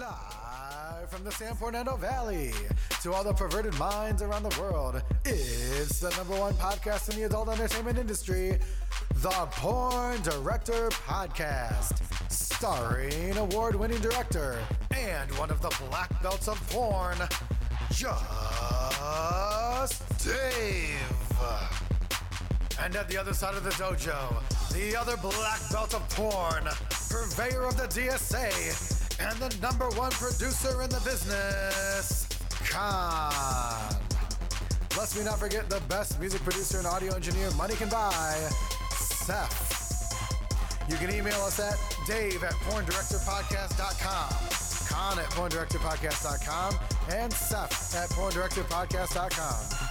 Live from the San Fernando Valley to all the perverted minds around the world, it's the number one podcast in the adult entertainment industry, the Porn Director Podcast, starring award winning director and one of the black belts of porn, Just Dave. And at the other side of the dojo, the other black belt of porn, purveyor of the DSA, and the number one producer in the business, Khan. Lest we not forget the best music producer and audio engineer money can buy, Seth. You can email us at dave at porndirectorpodcast.com, Con at porndirectorpodcast.com, and Seth at porndirectorpodcast.com.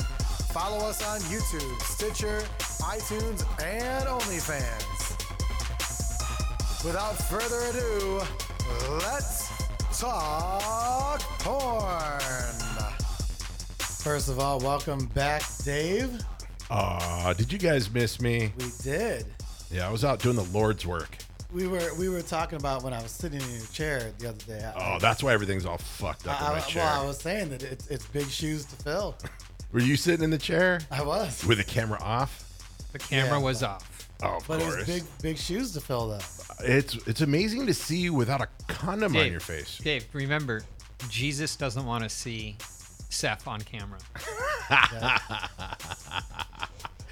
Follow us on YouTube, Stitcher, iTunes, and OnlyFans. Without further ado, let's talk porn. First of all, welcome back, Dave. Aw, did you guys miss me? We did. Yeah, I was out doing the Lord's work. We were we were talking about when I was sitting in your chair the other day. Oh, that's why everything's all fucked up I, in my I- chair. Uh, well, I was saying that it's, it's big shoes to fill. Were you sitting in the chair I was, with the camera off? The camera Yeah. was off. Oh, of but it was course. big big shoes to fill though. It's it's amazing to see you without a condom on your face. Dave, remember, Jesus doesn't want to see Seth on camera.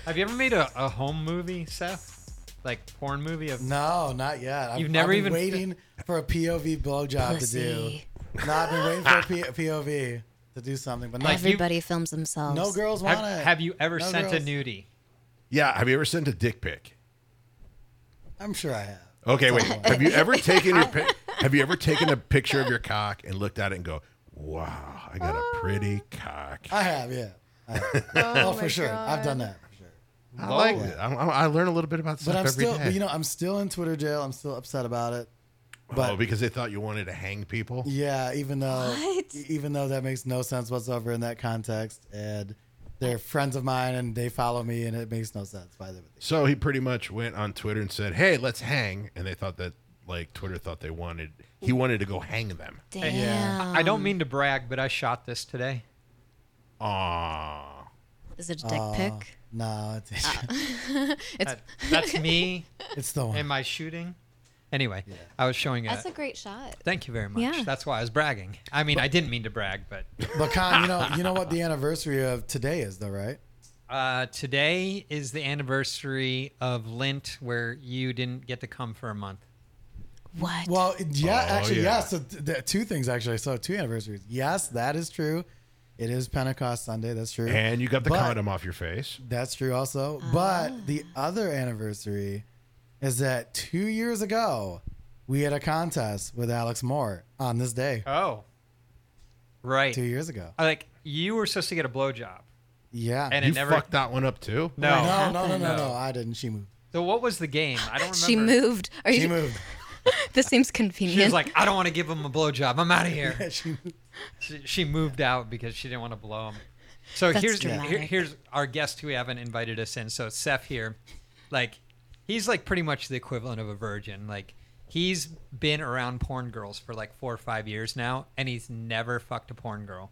Have you ever made a, a home movie, Seth? Like porn movie of No, not yet. I've, You've never I've been even- waiting for a POV blowjob to Pussy. do. No, I've been waiting for a P- POV to do something, but no, Like you- Everybody films themselves. no girls want have, it. have you e- ever No sent girls. a nudie? Yeah, have you ever sent a dick pic? I'm sure I have. Okay, wait. Have you ever taken your pic- Have you ever taken a picture of your cock and looked at it and go, "Wow, I got a pretty cock." I have, yeah. I have. Oh, for my sure. I've God. done that. For sure. I like it. I, I I learn a little bit about Oh. stuff But I'm every still, day. but, you know, I'm still in Twitter jail. I'm still upset about it. But oh, because they thought you wanted to hang people. yeah, even though e-, What? even though that makes no sense whatsoever in that context, and they're friends of mine and they follow me, and it makes no sense. By the way, So he pretty much went on Twitter and said, "Hey, let's hang," and they thought that like Twitter thought they wanted he wanted to go hang them. Damn. Yeah. I don't mean to brag, but I shot this today. Aww. Is it a dick pic? no, it's, It's That- that's me it's the one. and my shooting. Anyway, I was showing a, that's a great shot. Thank you very much. Yeah. That's why I was bragging. I mean, I didn't mean to brag, but But Con, you know, you know what the anniversary of today is, though, right? Uh, today is the anniversary of Lint, where you didn't get to come for a month. What? Well, yeah, Oh, actually, yeah. yes. So th- th- two things actually. So two anniversaries. Yes, that is true. It is Pentecost Sunday. That's true. And you got the But- condom off your face. that's true also. But the other anniversary is that two years ago we had a contest with Alex Moore on this day. Oh, right. Two years ago. I Like you were supposed to get a blowjob, Yeah. and you it never. fucked that one up too. No. no, no, no, no, happened? no. I didn't. She moved. So what was the game? I don't remember. she moved. Are She you? moved. This seems She convenient. was like, I don't want to give him a blowjob. I'm out of here. she moved. She, she moved out because she didn't want to blow him. So That's here's here, dramatic. here's our guest who we haven't invited us in. So Seth here, like he's like pretty much the equivalent of a virgin. Like he's been around porn girls for like four or five years now, and he's never fucked a porn girl.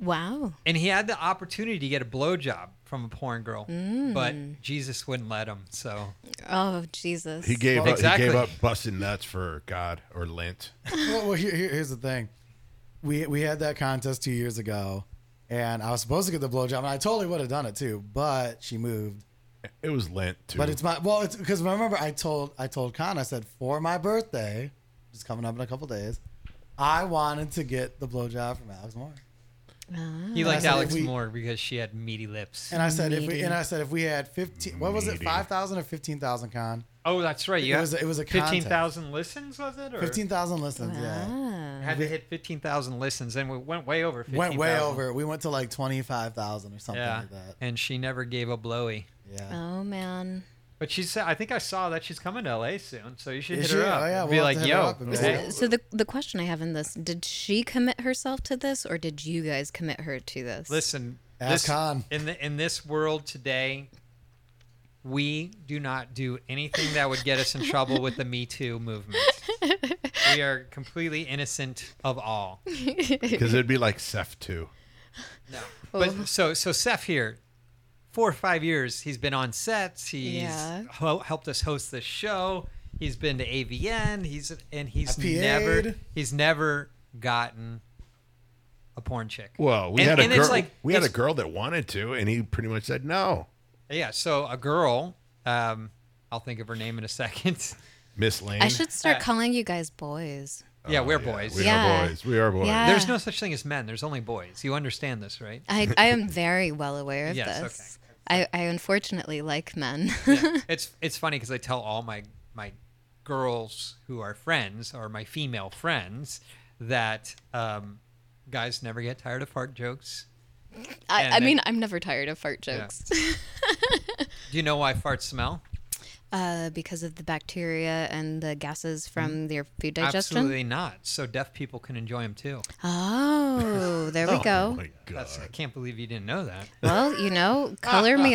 wow. And he had the opportunity to get a blowjob from a porn girl, Mm. but Jesus wouldn't let him. So Oh Jesus. He gave up Exactly. he gave up busting nuts for God or lint. well, well here, here- here's the thing. We we had that contest two years ago, and I was supposed to get the blowjob, and I totally would have done it too, but she moved. It was lint too. But it's my well, it's because remember I told I told Con I said for my birthday, which is coming up in a couple days, I wanted to get the blowjob from Alex Moore, Ah. he liked said, Alex Mm. "We- more because she had meaty lips. and I said if we Meaty. and I said if we had fifteen, what was it, Meaty. five thousand or fifteen thousand Con? Oh, that's right. It You was a- it was a contest. fifteen thousand listens, was it? Or? Fifteen thousand listens, yeah. Ah. had to hit 15,000 listens and we went way over 15, Went way over. We went to like twenty five thousand or something Yeah. like that. And she never gave a blowy. Yeah. Oh man. But she said I think I saw that she's coming to LA soon, so you should Is hit her she? up. Oh, yeah, and we'll be have like, to hit her "Yo, up and be So- like, hey, So the the question I have in this: Did she commit herself to this, or did you guys commit her to this? listen, Ask this- Han. in the in this world today, we do not do anything that would get us in trouble with the Me Too movement. We are completely innocent of all. Because it'd be like Seth too. No. But so so Seth here, four or five years he's been on sets. He's Yeah. ho- helped us host this show. He's been to AVN. He's and he's I PA'd. never he's never gotten a porn chick. Well, we And- had a and girl. It's like, we had a it's- girl that wanted to, and he pretty much said no. Yeah. So a girl. Um, I'll think of her name in a second. Miss Lane. I should start Uh, calling you guys boys. yeah, we're Oh, Yeah, boys. We Yeah. are boys. We are boys. Yeah. There's no such thing as men. There's only boys. You understand this, right? I, I am very well aware of Yes, this. I, I unfortunately like men. Yeah. it's it's funny because I tell all my my girls who are friends or my female friends that um, guys never get tired of fart jokes. I, And I they- mean, I'm never tired of fart Yeah. jokes Do you know why farts smell? uh, because of the bacteria and the gases Mm-hmm. from their food digestion. Absolutely not. So deaf people can enjoy them too. Oh, there we Oh go. my god. That's, I can't believe you didn't know that. Well, you know, color me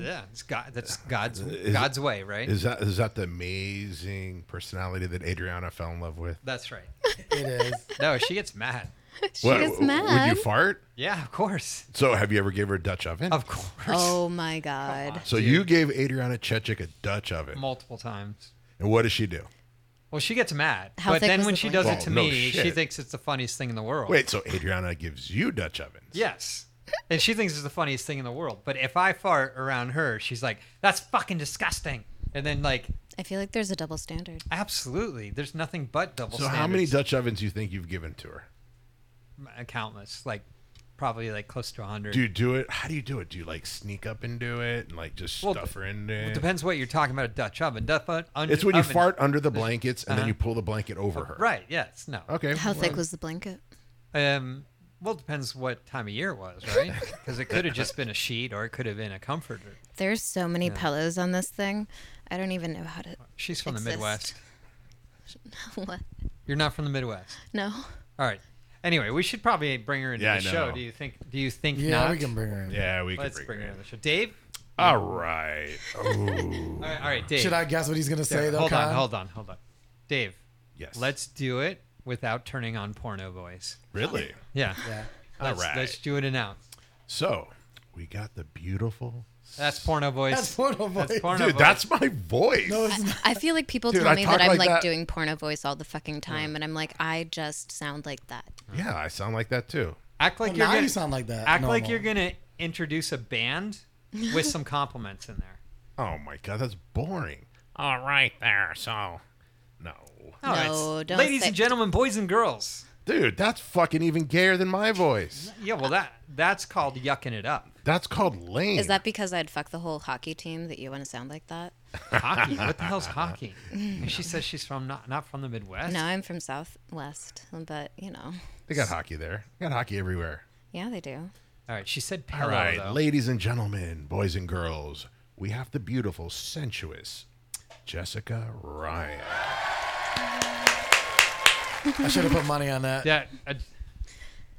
Yeah, it's God. That's God's Uh, Is- God's way, right? Is that is that the amazing personality that Adriana fell in love with? that's right. It is. No, she gets mad. She gets Would mad. you fart? Yeah, of course, So have you ever gave her a Dutch oven? of course, Oh my God. so you gave Adriana Chechik a Dutch oven, multiple times. and what does she do? Well, she gets mad, How but thick then was when the she blanket? does it Well, to no me, she shit. thinks it's the funniest thing in the world. Wait, so Adriana gives you Dutch ovens? Yes. And she thinks it's the funniest thing in the world. But if I fart around her, she's like, that's fucking disgusting. And then, like, I feel like there's a double standard. absolutely, there's nothing but double So standards. how many Dutch ovens do you think you've given to her? Uh, Countless. Like, probably like close to 100. Do you do it? How do you do it? Do you like sneak up and do it, and like just Well, stuff her in there? It depends what you're talking about. A Dutch oven. Dutch oven It's when you oven- fart under the blankets and then Uh-huh. you pull the blanket over her. Right. Yes. No. Okay. How well, thick was the blanket? Um, well, it depends what time of year it was, right? Because it could have just been a sheet or it could have been a comforter. There's so many pillows on this thing. I don't even know how to. She's from the Exist. Midwest. What? You're not from the Midwest. No. All right. Anyway, we should probably bring her into Yeah, the I show. know. Do you think? Do you think Yeah, not? we can bring her in. Yeah, we Let's could bring her it. into the show. Dave. All right. Ooh. All right, all right Dave. Should I guess what he's gonna say Dave, though? hold on, Kyle? hold on, hold on. Dave, yes. let's do it without turning on porno voice. really. Yeah. Yeah. Let's, All right. Let's do it and announce. So we got the beautiful. That's porno voice. That's porno voice. That's porno Dude, voice. that's my voice. No, it's not. I feel like people Dude, tell I me talk that I'm like like, that. doing porno voice all the fucking time, and I'm like, I just sound like that. yeah, I sound like that too. act like you're now gonna, you sound like that. act like normal. you're gonna introduce a band with some compliments in there. Oh my god, that's boring. All right, there. So, no, All right, No, s- don't Ladies say- and gentlemen, boys and girls. dude, that's fucking even gayer than my voice. Yeah, well that that's called yucking it up. That's called lame. Is that because I'd fuck the whole hockey team that you want to sound like that? Hockey. what the hell's hockey? She says she's from not not from the Midwest. No, I'm from Southwest, but you know, they got hockey there? They got hockey everywhere. yeah, they do. All right, she said All pillow right, though. ladies and gentlemen, boys and girls, we have the beautiful, sensuous Jessica Ryan. I should have put money on that. Yeah, uh,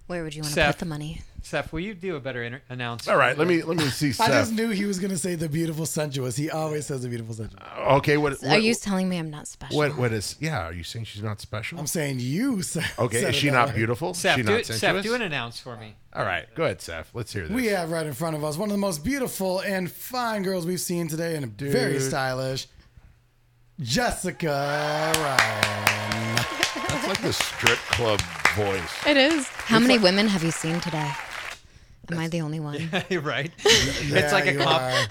Where would you want to Seth. put the money? Seth, will you do a better inter- announcement? All right, let me let me see. I Seth. just knew he was gonna say the beautiful sensuous. He always says the beautiful sensuous. okay, what, Are what you telling me I'm not special? what what is? Yeah, are you saying she's not special? I'm saying you. Said, okay, said is it she that not way. beautiful? Seth, she do not it, Seth, sensuous? do an announce for me. All right, go ahead, Seth. Let's hear this. We have right in front of us one of the most beautiful and fine girls we've seen today, and very stylish, Jessica Ryan. That's like the strip club voice. It is. How many women have you seen today? Am I the only one? right? it's like a, you comp- are. a,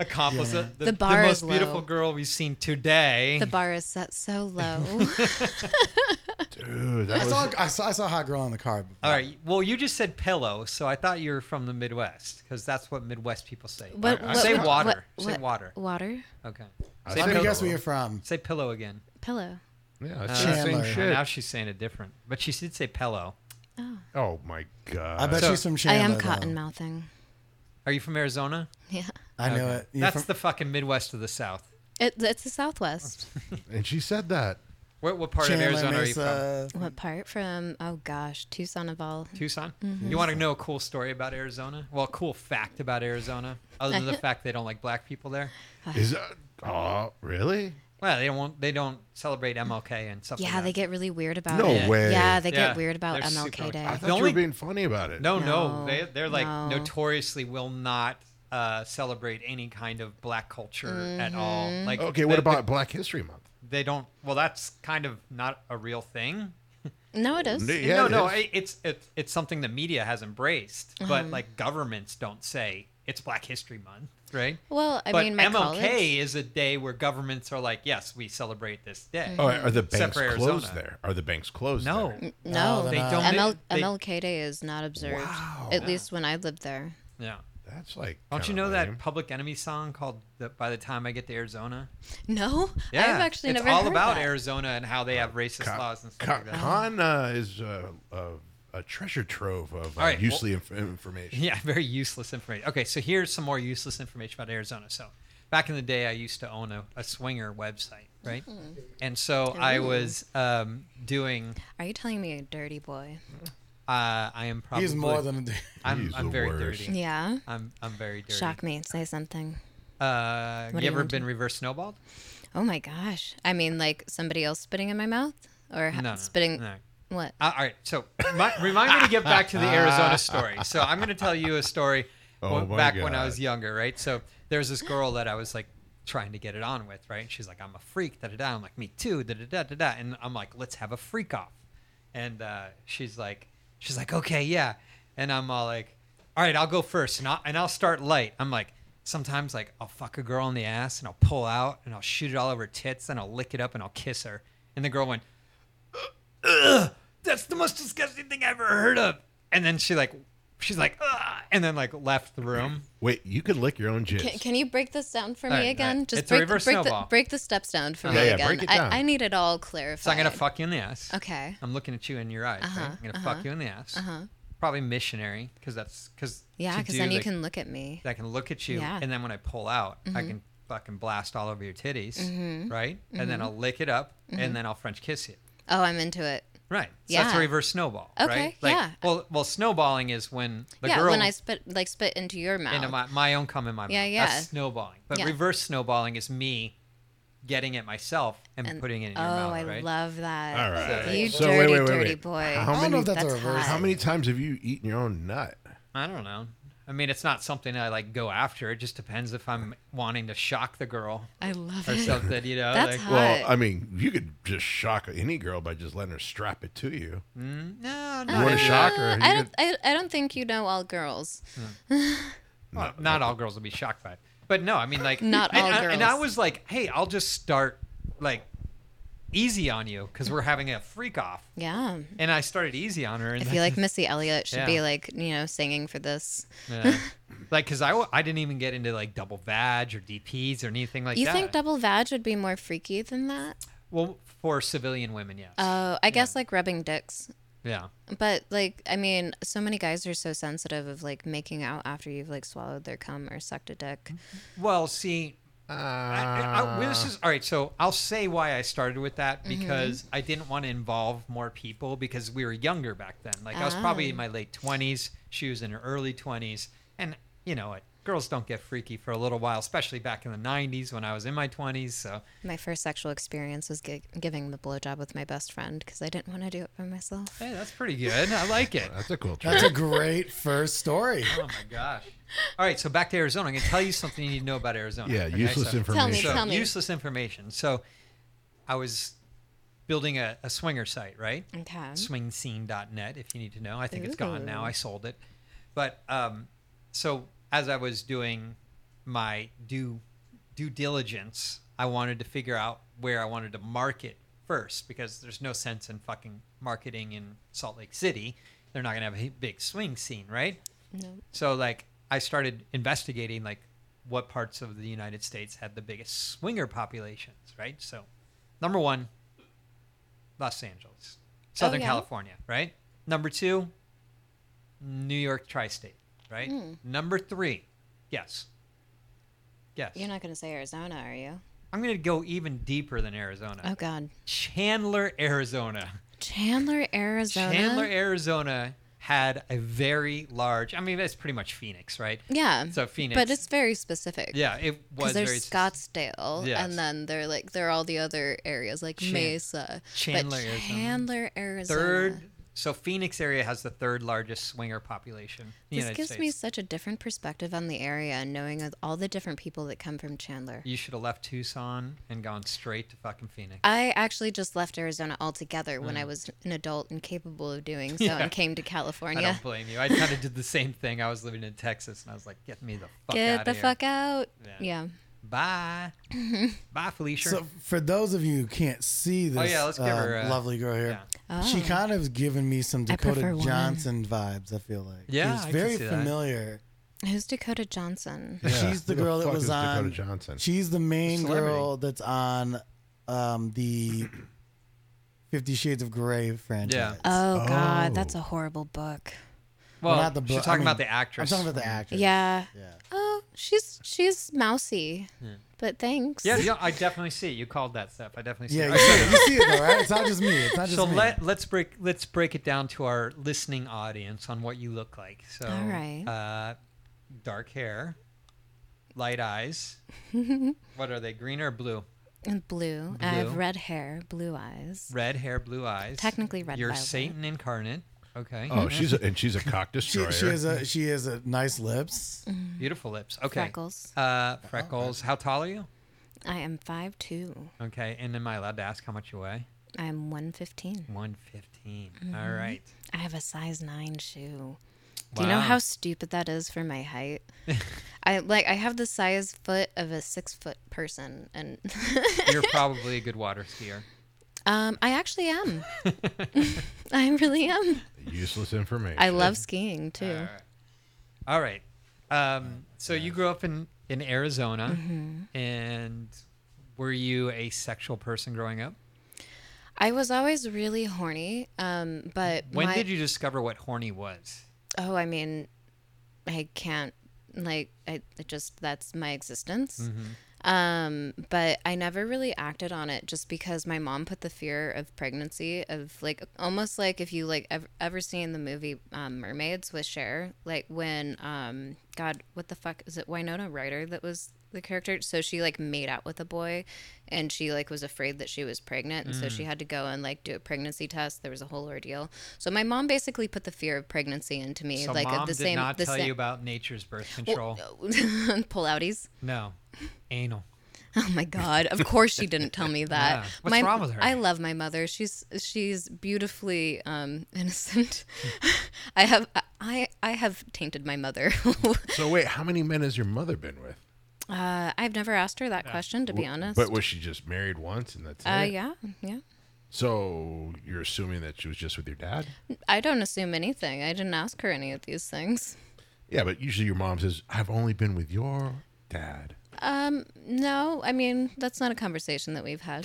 a complex. The, The bar most is low. beautiful girl we've seen today. The bar is set so low. Dude, that I was saw, I saw I saw a hot girl on the card. All right. Well, you just said pillow, so I thought you were from the Midwest because that's what Midwest people say. What- what- say what- water. what- say what- water. Water? Okay. I'm I Say said- gonna pillow. guess where you're from. Say pillow again. Pillow. yeah, it's Uh, the same Chandler. Oh, now shit. she's saying it different, but she did say pillow. Oh my god. I bet So- she's from I Chandler. am though. cotton mouthing. Are you from Arizona? Yeah. I know Okay. it. You're that's from- the fucking Midwest of the South. It, it's the Southwest. and she said that. What, what part Chandler, of Arizona are you from? Mesa. what part from, oh gosh, Tucson of all. Tucson. Mm-hmm. You want to know a cool story about Arizona? Well, a cool fact about Arizona, other than the fact they don't like black people there. Is that, oh uh, really? Well, they don't. They don't celebrate MLK and stuff. like Yeah, that. they get really weird about No it. way. Yeah, they Yeah, get weird about they're MLK super- Day. I The thought you only- were being funny about it. No, no, No, they they're like no. notoriously will not uh, celebrate any kind of black culture at all. Mm-hmm. Like Okay, what the- about Black History Month? they don't? Well, that's kind of not a real thing. No, it is. They- no, it no, is. i- it's it's it's something the media has embraced, Mm-hmm. but like governments don't say it's Black History Month, right? Well, I but mean, my MLK college. is a day where governments are like, yes, we celebrate this Mm-hmm. day. Oh, are the Except banks for closed Arizona. there? Are the banks closed? No, Mm. there? No, they don't. ML, they- MLK Day is not observed. Wow. At least when I lived there. yeah. that's like. Don't you kinda know lame. that Public Enemy song called the, "By the Time I Get to Arizona"? No, Yeah, I've actually it's never all heard about that. Arizona and how they have racist Con, laws and stuff Con, like that. Con, uh, is uh, uh, a treasure trove of uh, All right, well- useless inf- information. Yeah, very useless information. Okay, so here's some more useless information about Arizona. So, back in the day, I used to own a, a swinger website, right? Mm-hmm. And so I was um, doing. Are you telling me a dirty boy? Uh, I am probably. He's more than a dude. I'm, He's I'm the very worst. dirty. Yeah. I'm I'm very dirty. Shock me. Say something. Uh, What you are ever you been reverse snowballed? Oh my gosh. I mean, like somebody else spitting in my mouth or ha- spitting. No. What? Uh, all right. So my, remind me to get back to the Arizona story. So I'm going to tell you a story Oh wh- my back when I God. was younger, right? So there's this girl that I was like trying to get it on with, right? And she's like, I'm a freak, da da da. I'm like, me too, da da da da da. And I'm like, let's have a freak off. And uh, she's like, she's like, okay, yeah. And I'm all like, all right, I'll go first, and I'll and I'll start light. I'm like, sometimes like I'll fuck a girl in the ass, and I'll pull out, and I'll shoot it all over her tits, and I'll lick it up, and I'll kiss her. And the girl went, that's the most disgusting thing I ever heard of. And then she like, she's like, Ugh, and then like left the room. Wait, you could lick your own jizz. Can, can you break this down for All me right, again? all right. Just It's a break, reverse break, the, snowball. break the steps down for Yeah, me yeah, again. break it down. I, I need it all clarified. So I'm gonna fuck you in the ass. Okay. Uh-huh, I'm looking at you in your eyes. right? I'm gonna fuck you in the ass. Probably missionary because that's because Yeah, because then you can look at me. I can look at you, Yeah. Mm-hmm. and then when I pull out, I can fucking blast all over your titties, right? And Mm-hmm. then I'll lick it up, and then I'll French kiss you. Oh, I'm into it. Right. So that's a Mm-hmm. Yeah. reverse snowball. Right? Okay, Like, yeah. Well, well, snowballing is when the yeah, girl when I spit like spit into your mouth. into my, my own cum in my Yeah, mouth. yeah. That's snowballing. But Yeah. reverse snowballing is me getting it myself and, And- putting it in oh, your mouth, I right? love that. All right. You So, dirty, wait, wait, wait, dirty wait. boy. How I don't know if many? that's a Oh, That's reverse. How hot. many times have you eaten your own nut? I don't know. I mean, it's not something I like go after. It just depends if I'm wanting to shock the girl I love or it. something, you know? That's like, hot. Well, Right. I mean, you could just shock any girl by just letting her strap it to you. no, You want no. to shock her? You I don't. I, I don't think you know all girls. Well, not all girls will be shocked by it. But no, I mean, like, Not and, all I, and I girls. was like, hey, I'll just start like easy on you because we're having a freak off. Yeah. And I started easy on her. And I then- feel like Missy Elliott should Yeah. be like you know singing for this. Yeah. like, cause I, w- I didn't even get into like double vag or DPs or anything like You that. think double vag would be more freaky than that? well, for civilian women, yes. Oh, I guess like rubbing dicks. yeah. But like, I mean, so many guys are so sensitive of like making out after you've like swallowed their cum or sucked a dick. Well, see, uh, I, I, I- this is all right. So I'll say why I started with that Mm-hmm. because I didn't want to involve more people because we were younger back then. Like I was probably Ah. in my late twenties. She was in her early twenties, and you know what? Girls don't get freaky for a little while, especially back in the '90s when I was in my 20s. So My first sexual experience was gi- giving the blowjob with my best friend because I didn't want to do it by myself. hey, that's pretty good. I like it. That's a cool trick. That's a great first story. Oh my gosh! All right, so back to Arizona. I'm gonna tell you something you need to know about Arizona. yeah, okay? useless So- information. me, so tell me. useless information. So I was building a, a swinger site, right? Okay. Swingscene.net, if you need to know. I think it's gone now. I sold it. But um, so as I was doing my due due diligence, I wanted to figure out where I wanted to market first because there's no sense in fucking marketing in Salt Lake City. They're not gonna have a big swing scene, right? No. So like I started investigating like what parts of the United States had the biggest swinger populations, right? So number 1 Los Angeles, Southern yeah. California, right? Number 2 New York tri-state, right? Hmm. Number 3 Yes. Yes. You're not going to say Arizona, are you? I'm going to go even deeper than Arizona. Oh, God. Chandler, Arizona. Chandler, Arizona. Chandler, Arizona had a very large. I mean, it's pretty much Phoenix, right? Yeah. So Phoenix. But it's very specific. yeah, it was Because very there's Scottsdale, Yes. and then there are like there are all the other areas like Chan- Mesa, Chandler, but Arizona. Chandler, Arizona. third. So Phoenix area has the third largest swinger population. in the This United gives States. me such a different perspective on the area and knowing of all the different people that come from Chandler. You should have left Tucson and gone straight to fucking Phoenix. I actually just left Arizona altogether when I was an adult and capable of doing so Mm. Yeah. and came to I California. don't blame you. I kind of did the same thing. I was living in Texas, and I was like, "Get me the fuck Get out the here. fuck out. Yeah. Yeah. Bye, bye, Felicia." So for those of you who can't see this Oh, yeah, let's give uh, her, uh, lovely girl here, yeah. she Oh. kind of is giving me some I prefer Dakota women. Johnson vibes. I feel like Yeah, it's I can very see that. familiar. Who's Dakota Johnson? She's the Who the girl that fuck was is Dakota on Johnson? She's the main Celebrity. girl that's on um, the Fifty Shades of Grey franchise. Oh, God, that's Oh. a horrible book. Well, not the she's book- talking I mean, about the actress. Mm-hmm. I'm talking about the actress. Yeah. Yeah. Oh, she's she's mousy. But thanks. Yeah, yeah, I definitely see. it. You called that stuff. I definitely see. Yeah, it. you see, it, you see it though, right? It's not just me. It's not just So me. let let's break let's break it down to our listening audience on what you look like. So, All right. uh, dark hair, light eyes. what are they? Green or blue? And blue. I have Blue. red hair, blue eyes. Red hair, blue eyes. Technically red You're violet. Satan incarnate. Okay. Oh, she's a, and she's a cock she, destroyer. she has a she has a nice lips. Beautiful lips. Okay. Mm-hmm. Freckles. Uh, freckles. How tall are you? I am five two. Okay. And am I allowed to ask how much you weigh? I am one fifteen. One fifteen. Mm-hmm. All right. I have a size nine shoe. Do you know Wow. how stupid that is for my height? I like I have the size foot of a six foot person, and You're probably a good water skier. um, I actually am. I really am. Useless information. I love skiing too. All right. Mm-hmm. Um, so you grew up in in Arizona, and were you a sexual person growing up? I was always really horny, um, but When my, did you discover what horny was? Oh, I mean, I can't like I it just that's my existence. Mm-hmm. Um, but I never really acted on it just because my mom put the fear of pregnancy of like almost like if you like ever, ever seen the movie um, Mermaids with Cher, like when um God, what the fuck is it Winona Ryder that was the character? So she like made out with a boy and she like was afraid that she was pregnant and so Mm. she had to go and like do a pregnancy test. There was a whole ordeal. So my mom basically put the fear of pregnancy into me So like mom of the did same not the tell same you about nature's birth control. pull outies. no. anal. Oh my god! Of course she didn't tell me that. Yeah. What's my, wrong with her? I love my mother. She's she's beautifully um, innocent. I have I I have tainted my mother. So wait, how many men has your mother been with? uh, I've never asked her that question to be honest. But was she just married once and that's uh, it? yeah, yeah. So you're assuming that she was just with your dad? I don't assume anything. I didn't ask her any of these things. Yeah, but usually your mom says, "I've only been with your dad." No, I mean that's not a conversation that we've had.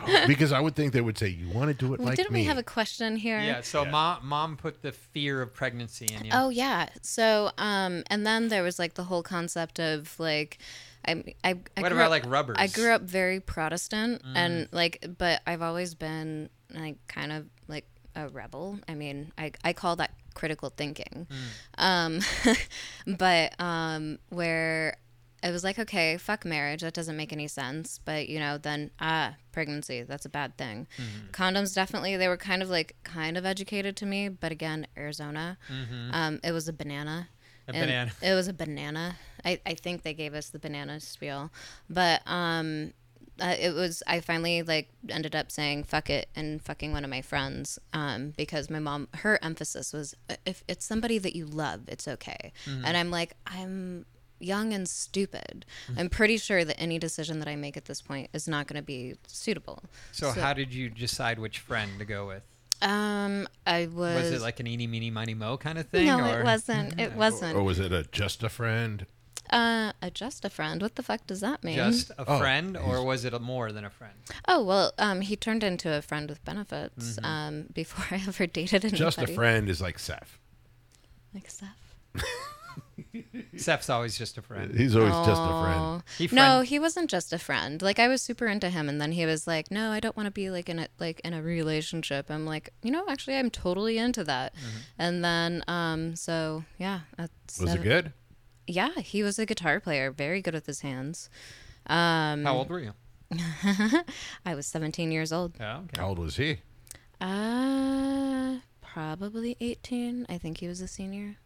Oh, because I would think they would say, "You want to do it like didn't me?" we have a question here? Yeah. So mom mom put the fear of pregnancy in you. Oh yeah. So um, and then there was like the whole concept of like, I I, I What grew about, up- like, rubbers? Mm. I grew up very Protestant and like, but I've always been like kind of like a rebel. I mean, I I call that critical thinking, um, but um, where. It was like, okay, fuck marriage. That doesn't make any sense. But, you know, then, ah, pregnancy. That's a bad thing. Mm-hmm. Condoms, definitely, they were kind of like, kind of educated to me. But again, Arizona. Um, it was a banana. Mm-hmm. A And banana. It was a banana. I, I think they gave us the banana spiel, but um, uh, it was I finally like ended up saying fuck it and fucking one of my friends um, because my mom her emphasis was if it's somebody that you love it's okay, Mm-hmm. and I'm like I'm young and stupid. Mm-hmm. I'm pretty sure that any decision that I make at this point is not going to be suitable. so, how did you decide which friend to go with? Um, I was. Was it like an eeny meeny miny mo kind of thing? no, or? it wasn't. It wasn't. or was it a just a friend? Uh, a just a friend. What the fuck does that mean? Just a Oh, friend, or was it a more than a friend? Oh well, um, he turned into a friend with benefits. Mm-hmm. Um, before I ever dated anybody. Just a friend is like Seth. Like Seth. Seth's always just a friend. He's always just a friend. Aw. He No, friend- he wasn't just a friend. Like I was super into him, and then he was like, "No, I don't want to be like in a like in a relationship." I'm like, you know, actually, I'm totally into that. And then, um, so yeah, that's Mm-hmm. Was it that- good? Yeah, he was a guitar player, very good with his hands. How old were you? I was 17 years old. Oh, okay. How old was he? Uh, probably 18. I think he was a senior.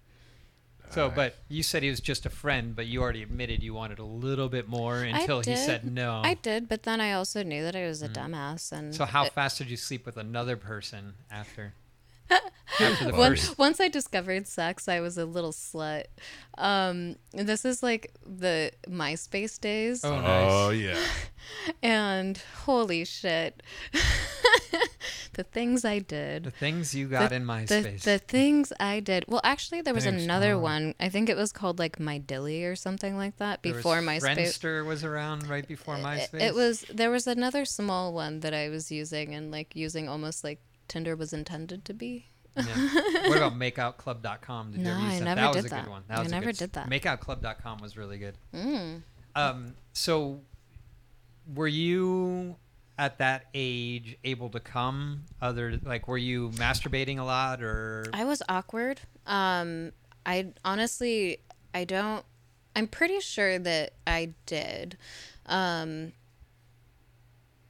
So, but you said he was just a friend, but you already admitted you wanted a little bit more until I he did. said no. Mm. I did, but then I also knew that I was a dumbass, and So how it- fast did you sleep with another person after? after the once, first. once I discovered sex, I was a little slut. Um, this is like the MySpace days, Oh, nice. Oh yeah. and holy shit, the things I did. the things you got in my the, space. the things I did. Well, actually, there was Thanks. another Oh. one. I think it was called like My Dilly or something like that There was before MySpace. Friendster was around right before MySpace. It was there was another small one that I was using and like using almost like Tinder was intended to be. Yeah. What about makeoutclub.com? Did you No, ever use I that? never that was did a good that. one. I was a never good s- did that. Mm. Makeoutclub.com was really good. Um, so, were you at that age able to come? Other like, were you masturbating a lot or? I was awkward. Um, I honestly, I don't. I'm pretty sure that I did. Um,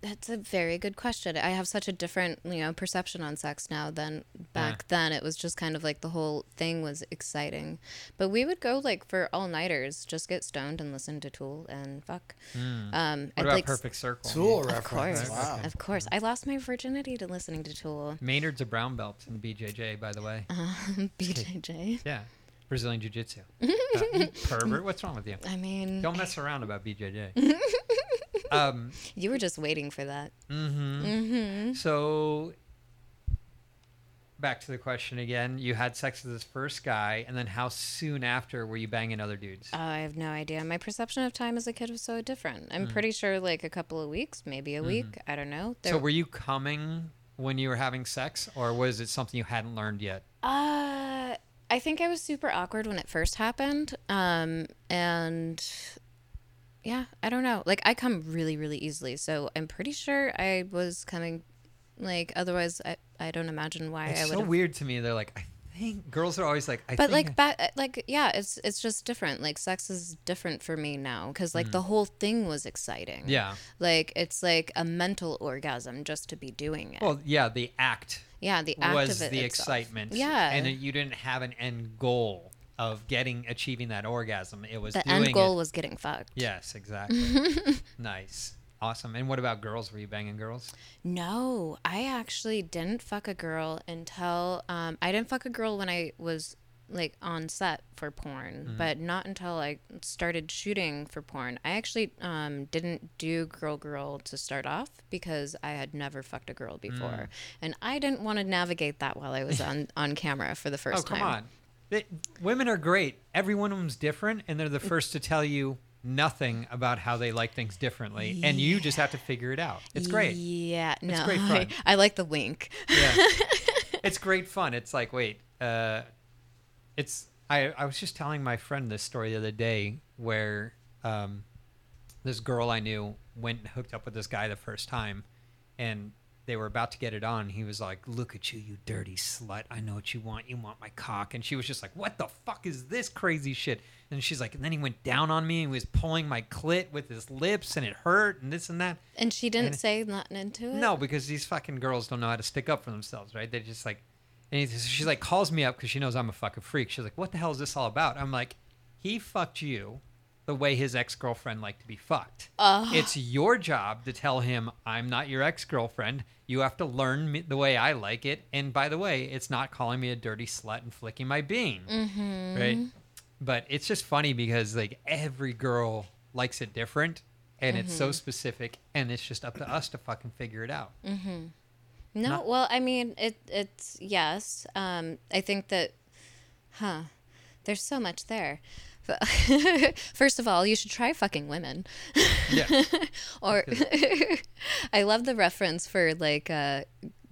that's a very good question. I have such a different, you know, perception on sex now than back then. It was just kind of like the whole thing was exciting, but we would go like for all nighters, just get stoned and listen to Tool and fuck. Um, Hmm. what about like, s- Perfect Circle? Tool Of reference. course, Wow. of course. I lost my virginity to listening to Tool. Maynard's a brown belt in the BJJ, by the way. Uh-huh. BJJ. Yeah, Brazilian Jiu Jitsu. pervert, what's wrong with you? I mean, Don't mess around about BJJ. um, you were just waiting for that. So back to the question again. You had sex with this first guy, and then how soon after were you banging other dudes? Oh, I have no idea. My perception of time as a kid was so different. I'm Mm. pretty sure like a couple of weeks, maybe a week. I don't know. There, Mm-hmm. so were you coming when you were having sex, or was it something you hadn't learned yet? uh, I think I was super awkward when it first happened. Um, and yeah, I don't know. Like I come really, really easily, so I'm pretty sure I was coming. Like otherwise, I, I don't imagine why I It's would. so weird to me. They're like, I think girls are always like, I but think like back like yeah it's it's just different like sex is different for me now because like Mm. the whole thing was exciting Yeah. like it's like a mental orgasm just to be doing it well, yeah, the act yeah the act was of it the itself. excitement. yeah and it- you didn't have an end goal of getting achieving that orgasm. It was the doing end goal It. was getting fucked Yes, exactly. nice, awesome. And what about girls? Were you banging girls? No, I actually didn't fuck a girl until um, I didn't fuck a girl when I was like on set for porn, Mm-hmm. but not until I started shooting for porn. I actually um, didn't do girl girl to start off because I had never fucked a girl Mm. before, and I didn't want to navigate that while I was on on camera for the first Oh, come time. on. They- women are great. Every one of them's different, and they're the first to tell you nothing about how they like things differently, and you just have to figure it out. It's great. Yeah, no, great I, fun. I like the wink. Yeah. it's great fun. It's like, wait, uh, it's. I, I was just telling my friend this story the other day where um, this girl I knew went and hooked up with this guy the first time, and they were about to get it on. He was like, "Look at you, you dirty slut! I know what you want. You want my cock." And she was just like, "What the fuck is this crazy shit?" And she's like, and then he went down on me and was pulling my clit with his lips, and it hurt, and this and that. And she didn't And- say nothing into it. No, because these fucking girls don't know how to stick up for themselves, right? They just like, and he- so she's like calls me up because she knows I'm a fucking freak. She's like, "What the hell is this all about?" I'm like, "He fucked you, the way his ex girlfriend liked to be fucked. It's your job to tell him I'm not your ex girlfriend. You have to learn me the way I like it. And by the way, it's not calling me a dirty slut and flicking my bean, right? Mm-hmm. But it's just funny because like every girl likes it different." And it's Mm-hmm. so specific, and it's just up to us to fucking figure it out. No, Not- well, I mean, it it's yes. Um, I think that, huh? There's so much there. But First of all, you should try fucking women. Yeah. Or I love the reference for like uh,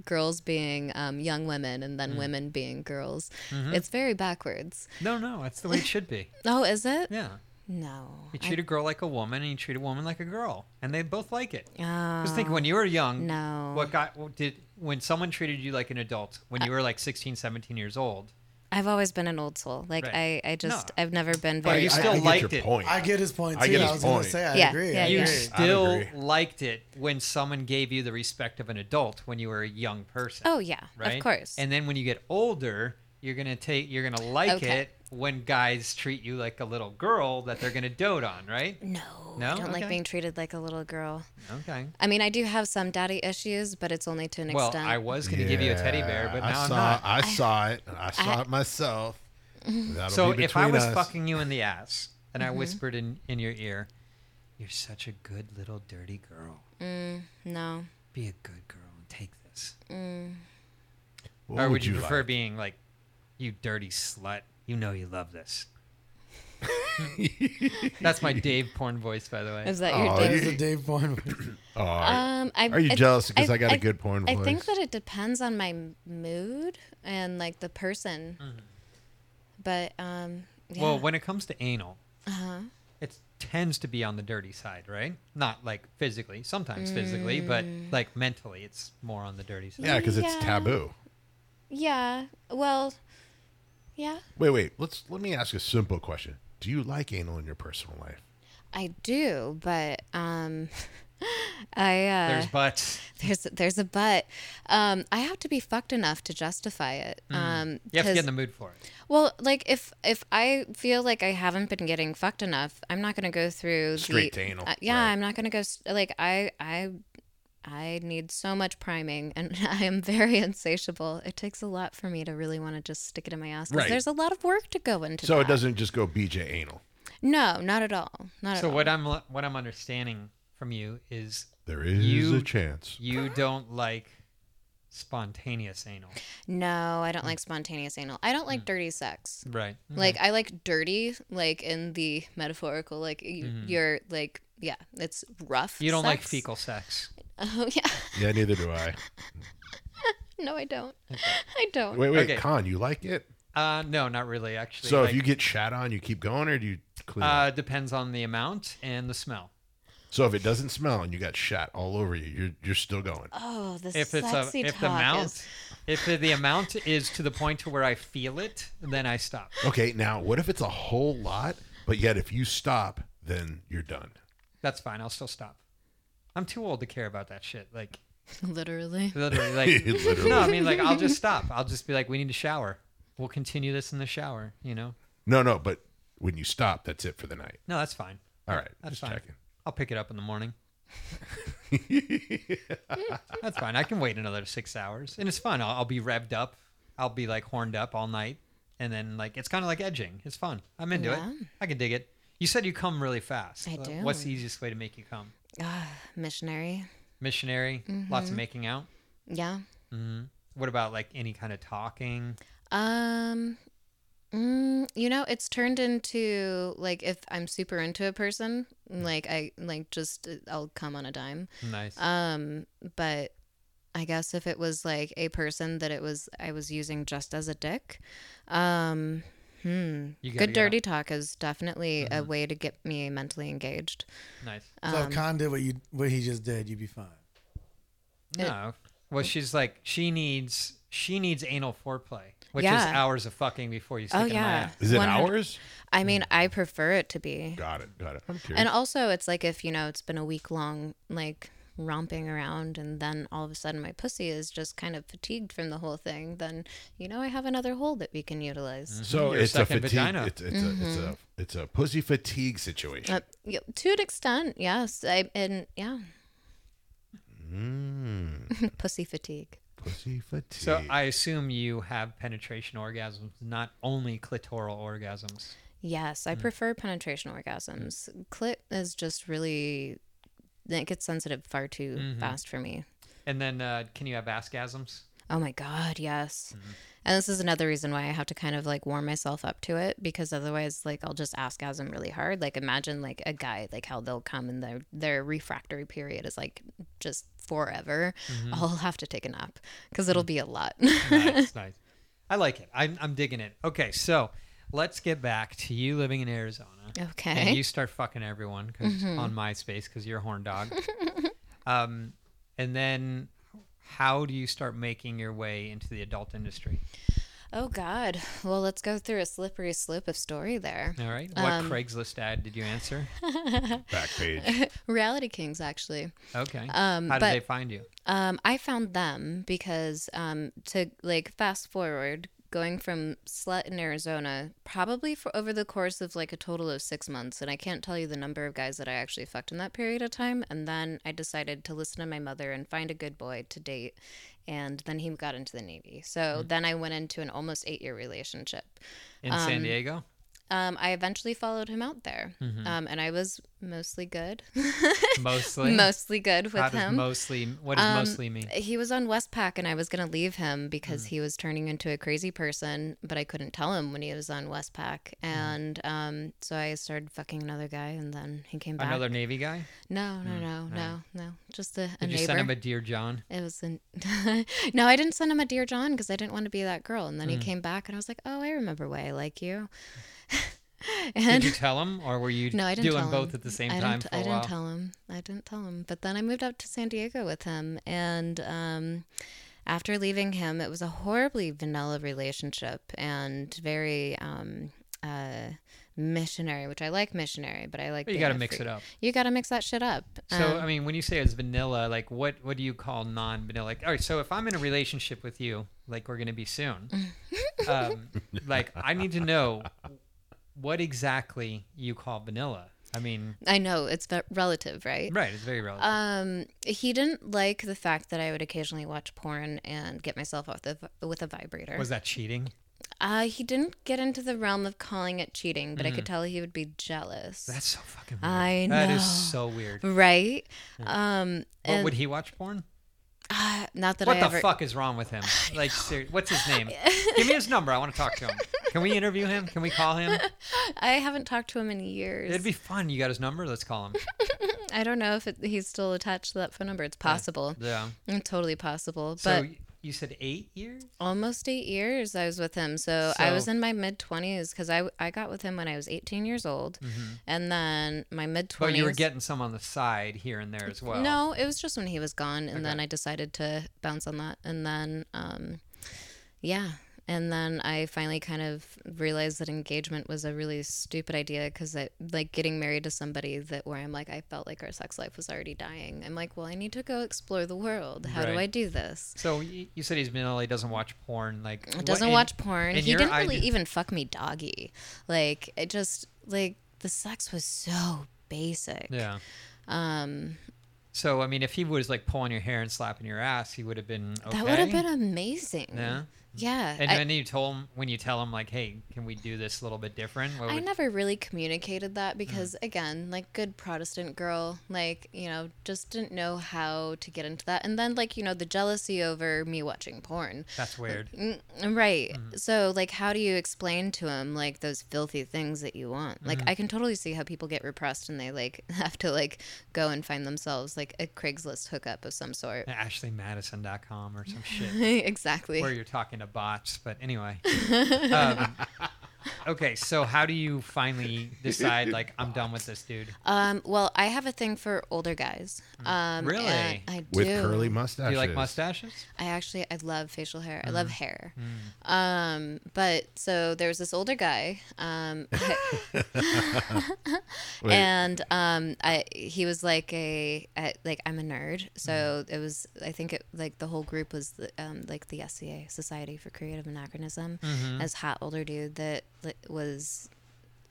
girls being um, young women and Mm-hmm. then women being girls. It's very backwards. No, no, that's the way it should be. Oh, is it? Yeah. No. You I- treat a girl like a woman, and you treat a woman like a girl, and they both like it. Just think when you were young, no. Uh, what got what did when someone treated you like an adult when you were like 16, 17 years old? I've always been an old soul. Like Right. I, I just No. I've never been But very. you I- I still get liked your it. point. I get his point too. I I, get his was going point. to say, I Yeah, agree. yeah, I You yeah. agree. still agree. liked it when someone gave you the respect of an adult when you were a young person. oh yeah, right? of course. And then when you get older, you're gonna take you're gonna like Okay. it when guys treat you like a little girl that they're gonna dote on, right? no, No? I don't like Okay. being treated like a little girl. Okay. I mean, I do have some daddy issues, but it's only to an Well, extent. I was gonna give you a teddy bear, but I now I'm saw, not. I saw it. I saw I- it myself. That'll So be if I between was us. fucking you in the ass and Mm-hmm. I whispered in, in your ear, "You're such a good little dirty girl. no. Be a good girl and take this," What or would you, prefer like? being like, "You dirty slut. You know you love this." That's my Dave porn voice, by the way. Is that your Oh, That date? is the Dave porn. Oh, Um, I, Are you I- jealous because I got a good porn I think voice? that it depends on my m- mood and like the person. But um, yeah. Mm-hmm. Uh-huh. Well, when it comes to anal, it tends to be on the dirty side, right? Not like physically, sometimes physically, but Mm. like mentally, it's more on the dirty side. yeah, because it's yeah. taboo. yeah, well, yeah, Wait, wait. Let's let me ask a simple question. Do you like anal in your personal life? I do, but um, I uh, There's butts. there's there's a but. Um, I have to be fucked enough to justify it. Um, Mm-hmm. You have to 'cause- get in the mood for it. well, like if if I feel like I haven't been getting fucked enough, I'm not gonna go through Straight the, to anal, uh, yeah, right. I'm not gonna go s- like I I. I need so much priming and I am very insatiable. It takes a lot for me to really want to just stick it in my ass 'cause Right. there's a lot of work to go into So that. it doesn't just go BJ anal. No, not at all. Not at So all. what I'm what I'm understanding from you is There is You- a chance. you don't like spontaneous anal, No, Mm. I don't like spontaneous anal. I don't like dirty sex. right? Mm-hmm. Like I like dirty, like in the metaphorical, like y- Mm-hmm. you're like yeah, it's rough. Mm. you don't like sex. fecal sex. Oh yeah, Yeah, neither do I. no, I don't. I don't. Wait, wait, Okay. Con, you like it? Uh, no, not really. Actually, So Like, if you get shat on, you keep going, or do you clean? up? uh, depends on the amount and the smell. so if it doesn't smell and you got shat all over you, you're you're still going. Oh, this If it's a, sexy if the talk amount is. if the amount is to the point to where I feel it, then I stop. Okay, now what if it's a whole lot, but yet if you stop, then you're done. That's fine. I'll still stop. I'm too old to care about that shit. Like Literally. literally, like Literally. no. I mean, like I'll just stop. I'll just be like, we need to shower. We'll continue this in the shower. You know? No, no, but when you stop, that's it for the night. No, that's fine. All right, That's just fine. checking. I'll pick it up in the morning. That's fine. I can wait another six hours, and it's fun. I'll, I'll be revved up. I'll be like horned up all night, and then like it's kind of like edging. It's fun. I'm into Yeah. it. I can dig it. You said you come really fast. I Uh, do. What's the easiest way to make you come? Missionary. Missionary. Mm-hmm. Lots of making out. Yeah. What about like any kind of talking? Um mm, you know, it's turned into like if I'm super into a person, like I like just uh, I'll come on a dime. Nice. Um, but I guess if it was like a person that it was I was using just as a dick, um, hmm. You gotta Good get out. Mm-hmm. dirty talk is definitely a way to get me mentally engaged. nice. So Um, if Khan did what you what he just did, you'd be fine. No. Well, she's like she needs she needs anal foreplay, which is Yeah. hours of fucking before you stick Oh in my yeah, ass. Is it 100 hours? I mean, I prefer it to be. Got it. Got it. I'm curious. And also, it's like if you know it's been a week long like romping around, and then all of a sudden my pussy is just kind of fatigued from the whole thing. Then you know I have another hole that we can utilize. so Your it's a second fatigue. vagina. It's, it's a it's a Mm-hmm. it's a pussy fatigue situation. Uh, y- to an extent, yes. I and yeah, Mm, pussy fatigue. pussy fatigue. So I assume you have penetration orgasms, not only clitoral orgasms. Yes, I prefer penetration orgasms. Clit is just really it gets sensitive far too fast for me. And then uh, can you have askasms? Oh my God, yes. And this is another reason why I have to kind of like warm myself up to it because otherwise, like, I'll just askasm really hard. Like, imagine like a guy, like how they'll come and their their refractory period is like just forever. I'll have to take a nap because it'll be a lot. nice, nice. I like it. I'm, I'm digging it. Okay, so let's get back to you living in Arizona. okay. Mm-hmm. And you start fucking everyone because on MySpace because you're a horn dog. um, and then how do you start making your way into the adult industry? oh God. Well, let's go through a slippery slope of story there. All right. What Um, Craigslist ad did you answer? Back page. Reality Kings, actually. Okay. Um, how but- did they find you? Um, I found them because um, to like fast forward, going from slut in Arizona, probably for over the course of like a total of six months, and I can't tell you the number of guys that I actually fucked in that period of time. And then I decided to listen to my mother and find a good boy to date, and then he got into the Navy. So Hmm. then I went into an almost eight year relationship. In San Diego? Um, I eventually followed him out there, Mm-hmm. um, and I was mostly good, Mostly? mostly good with how does him. Um, mostly, what does mostly mean? He was on Westpac, and I was going to leave him Mm. because he was turning into a crazy person, but I couldn't tell him when he was on Mm. Westpac. And um, so I started fucking another guy, and then he came back. Another Navy guy? no, no, no, no, no. Just a, a Did you neighbor. send him a Dear John? it was an... no, I didn't send him a Dear John because I didn't want to be that girl. And then he Mm. came back, and I was like, oh, I remember why I like you. Did and you tell him or were you no, I didn't doing tell both him. at the same I time Didn't, for I a didn't while? tell him. I didn't tell him. But then I moved up to San Diego with him, and um, after leaving him, it was a horribly vanilla relationship and very. Um, uh, missionary which i like missionary but i like But you being gotta a mix free- it up. you gotta mix that shit up So Um, I mean, when you say it's vanilla, like what what do you call non-vanilla? Like, all right, so if I'm in a relationship with you, like we're gonna be soon, um, like I need to know what exactly you call vanilla. I mean, i know it's ve- relative right right? It's very relative. Um, he didn't like the fact that I would occasionally watch porn and get myself off the with a vibrator. Was that cheating? Uh, he didn't get into the realm of calling it cheating, but I could tell he would be jealous. Mm. That's so fucking. Weird. I That is know. so weird. right? Um, What, and would he watch porn? uh, not that What I the ever. fuck is wrong with him? Like, ser- what's his name? Give me his number. I want to talk to him. Can we interview him? Can we call him? I haven't talked to him in years. It'd be fun. You got his number. Let's call him. I don't know if it, he's still attached to that phone number. It's possible. Yeah. It's Totally possible. So But y- you said eight years. almost eight years I was with him. So, I was So- in my mid 20s because I, I got with him when I was 18 years old. And then my mid 20s. But Mm-hmm. Oh, you were getting some on the side here and there as well. No, it was just when he was gone, and then I decided to bounce on that, and then, um, yeah, and then I finally kind of realized that engagement was a really stupid idea because it like getting married to somebody that where I'm like I felt like our sex life was already dying. I'm like, well, I need to go explore the world. How do Right. I do this? So y- you said he's vanilla. He doesn't watch porn. Like what- doesn't in- watch porn. in He your didn't really ide- even fuck me doggy. Like it just like the sex was so basic. Yeah. Um. So I mean, if he was like pulling your hair and slapping your ass, he would have been okay. That would have been amazing. Yeah. Yeah. And I- then you told him when you tell him like, "Hey, can we do this a little bit different?" What I would- never really communicated that because, again, like good Protestant girl, like, you know, just didn't know how to get into that. And then, like, you know, the jealousy over me watching porn. That's weird. Mm, Right. So, like, how do you explain to him, like, those filthy things that you want? Like, I can totally see how people get repressed and they, like, have to, like, go and find themselves, like, a Craigslist hookup of some sort. AshleyMadison.com or some shit exactly. where you're talking to bots. But anyway. Um, okay, so how do you finally decide like I'm done with this dude? Um, well, I have a thing for older guys. Um, Really? and I do. With curly mustaches. Do you like mustaches? I actually I love facial hair. I love Mm. hair. Um, but so there was this older guy, um, Wait, and um, I he was like a I, like I'm a nerd, so Mm. it was I think it like the whole group was the, um, like the SCA Society for Creative Anachronism, Mm-hmm. as hot older dude that li- was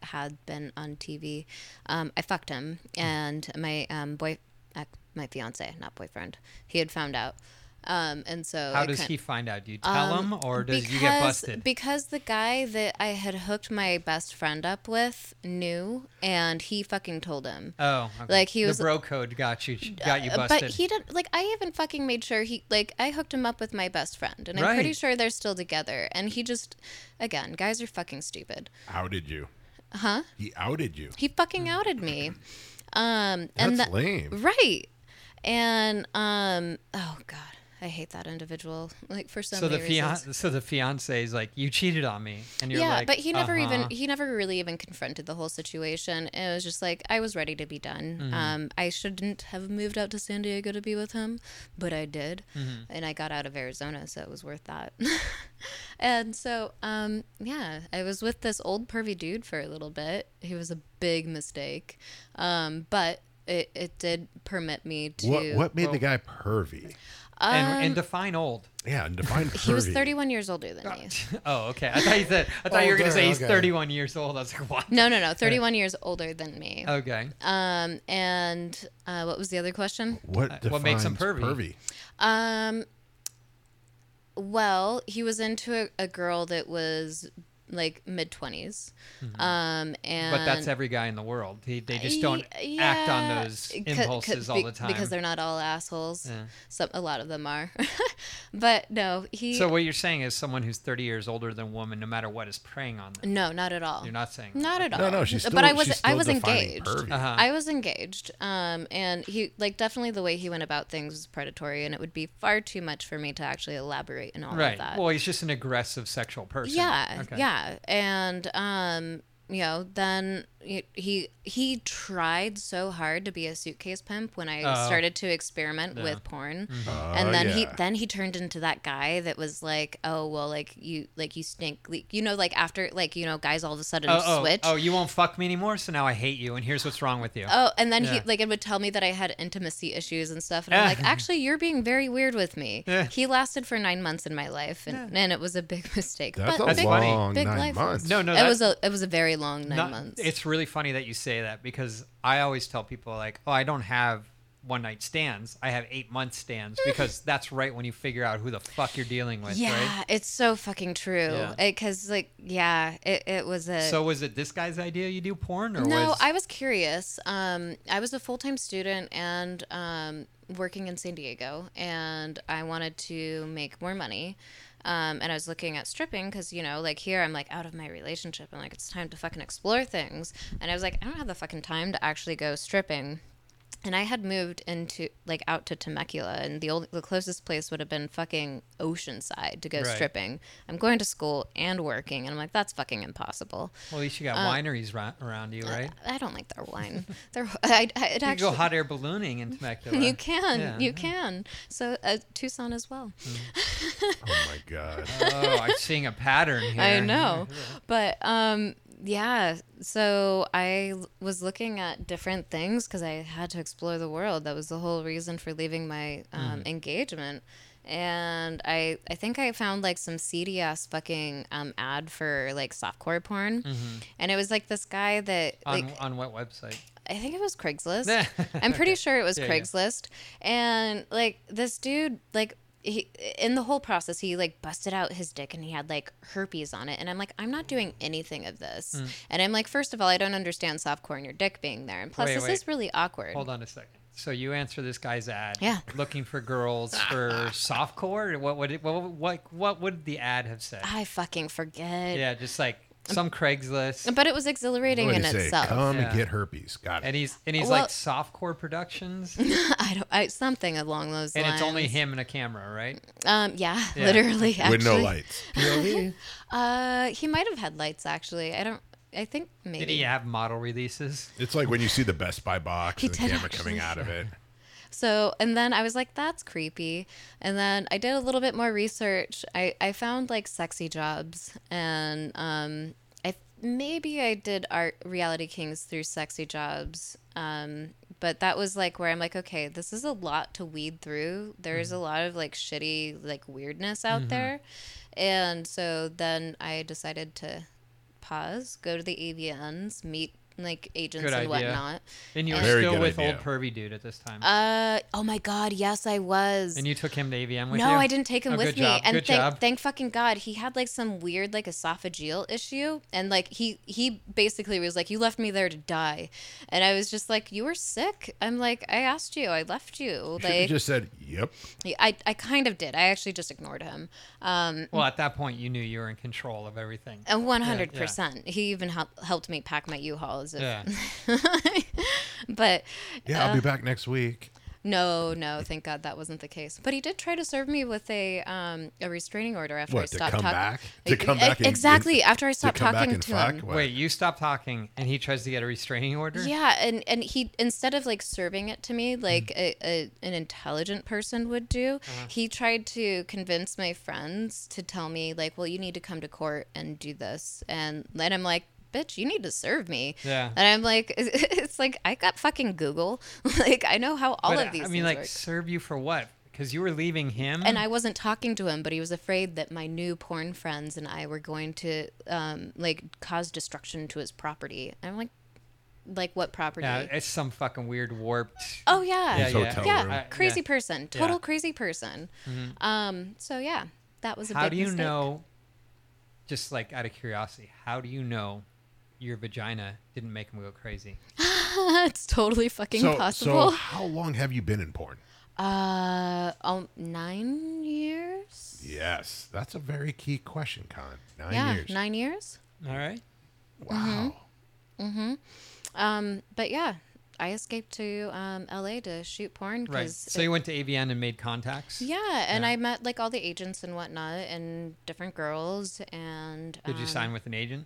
had been on TV. Um, I fucked Mm. him, and my um, boy, uh, my fiance, not boyfriend, he had found out. Um, and so How it does kin- he find out? Do you tell Um, him or does you get busted? Because the guy that I had hooked my best friend up with knew, and he fucking told him. oh, okay. like, he was- the bro code got you got you Uh, busted. But he didn't like. I even fucking made sure he like. I hooked him up with my best friend, and I'm pretty Right. sure they're still together. And he just, again, guys are fucking stupid. Outed you. Huh? He outed you. He fucking Mm. outed me. Um, That's and tha- lame. right, and um, oh god, I hate that individual. Like for so, so many the reasons. fian- so the fiance is like, you cheated on me, and you're yeah, like, but he never "Uh-huh." even he never really even confronted the whole situation. It was just like I was ready to be done. Mm-hmm. Um, I shouldn't have moved out to San Diego to be with him, but I did, Mm-hmm. and I got out of Arizona, so it was worth that. and so, um, yeah, I was with this old pervy dude for a little bit. He was a big mistake, um, but it, it did permit me to. What what made the guy pervy? "Uh-huh." and, um, and define old. Yeah, and define pervy. He was 31 years older than me. Oh, okay. I thought you said I thought you were gonna Older, say he's okay. 31 years old. I was like, what? No, no, no, 31 years older than me. Okay. Um, and uh, what was the other question? What defines Uh, what makes him pervy? pervy? Um, well, he was into a, a girl that was like mid 20s. Um, and Mm-hmm. but that's every guy in the world. He, they just don't Y- act on yeah, those c- c- impulses all be- the time. because they're not all assholes. Yeah. Some a lot of them are, but no, he so what you're saying is someone who's 30 years older than a woman, no matter what, is preying on them. no, not at all. You're not saying Not at all. No, no, she's still, but I she's was still I was defining engaged. Pervy. Uh-huh. I was engaged, um, and he like definitely the way he went about things was predatory, and it would be far too much for me to actually elaborate and all right. of that. Well, he's just an aggressive sexual person. Yeah, Okay. yeah, and um, you know, then y- he he tried so hard to be a suitcase pimp when I Oh. Mm-hmm. started to experiment with porn, Oh, and then he yeah. then he turned into that guy that was like, oh well, like you like you stink, like, you know, like after like you know, guys all of a sudden Oh, oh, switch. oh, you won't fuck me anymore, so now I hate you, and here's what's wrong with you. Oh, and then he Yeah. like it would tell me that I had intimacy issues and stuff, and I'm like, actually, you're being very weird with me. Yeah. He lasted for nine months in my life, and, and it was a big mistake. That's but a big, funny. long big nine life- months. No, no, it that- was a it was a very long nine not- months. It's really funny that you say that because I always tell people like, "Oh, I don't have one night stands. I have eight month stands because that's right when you figure out who the fuck you're dealing with, yeah, right?" it's so fucking true. Yeah. Because like yeah, it, it was a So was it this guy's idea you do porn or no. was I was curious. Um, I was a full time student and um working in San Diego, and I wanted to make more money. Um, and I was looking at stripping because you know, like here, I'm like out of my relationship, and like it's time to fucking explore things. And I was like, I don't have the fucking time to actually go stripping. and I had moved into like out to Temecula, and the old the closest place would have been fucking Oceanside to go Right. stripping. I'm going to school and working, and I'm like, that's fucking impossible. Well, at least you got wineries ra- around you, right? uh, I don't like their wine. Their I, I, it you can actually go hot air ballooning in Temecula. you can Yeah. you can. So uh, Tucson as well. Oh my god. Oh, I'm seeing a pattern here. I know. But um yeah, so I l- was looking at different things cuz I had to explore the world. That was the whole reason for leaving my Mm. um, engagement. And I I think I found like some seedy ass fucking um, ad for like softcore porn. And it was like this guy that Mm-hmm. On, like on what website? I think it was Craigslist. Yeah. I'm pretty sure it was Yeah, yeah. Craigslist. And like this dude, like he in the whole process, he like busted out his dick and he had like herpes on it. And I'm like, I'm not doing anything of this. Hmm. And I'm like, first of all, I don't understand softcore and your dick being there. And plus, Wait, this wait. is really awkward. Hold on a second. So you answer this guy's ad. Yeah. Looking for girls for softcore? What would it, what, what what would the ad have said? I fucking forget. Yeah, just like some Craigslist. But it was exhilarating What do in you say? itself. Come Yeah. and get herpes. Got it. And he's and he's Well- like softcore productions, I don't. I, something along those and lines. it's only him and a camera, right? Um. Yeah. Yeah. Literally. Actually. With no lights. POV. Uh. He might have had lights. Actually. I don't. I think maybe. Did he have model releases? It's like when you see the Best Buy box He and the did camera actually- coming out of it. So, and then I was like, that's creepy. And then I did a little bit more research. I, I found like sexy jobs and um, I maybe I did art reality kings through sexy jobs. Um, but that was like where I'm like, okay, this is a lot to weed through. There's Mm-hmm. a lot of like shitty, like weirdness out there. And so then I decided to pause, go to the AVNs, meet like agents Good and idea. whatnot. And you were Very still good with idea. old pervy dude at this time. Uh oh my god, yes I was. and you took him to AVM with no, you? I didn't take him Oh, with good me. Job. And good thank, job. thank fucking God, he had like some weird like esophageal issue, and like he he basically was like, "You left me there to die," and I was just like, "You were sick." I'm like, "I asked you, I left you." Should Like, have just said, "Yep." I I kind of did. I actually just ignored him. Um, well, at that point, you knew you were in control of everything. and 100%. He even help, helped me pack my U-Haul as if. Yeah. but Yeah, uh, I'll be back next week. no, no, thank God that wasn't the case. But he did try to serve me with a um a restraining order after I What to stopped come talking. back? To come E- back and- exactly after I to stopped come back talking and to fuck? him. What? Wait, you stop talking, and he tries to get a restraining order? Yeah, and and he instead of like serving it to me like a, a, an intelligent person would do, Uh-huh. he tried to convince my friends to tell me like, well, you need to come to court and do this, and then I'm like. Bitch, you need to serve me. Yeah. and I'm like, it's like I got fucking Google. Like I know how all But, of these. I mean, things like, work. serve you for what? Because you were leaving him? Mm. and I wasn't talking to him, but he was afraid that my new porn friends and I were going to um, like cause destruction to his property. I'm like, like what property? Yeah, it's some fucking weird warped. oh yeah, Yeah, His yeah. hotel yeah, room. I- crazy yeah. Mm-hmm. person, total crazy person. Um, so yeah, that was a How big do you mistake. know, just like out of curiosity, how do you know your vagina didn't make him go crazy? it's totally fucking So, so possible. how long have you been in porn? Uh, um, nine years. Yes, that's a very key question, Con. Nine yeah, years. nine mm-hmm. years. All right. Wow. Um, but yeah, I escaped to um L.A. to shoot porn Right. because So you went to AVN and made contacts? Yeah, and Yeah. I met like all the agents and whatnot, and different girls. And Did you um, sign with an agent?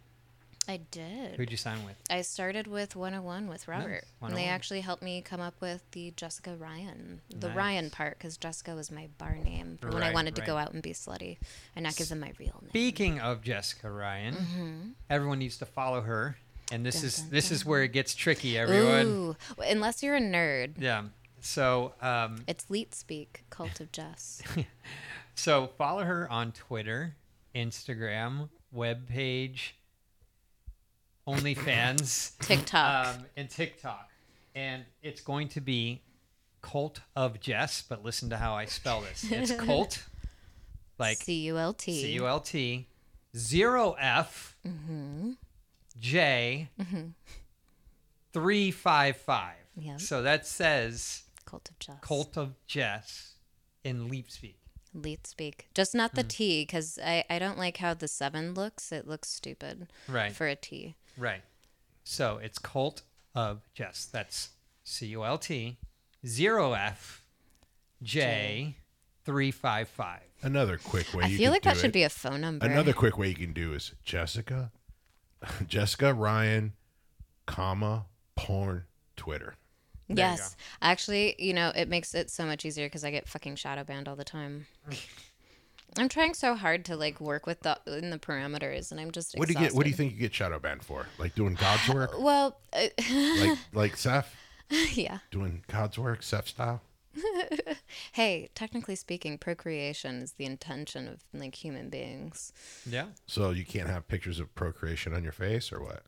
I did. Who'd oh you sign with? I started with 101 with Robert, and 101. they actually helped me come up with the Jessica Ryan, the Nice. Ryan part, because Jessica was my bar name for when I Right, wanted to go right. out and be slutty, and not give them my real name. Speaking of Jessica Ryan, everyone needs to follow her, and this is this is where it gets tricky, everyone. Ooh, unless you're a nerd, Yeah. So, um, it's leet speak, cult of Jess. so follow her on Twitter, Instagram, webpage, OnlyFans, TikTok. um, and TikTok, and it's going to be Cult of Jess. But listen to how I spell this. It's cult, like C U L T. C U L T, zero F, Mm-hmm. J, three five five. Yep. So that says Cult of Jess. Cult of Jess in Leap Speak. Leet speak. Just not Hmm. the T, because I, I don't like how the seven looks. It looks stupid Right. for a T. Right. So it's Cult of Jess. That's C U L T zero F J three five five. Another quick way. I you feel can like that do should it. be a phone number. Another quick way you can do is Jessica, Jessica Ryan, comma porn Twitter. yes. Actually, you know, it makes it so much easier because I get fucking shadow banned all the time. Hmm. I'm trying so hard to like work with the in the parameters, and I'm just. What do you get? What do you exhausted. think you get shadow banned for? Like doing God's work, Well, uh, like like Seth yeah. doing God's work, Seth style. Hey, technically speaking, procreation is the intention of like human beings. Yeah. So you can't have pictures of procreation on your face or what?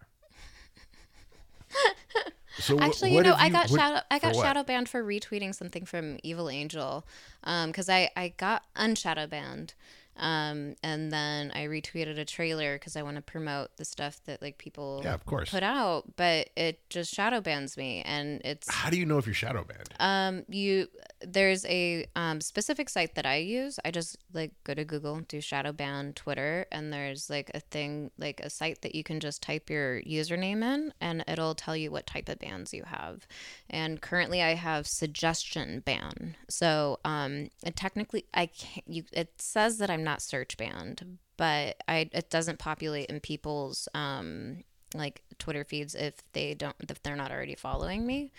So wh- Actually, you what know, have I got what- shadow I for got what? shadow banned for retweeting something from Evil Angel, because I I got unshadow banned, um, and then I retweeted a trailer because I want to promote the stuff that like people Yeah, of course. put out, but it just shadow bans me, and it's How do you know if you're shadow banned? um you there's a um, specific site that I use. I just like go to Google, do shadow ban Twitter, and there's like a thing like a site that you can just type your username in, and it'll tell you what type of bans you have. And currently, I have suggestion ban. So um, it technically, I can't. You it says that I'm not search banned, but I it doesn't populate in people's um like Twitter feeds if they don't if they're not already following me.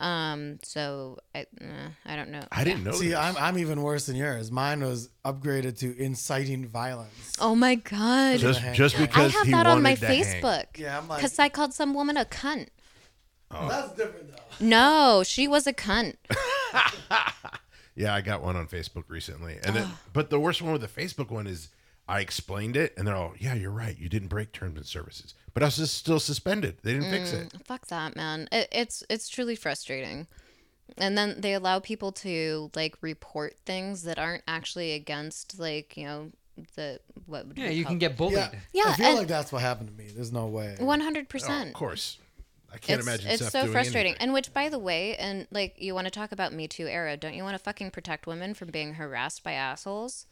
Um, so I uh, I don't know. I didn't know. See, this. I'm, I'm even worse than yours. Mine was upgraded to inciting violence. Oh my god! just just I because have he that on wanted my to hang. Facebook. Yeah, I'm like- because I called some woman a cunt. Oh. That's different though. No, she was a cunt. Yeah, I got one on Facebook recently, and then but the worst one with the Facebook one is I explained it, and they're all, "Yeah, you're right. You didn't break terms and services, but I was just still suspended. They didn't fix it." Fuck that, man. It, it's it's truly frustrating. And then they allow people to like report things that aren't actually against like, you know, the what would Yeah, we you call can get bullied. Yeah, Yeah, I feel and- like that's what happened to me. There's no way. One hundred Oh, of percent. course, I can't It's imagine. it's Seth so doing frustrating. anything. And which, by the way, and like you want to talk about Me Too era, don't you want to fucking protect women from being harassed by assholes?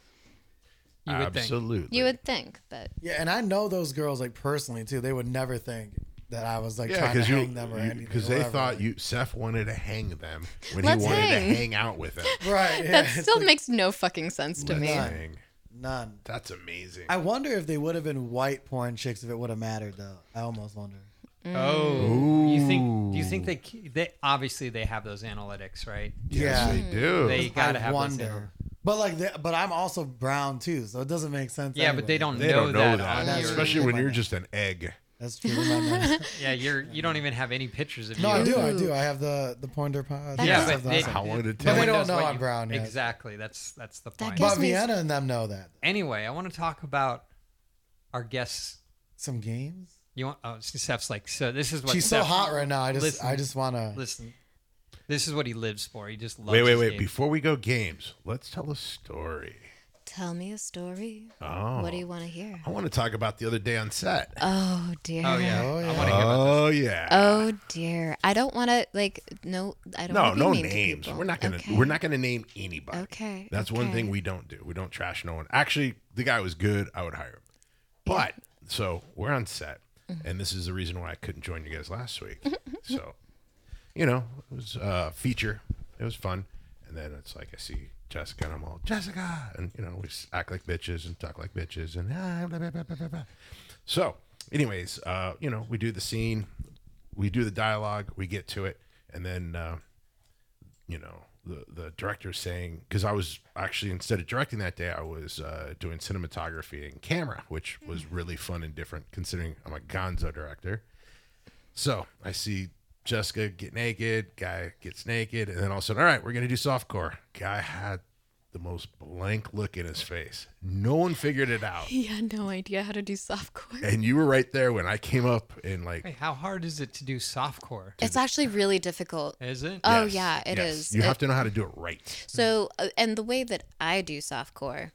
You would think. Absolutely, You would think, but Yeah, and I know those girls like personally too. They would never think that I was like Yeah, trying to because you hang them or anything. because or they whatever. thought you Seth wanted to hang them when Let's he wanted hang. to hang out with them. right. Yeah, that it's still like, makes no fucking sense to me. not. Hang. none. That's amazing. I wonder if they would have been white porn chicks if it would have mattered though. I almost wonder. Oh, you think? Do you think they? c- They obviously they have those analytics, right? yes, yeah, they do. They gotta I have those wonder. analytics. But like, they, but I'm also brown too, so it doesn't make sense. Yeah, but they anyway. don't They know, don't know that, That's on your- true. especially when you're just an egg. That's true. my man. yeah, you're you don't even have any pictures of no, you. I do. I Ooh. do. I have the the pointer pod. That Yeah, That's but they, awesome. How long did it But take? they one don't knows know what I'm you- brown yet. Exactly. That's that's the point. gives- But Vienna and them know that. anyway, I want to talk about our guests. Some games. You want? Oh, Steph's like so. This is what She's so Steph- hot right now. I just Listen. I just wanna. Listen, this is what he lives for. He just loves. Wait, wait, his wait. game. Before we go games, let's tell a story. Tell me a story. Oh, What do you want to hear? I want to talk about the other day on set. Oh dear. Oh yeah. Oh, yeah. I want to hear about Oh yeah. Oh dear. I don't want to like no. I don't. no, wanna be no mean to names. people. We're not gonna Okay. we're not gonna name anybody. Okay, That's one okay. thing we don't do. We don't trash no one. Actually, the guy was good. I would hire him. But so we're on set, Mm-hmm. and this is the reason why I couldn't join you guys last week. so, you know, it was a feature. It was fun. And then it's like I see Jessica, and I'm all Jessica, and you know we just act like bitches and talk like bitches, and ah, blah, blah, blah, blah, blah, blah. so, anyways, uh, you know, we do the scene, we do the dialogue, we get to it, and then. Uh, you know the the director saying because I was actually instead of directing that day I was uh, doing cinematography and camera which Mm. was really fun and different considering I'm a Gonzo director. So I see Jessica get naked, guy gets naked, and then all of a sudden, all right, we're gonna do softcore. Guy had the most blank look in his face. No one figured it out, He had no idea how to do softcore. and you were right there when I came up and like. Wait, how hard is it to do softcore? It's actually really difficult. Is it? Uh, Oh yes, yeah, it is. yes. You It- have to know how to do it right. So, uh, and the way that I do softcore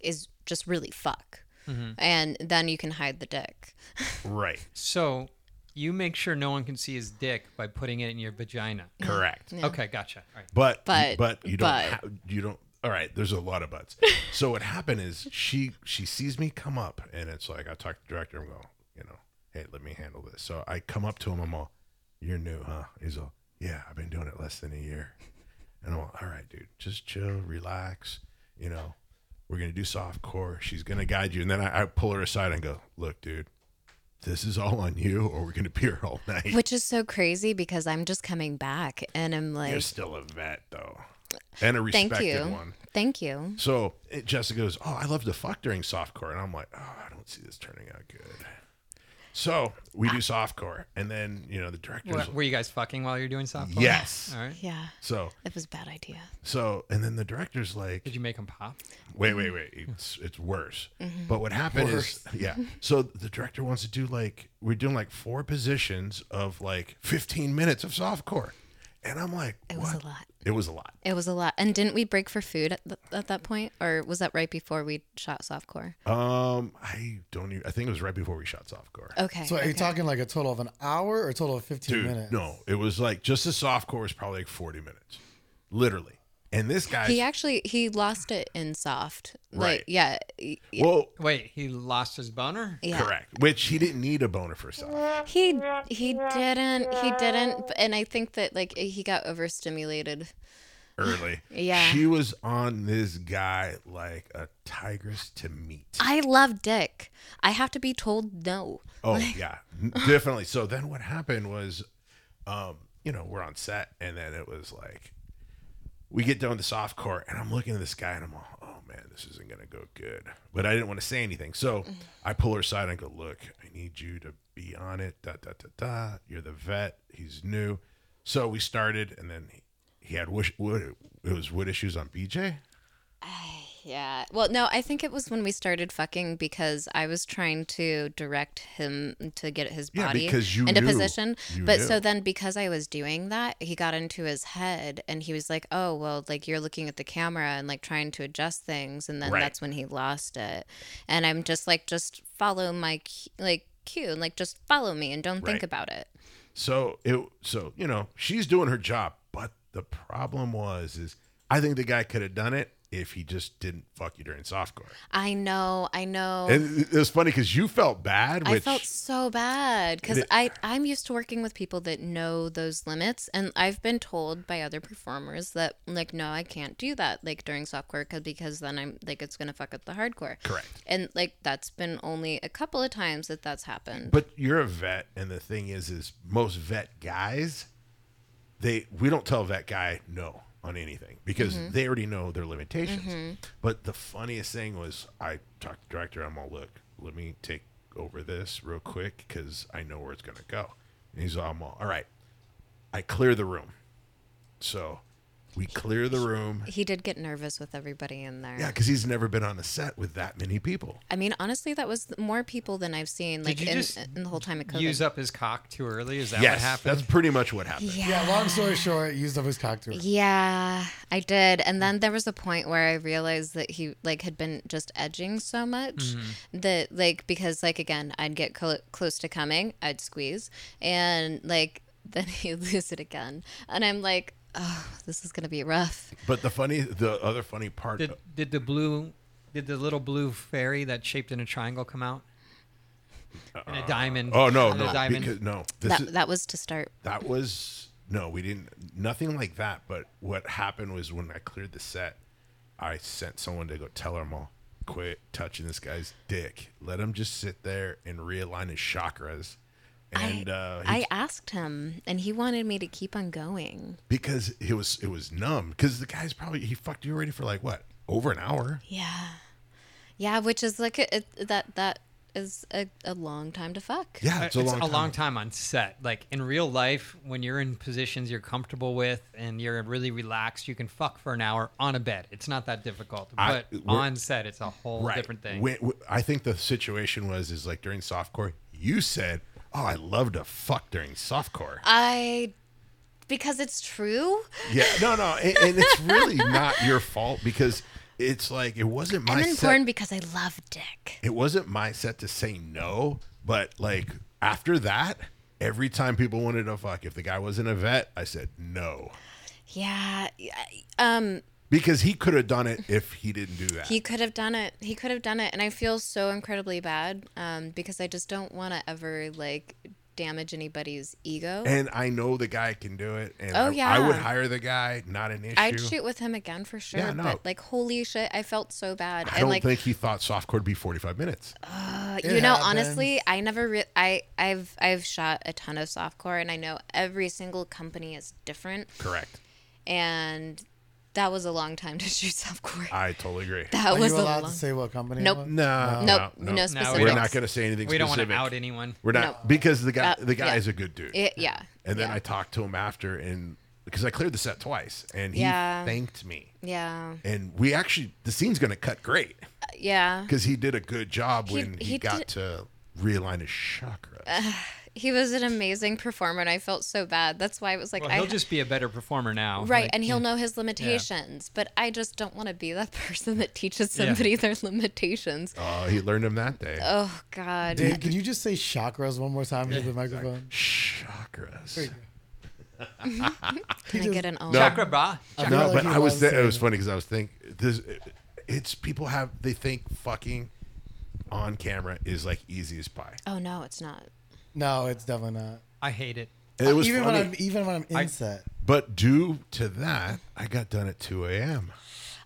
is just really fuck. Mm-hmm. And then you can hide the dick. Right. So you make sure no one can see his dick by putting it in your vagina. Correct. Okay, gotcha. All right. But But- but, you don't but- ha- you don't. All right, there's a lot of buts. so what happened is she she sees me come up, and it's like I talk to the director and go, you know, hey, let me handle this. So I come up to him. I'm all, you're new, huh? He's all, yeah, I've been doing it less than a year. And I'm all, all right, dude, just chill, relax. You know, we're gonna do soft core. She's gonna guide you. And then I, I pull her aside and go, look, dude, this is all on you, or we're gonna be here all night. Which is so crazy because I'm just coming back and I'm You're like, still a vet though, and a thank respected you. one. Thank you. So it, Jessica goes, "Oh, I love to fuck during softcore," and I'm like, "Oh, I don't see this turning out good." So we do softcore, and then you know the director's Were- Were you guys fucking while you're doing softcore? yes. All right. Yeah, So it was a bad idea. so and then the director's like, Did you make him pop? wait, wait, wait. It's it's worse. Mm-hmm. But what happened is, yeah. So the director wants to do like we're doing like four positions of like 15 minutes of softcore, and I'm like, It was what? a lot. It was a lot. It was a lot. And didn't we break for food at, th- at that point? Or was that right before we shot softcore? Um, I don't. Even, I think it was right before we shot softcore. Okay. So are you okay. talking like a total of an hour or a total of 15 Dude, minutes? no, it was like just the soft core was probably like 40 minutes, literally. And this guy, he actually he lost it in soft. Like Right. yeah. y- y- well, Wait, he lost his boner? Yeah. correct, which he didn't need a boner for soft. He he didn't he didn't b- and I think that like he got overstimulated. early. Yeah. she was on this guy like a tigress to meat. I love dick. I have to be told no. Oh yeah, n- definitely. So then what happened was, um, you know, we're on set, and then it was like, we get done with the soft core, and I'm looking at this guy, and I'm all, oh man, this isn't gonna go good. But I didn't want to say anything, so I pull her aside and I go, look, I need you to be on it. Da da da da. You're the vet. He's new. So we started, and then he, he had wish, wood, it was wood issues on BJ. Yeah. Well, no, I think it was when we started fucking because I was trying to direct him to get his Yeah, body because you into knew. position. You but knew. so then because I was doing that, he got into his head and he was like, "Oh, well, like you're looking at the camera and like trying to adjust things." And then Right. that's when he lost it. And I'm just like, "Just follow my cu- like cue and like just follow me and don't think Right. about it." So it so you know she's doing her job, but the problem was is I think the guy could have done it if he just didn't fuck you during softcore. I know. I know. And it was funny because you felt bad, which Oh. I felt so bad because It- I I'm used to working with people that know those limits, and I've been told by other performers that like no, I can't do that like during softcore cause, because then I'm like it's gonna fuck up the hardcore. Correct. And like that's been only a couple of times that that's happened. but you're a vet, and the thing is, is most vet guys, they we don't tell vet guy no on anything because they already know their limitations. But the funniest thing was I talked to the director. I'm all look, let me take over this real quick because I know where it's gonna go. And he's all, I'm all, all right. I clear the room, so we clear the room. he did get nervous with everybody in there. Yeah, because he's never been on a set with that many people. I mean, honestly, that was more people than I've seen like you in, just in the whole time of COVID. Use up his cock too early. Is that what yes, happened? that's pretty much what happened. Yeah, long story short, used up his cocktail. Yeah, I did. Mm. And then there was a point where I realized that he like had been just edging so much Mm-hmm. that like because like again, I'd get cl- close to coming, I'd squeeze and like then he'd lose it again. And I'm like, "Oh, this is going to be rough." But the funny, the other funny part. Did did the blue did the little blue fairy that's shaped in a triangle come out? And a diamond. Oh no, and no, a diamond. Uh, because- no. This That is- that was to start. that was no, we didn't nothing like that. But what happened was when I cleared the set, I sent someone to go tell her all, quit touching this guy's dick. Let him just sit there and realign his chakras. And uh, he- I asked him and he wanted me to keep on going. because it was it was numb because the guy's probably he fucked you already for like what over an hour. Yeah. Yeah, which is like a, it, that that is a, a long time to fuck. Yeah, it's a it's long a time. long time on set. Like in real life, when you're in positions you're comfortable with and you're really relaxed, you can fuck for an hour on a bed. It's not that difficult. I- But we're- on set, it's a whole different thing. When- w- I think the situation was is like during softcore, you said, "Oh, I love to fuck during softcore." I because it's true. Yeah, no, no, and, and it's really not your fault because it's like it wasn't my I'm in set. porn because I love dick. It wasn't my set to say no, but like after that, every time people wanted to fuck, if the guy wasn't a vet, I said no Yeah. I- Um because he could have done it if he didn't do that. he could have done it. He could have done it and I feel so incredibly bad um because I just don't want to ever like damage anybody's ego. and I know the guy can do it, and Oh, I, yeah. I would hire the guy. Not an issue. I'd shoot with him again for sure, Yeah, no. but like holy shit, I felt so bad. I and don't like think he thought softcore would be forty-five minutes. But, It you know, happens. honestly, I never re- I I've I've shot a ton of softcore and I know every single company is different Correct. and that was a long time to shoot softcore. I totally agree. that Are was you a allowed long to say what company? it Nope. was? no, Nope, no, We're not specifics. going to say anything. we don't want specific. to out anyone. We're not because the guy Uh, the guy yeah. is a good dude. It- yeah. and then yeah. I talked to him after and because I cleared the set twice and he Yeah. thanked me. Yeah. And we actually the scene's going to cut great Yeah. because he did a good job He- when he, he got did- to realign his chakras. He was an amazing performer and I felt so bad. That's why I was like Well, I he'll just be a better performer now. Right, Like, and he'll know his limitations, but I just don't want to be that person that teaches Yeah. somebody their limitations. oh, he learned him that day. Oh god. Dave, can you just say chakras one more time into the microphone? Chakras. Can I get an oh? Chakra bra. I feel No, like but he I was loves there. It saying was funny because I was thinking this. It's people have they think fucking on camera is like easy as pie. Oh no, it's not. No, it's definitely not. I hate it. And it was even funny, when I'm even when I'm I- in set. but due to that, I got done at two a.m.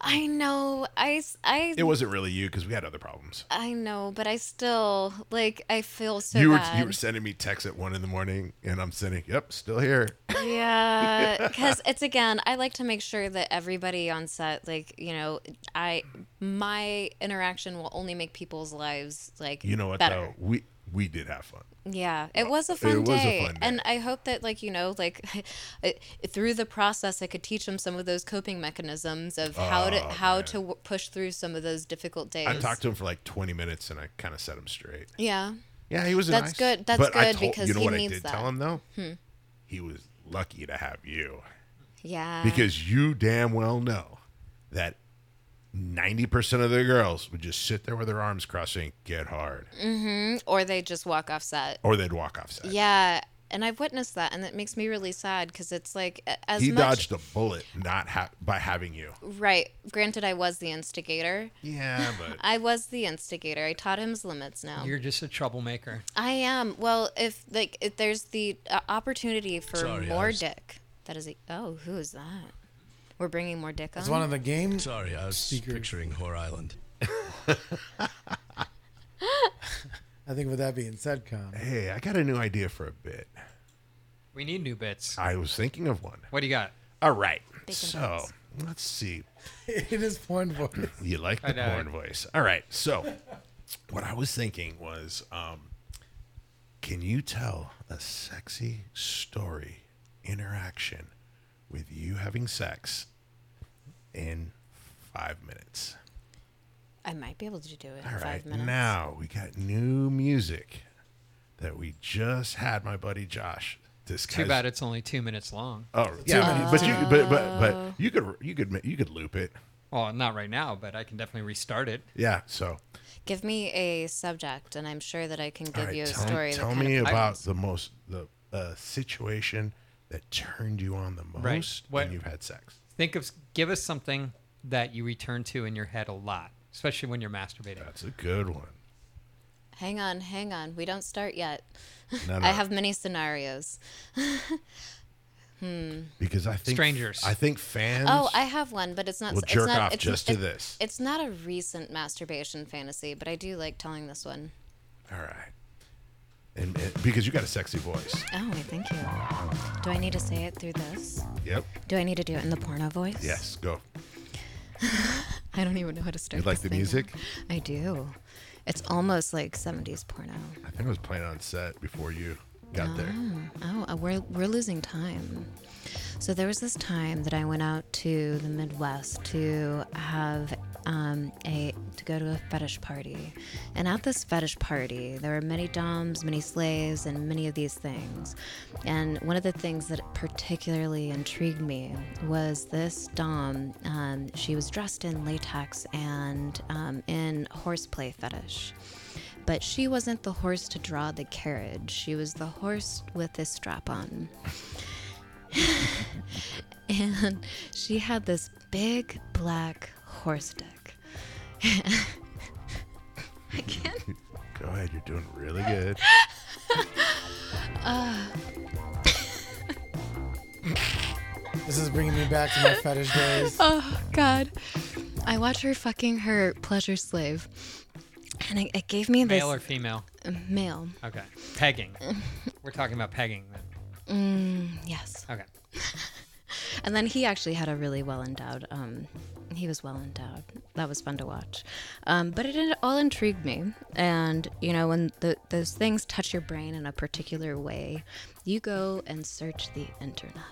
I know. I s- I It wasn't really you because we had other problems. I know, but I still like I feel so you were bad. you were sending me texts at one in the morning, and I'm sending, "Yep, still here." Yeah, because it's again, I like to make sure that everybody on set, like you know, I my interaction will only make people's lives like You know what better. though? We we did have fun. Yeah, it was a Uh, It fun, was a day. fun day. and I hope that like you know like I- through the process I could teach him some of those coping mechanisms of how to Oh, how man. to w- push through some of those difficult days. I talked to him for like 20 minutes and I kind of set him straight. yeah, Yeah, he was That's nice. good- that's but I good told, because you know he what needs I did that. Hmm. tell him though? He was lucky to have you yeah. because you damn well know that 90% of the girls would just sit there with their arms crossed saying, get hard. or they just walk off set. Or they'd walk off set. Mm. Yeah, and I've witnessed that, and it makes me really sad because it's like a- as he much dodged a bullet not ha- by having you. right. Granted, I was the instigator. Yeah, but I was the instigator. I taught him his limits now. You're just a troublemaker. I am. Well, if like if there's the uh, opportunity for Sorry, I more was- dick, that is. A, oh, who is that? We're bringing more dick on. It's one of the games. Sorry, I was picturing Whore Island. I think with that being said, com. hey, I got a new idea for a bit. We need new bits. I was thinking of one. What do you got? All right. Bacon so bits. let's see. It is porn voice. You like the I know. porn voice. All right. So, what I was thinking was um, can you tell a sexy story interaction with you having sex in five minutes? I might be able to do it in All right. five minutes. Now we got new music that we just had my buddy Josh. This Too bad it's only two minutes long. Oh yeah, but you but but but you could you could ma- you could loop it. Well, not right now, but I can definitely restart it. Yeah. So Give me a subject, and I'm sure that I can give All right, you a tell, story. Tell that me kind of about the most the uh, situation that turned you on the most Right. when What- you've had sex. Think of give us something that you return to in your head a lot, especially when you're masturbating. That's a good one. Hang on, hang on. We don't start yet. No, I no, have many scenarios. because I think Strangers. I think fans. Oh, I have one, but it's not. will it's jerk not, off it's, just to it- this. It's not a recent masturbation fantasy, but I do like telling this one. All right. And, and- because you got a sexy voice. Oh, thank you. Do I need to say it through this? Yep. Do I need to do it in the porno voice? Yes. Go. I don't even know how to start. You like this the thing. music? I do. It's almost like 70s porno. I think I was playing on set before you got there. Oh, uh, we're, we're losing time. So there was this time that I went out to the Midwest to have um, a to go to a fetish party, and at this fetish party there were many doms, many slaves, and many of these things. And one of the things that particularly intrigued me was this dom. Um, she was dressed in latex and um, in horseplay fetish. But she wasn't the horse to draw the carriage. She was the horse with his strap on and she had this big black horse dick. I can't. Go ahead. You're doing really good. This is bringing me back to my fetish days. Oh God! I watch her fucking her pleasure slave, and it, it gave me this Male or female? male. Okay. Pegging. We're talking about pegging then. Yes. Okay. And then he actually had a really well endowed. Um, he was well endowed. That was fun to watch. Um, but it, it all intrigued me. And you know, when the, those things touch your brain in a particular way, you go and search the internet.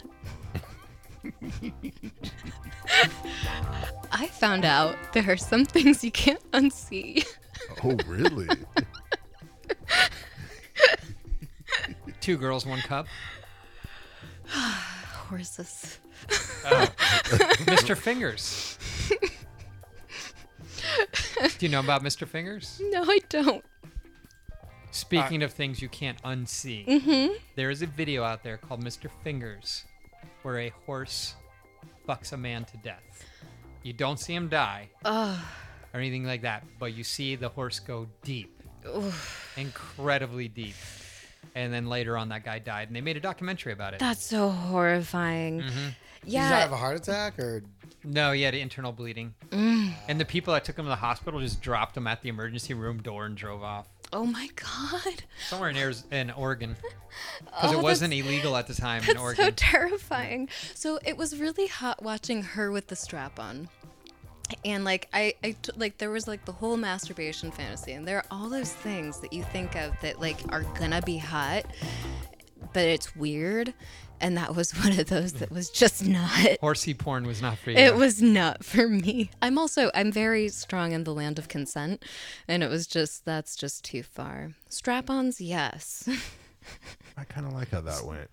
I found out there are some things you can't unsee. Oh, really? Two girls, one cup. Horses. Mr. Oh. Fingers. Do you know about Mr. Fingers? No, I don't. Speaking Uh, of things you can't unsee, Mm-hmm. there is a video out there called Mr. Fingers where a horse fucks a man to death. You don't see him die or anything like that, but you see the horse go deep, incredibly deep. And then later on, that guy died, and they made a documentary about it. That's so horrifying. Does that have Yeah. a heart attack or No, he had internal bleeding. Mm. And the people that took him to the hospital just dropped him at the emergency room door and drove off. Oh my god. Somewhere in, Ariz- in Oregon. Because Oh, it wasn't illegal at the time in That's so Oregon. terrifying. So it was really hot watching her with the strap on. and like I, I t- like there was like the whole masturbation fantasy and there are all those things that you think of that like are gonna be hot but it's weird and that was one of those that was just not Horsey porn was not for you. it was not for me i'm also i'm very strong in the land of consent and it was just that's just too far strap-ons yes I kind of like how that went.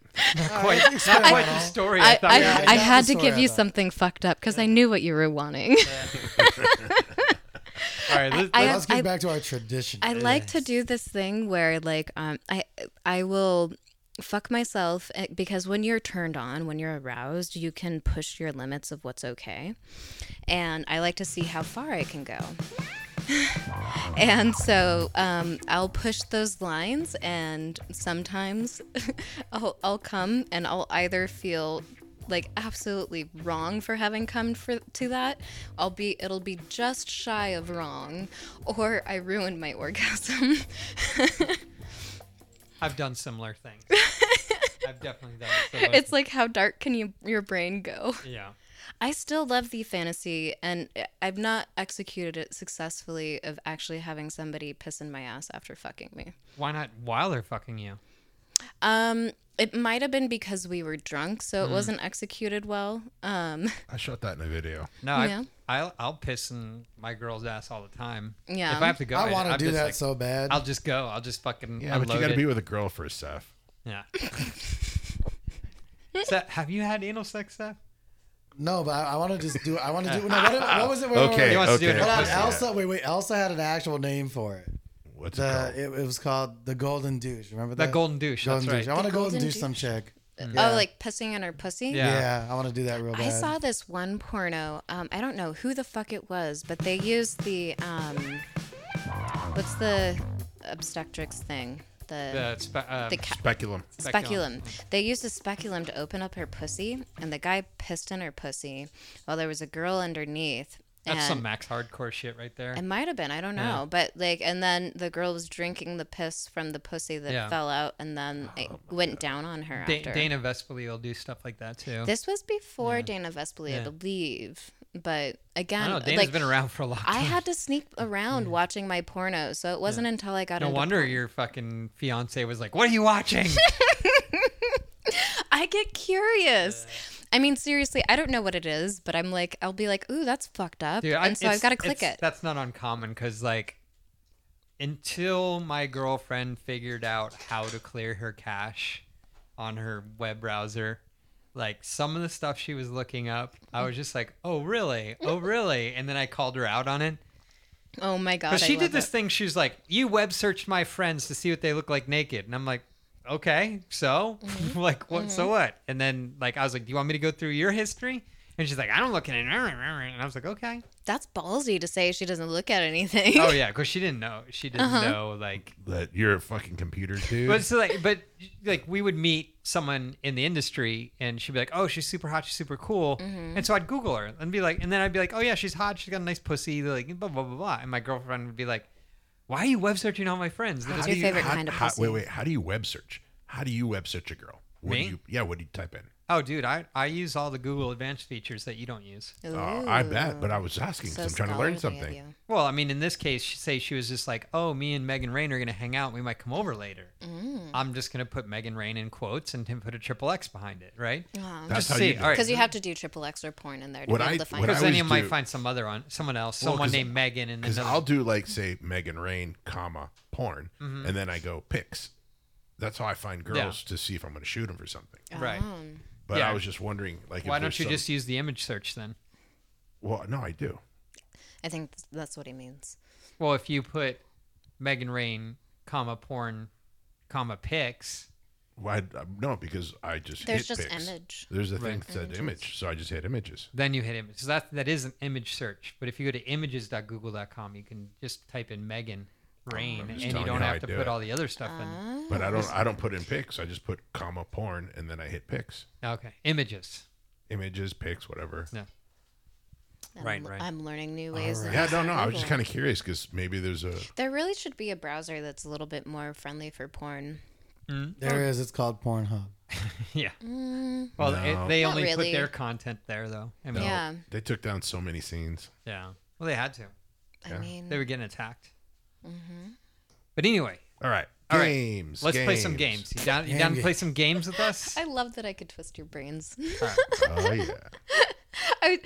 quite, not quite the story. I, i, thought I, we were- I had that's the to give story you I thought. something fucked up because i knew what you were wanting All right, let- I- let- Let's get back to our tradition. I like to do this thing where like um I I will fuck myself eh, because when you're turned on, when you're aroused, you can push your limits of what's okay. And I like to see how far I can go. And so um, I'll push those lines, and sometimes I'll, I'll come and I'll either feel like absolutely wrong for having come for, to that, I'll be it'll be just shy of wrong, or I ruined my orgasm. I've done similar things. I've definitely done similar. it's like how dark can you, your brain go? yeah. I still love the fantasy, and I've not executed it successfully of actually having somebody piss in my ass after fucking me. Why not while they're fucking you? Um, it might have been because we were drunk, Mm. so it wasn't executed well. Um, I shot that in a video. No, I, Yeah. I'll I'll piss in my girl's ass all the time. Yeah. If I have to go, I want I'm to do just that like, so bad. I'll just go. I'll just fucking. Yeah, but you got gotta to be with a girl first, Seth. Yeah. Seth, have you had anal sex, Seth? no, but I, I want to just do. it. I want to do. No, what, what was it? Mm. Wait, wait, Okay, wait. wants to do okay. it in Hold on, pussy, Elsa. Wait, wait. Elsa had an actual name for it. What's it The called? it, it was called the Golden Douche. Remember The that? golden douche. Golden that's Douche. I right. want to Golden golden douche douche. some chick. Oh, like pissing in her pussy? Yeah. Yeah, I want to do that real bad. I saw this one porno. Um, I don't know who the fuck it was, but they used the um, what's the obstetrics thing? The, The spe- uh, the ca- Speculum. speculum. They used a speculum to open up her pussy, and the guy pissed in her pussy while there was a girl underneath. that's and some max hardcore shit right there. It might have been. I don't know. But like, and then the girl was drinking the piss from the pussy that Yeah. Oh fell out, and then it went down on her Da- after. Dana Vespoli will do stuff like that too. This was before Dana Vespoli, I Yeah. believe. But I again, don't know. Dana's like, been around for a long time. I had to sneak around watching my porno, so it wasn't until I got no into wonder your fucking fiance was like, "What are you watching?" I get curious. I mean, seriously, I don't know what it is, but I'm like, I'll be like, ooh, that's fucked up, Dude, I- and so I've it's- got to click it's- it. That's not uncommon because, like, until my girlfriend figured out how to clear her cache on her web browser, like some of the stuff she was looking up, I was just like, "Oh, really? Oh, really?" And then I called her out on it. oh my god, But she I did love this it. thing. She was like, "You web searched my friends to see what they look like naked," and I'm like, "Okay, so Mm-hmm. like what? So what?" And then like I was like, "Do you want me to go through your history?" And she's like, "I don't look at it," and I was like, "Okay." That's ballsy to say she doesn't look at anything. Oh yeah, because she didn't know. She didn't Uh-huh. know like. That you're a fucking computer dude. But so like, but like we would meet someone in the industry, and she'd be like, "Oh, she's super hot. She's super cool." Mm-hmm. And so I'd Google her and be like, and then I'd be like, "Oh yeah, she's hot. She's got a nice pussy." Like blah blah blah blah. And my girlfriend would be like, "Why are you web searching all my friends?" They're It's just your favorite how, kind of how- pussy. Wait, wait. How do you web search? How do you web search a girl? What Me? Do you, yeah. What do you type in? Oh, dude, I, I use all the Google Advanced features that you don't use. Uh, I bet. But I was asking. 'cause So I'm trying to learn scholarly of something. you. Well, I mean, in this case, she, say she was just like, "Oh, me and Megan Rain are gonna hang out. We might come over later." I'm just gonna put Megan Rain in quotes and him put a triple X behind it, right? Wow. That's Just how see. you do All right. Because you have to do triple X or porn in there to What be able I- to find what it. I Because then always you might do- find some other on someone else, Well, someone 'cause- named Megan, and Because another. I'll do like say Megan Rain, comma porn, Mm-hmm. and then I go pics. That's how I find girls to see if I'm going to shoot them for something. right. But Yeah. I was just wondering, like, Why if don't there's you some- just use the image search then? Well, no, I do. I think that's what he means. Well, if you put Megan Rain, comma porn, comma pics. Why? uh, No, because I just There's hit just pics. image. There's a thing that said image, so I just hit images. Then you hit image. So that that is an image search. But if you go to images.google.com, you can just type in Megan Rain, and you Oh, telling you don't how I have to do put it. all the other stuff Uh-huh. in. But I don't. I don't put in pics. I just put comma porn, and then I hit pics, Okay, images. images, pics, whatever. No. I'm, Right, right. I'm learning new ways. of Yeah, no, no. I was just Google. kind of curious because maybe there's a There really should be a browser that's a little bit more friendly for porn. There is. It's called Pornhub. yeah. Well, No. it, they Mm. Not only put really. their content there though. I Oh, mean, yeah. Yeah. They took down so many scenes. Well, they had to. I mean, They were getting attacked. Mm-hmm. But anyway, All right. All right. Games. let's play some games. You down? You down to play some games with us? I love that I could twist your brains. Oh, yeah. I,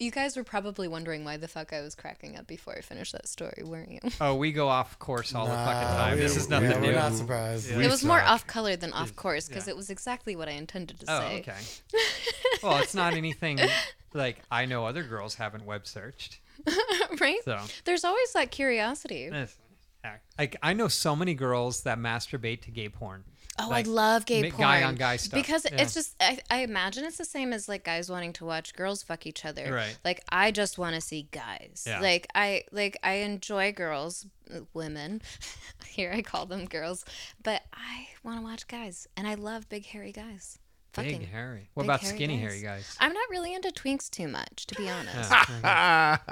you guys were probably wondering why the fuck I was cracking up before I finished that story, weren't you? Oh, we go off course all the fucking Nah, time. we- This is we- nothing we're new. not surprised. We It was more suck. off color than off course because yeah. it was exactly what I intended to Oh, say. okay. well, it's not anything like I know other girls haven't web searched. right? So There's always that curiosity. it's- like I know so many girls that masturbate to gay porn. Oh, Like, I love gay mi- porn. guy on guy stuff. Because Yeah. it's just, I, I imagine it's the same as like guys wanting to watch girls fuck each other. Right. Like I just want to see guys. Yeah. Like I, like I enjoy girls, uh, women. Here I call them girls, but I want to watch guys, and I love big hairy guys. Fucking. Big hairy. What big about hairy skinny guys. hairy guys? I'm not really into twinks too much, to be honest.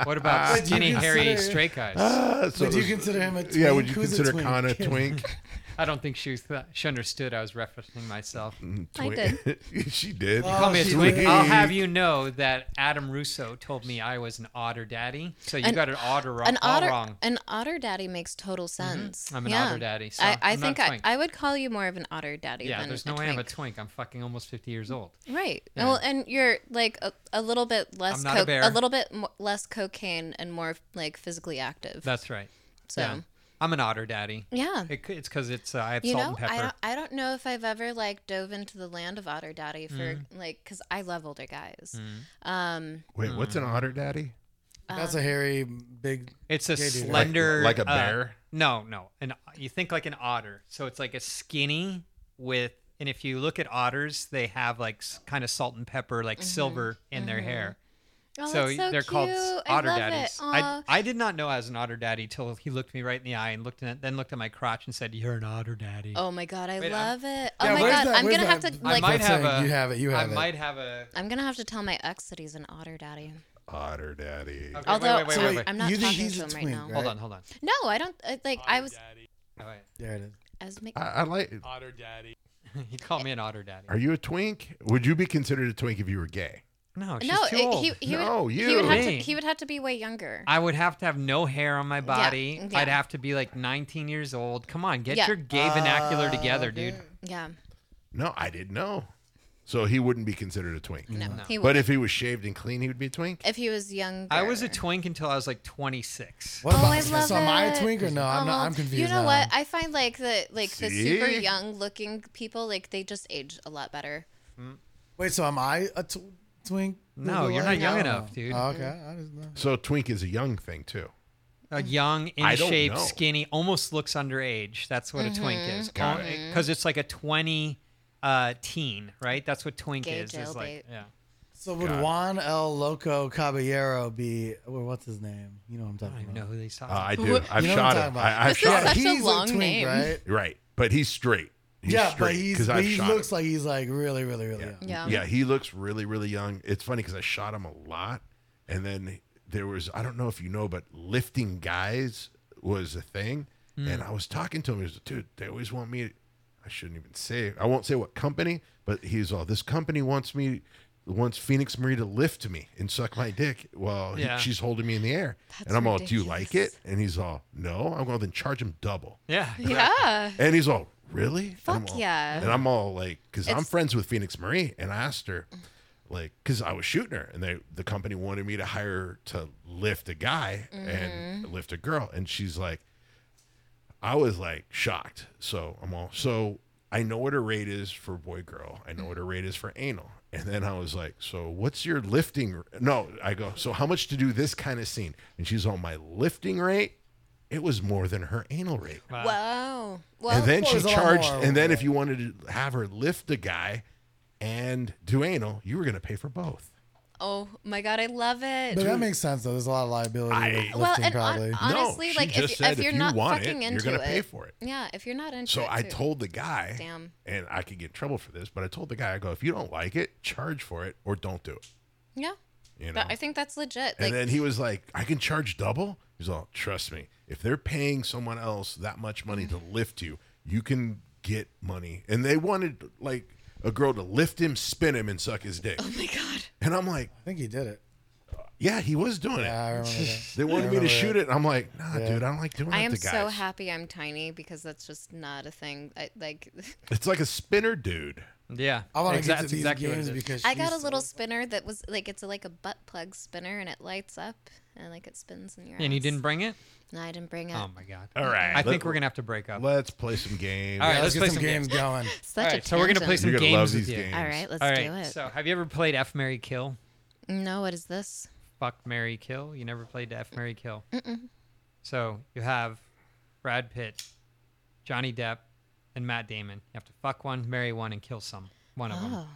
What about Would you skinny hairy consider- straight guys? Uh, Ah, so Would you it was- consider him a twink? Yeah, would you Who's a consider twink? Khan a twink? I don't think she, th- she understood I was referencing myself. I did. Oh, she did. Call me a twink. did. I'll have you know that Adam Russo told me I was an otter daddy. So you An- got an otter wrong. An otter, all wrong. Mm-hmm. an otter daddy makes total sense. I'm an yeah. otter daddy, so I, I I'm not think a I, twink. I would call you more of an otter daddy. Yeah, than there's a no way I'm a twink. twink. I'm fucking almost 50 years old. Right. Well, and you're like a, a little bit less I'm not a co- bear. little bit mo- less cocaine and more like physically active. That's right. so Yeah. yeah. I'm an otter daddy. It, c- it's because it's uh, I have You salt know, and I pepper. don't, I don't know if I've ever like dove into the land of otter daddy for Mm-hmm. like cuz I love older guys. Um Wait, what's an Hmm. otter daddy? That's a hairy, big. It's a Yeah, dude. Like- slender, like a uh, bear? no, no. And you think like an otter, so it's like a skinny with. And if you look at otters, they have like s- kind of salt and pepper, like silver in their hair. Mm-hmm. oh, so, it's so they're called cute. s- I otter love daddies. It. I, Aw. I did not know I was an otter daddy till he looked me right in the eye and looked at, then looked at my crotch and said, "You're an otter daddy." oh my god, I Wait, I'm- love it. Oh Yeah, my where's god, that- I'm where's going to have to that- like I might That's have saying a. you have it, you have I it. might have a. I'm going to have to tell my ex that he's an otter daddy. Otter daddy. Okay, Although wait, wait, wait, so wait, wait, wait. I'm not You think talking he's to a him twink, right now. right? hold on, hold on. No, I don't I- like I was Oh, wait. There it is. I was making I, I like. He called me an otter daddy. Are you a twink? Would you be considered a twink if you were gay? No, she's No, too it- old. he he No, would he would you. have to Me. he would have to be way younger. I would have to have no hair on my body. yeah. I'd have to be like 19 years old. Come on, get Yeah. your gay vernacular Oh, together, dude. yeah. No, I didn't know. So he wouldn't be considered a twink. No. He But would. if he was shaved and clean, he would be a twink. If he was younger. I was a twink until I was like 26. What Oh, about, I so love am I it. Oh, a twink or no? I'm, not, I'm confused. You know now. what? I find like the like the super See? young looking people like they just age a lot better. Wait, so am I a tw- twink? No, Google you're like- not young I don't enough, know. dude. Oh, okay, I just know. So twink is a young thing too. A young, in I don't shape, know. skinny, almost looks underage. That's what a Mm-hmm. twink is. Got Because it's like a 20 uh, teen, right? That's what twink Gay is. is like, jailbait. yeah. So would God. Juan El Loco Caballero be? Or what's his name? You know what I'm I don't talking even know about. who they saw. Uh, I do. I've You know what I'm shot talking him. about. I, I've This is shot him. such a He's long twink, name. right? Right, but he's straight. He's yeah, straight but he's, 'cause I've but he shot looks him. like he's like really, really, really young. Yeah. Yeah, he looks really, really young. It's funny because I shot him a lot, and then there was I don't know if you know, but lifting guys was a thing. And I was talking to him. He was, dude, they always want me. I shouldn't even say. I won't say what company, but he's all this company wants me, wants Phoenix Marie to lift me and suck my dick while he- Yeah. she's holding me in the air. and I'm all, do you like it? And he's all, no. I'm going then charge him double. yeah. Yeah. And he's all, really? And I'm Fuck all- yeah. And I'm all like, because I'm It's- friends with Phoenix Marie, and I asked her, like, because I was shooting her, and they the company wanted me to hire to lift a guy and Mm-hmm. lift a girl, and she's like, I was like shocked. So I'm all so I know what her rate is for boy girl. I know what her rate is for anal. And then I was like, so what's your lifting? No, I go, so how much to do this kind of scene? And she's on my lifting rate. It was more than her anal rate Uh. Wow. Well, and then well, she there's a lot charged. more And then if you wanted to have her lift a guy and do anal, you were going to pay for both. oh my god, I love it. But that makes sense though. There's a lot of liability I- with well, lifting and probably. on, honestly, she like just if, said if if you're you not want it, fucking you're into gonna pay for it. Yeah, if you're not into So it. I too. told the guy, Damn. and I could get in trouble for this, but I told the guy, I go, if you don't like it, charge for it or don't do it. Yeah. You know? But I think that's legit. and Like then he was like, I can charge double. He's all, trust me, if they're paying someone else that much money to lift you, you can get money, and they wanted like a girl to lift him, spin him, and suck his dick. Oh my god. And I'm like, I think he did it. yeah, he was doing Yeah, I it. remember that. They wanted me to shoot it. and I'm like, nah, dude, I don't like doing I that am to guys. so happy I'm tiny because that's just not a thing. I, like, It's like a spinner, dude. Yeah, I want to exa- get to that's these what games it is. because I got a she's- little spinner that was like it's like a butt plug spinner and it lights up and like it spins in your. and you ass. didn't bring it. No, I didn't bring it. Oh my god! All right, I let- think we're gonna have to break up. Let's play some games. All right, Yeah, let's let's get play some some games going. Such All a right, so we're gonna play tangent. some You're gonna games. love with these you. games. All right, let's All do right. it. So, have you ever played F Mary Kill? no, what is this? Fuck Mary Kill. You never played F Mary Kill. So you have Brad Pitt, Johnny Depp, and Matt Damon. You have to fuck one, marry one, and kill some one of them. Oh,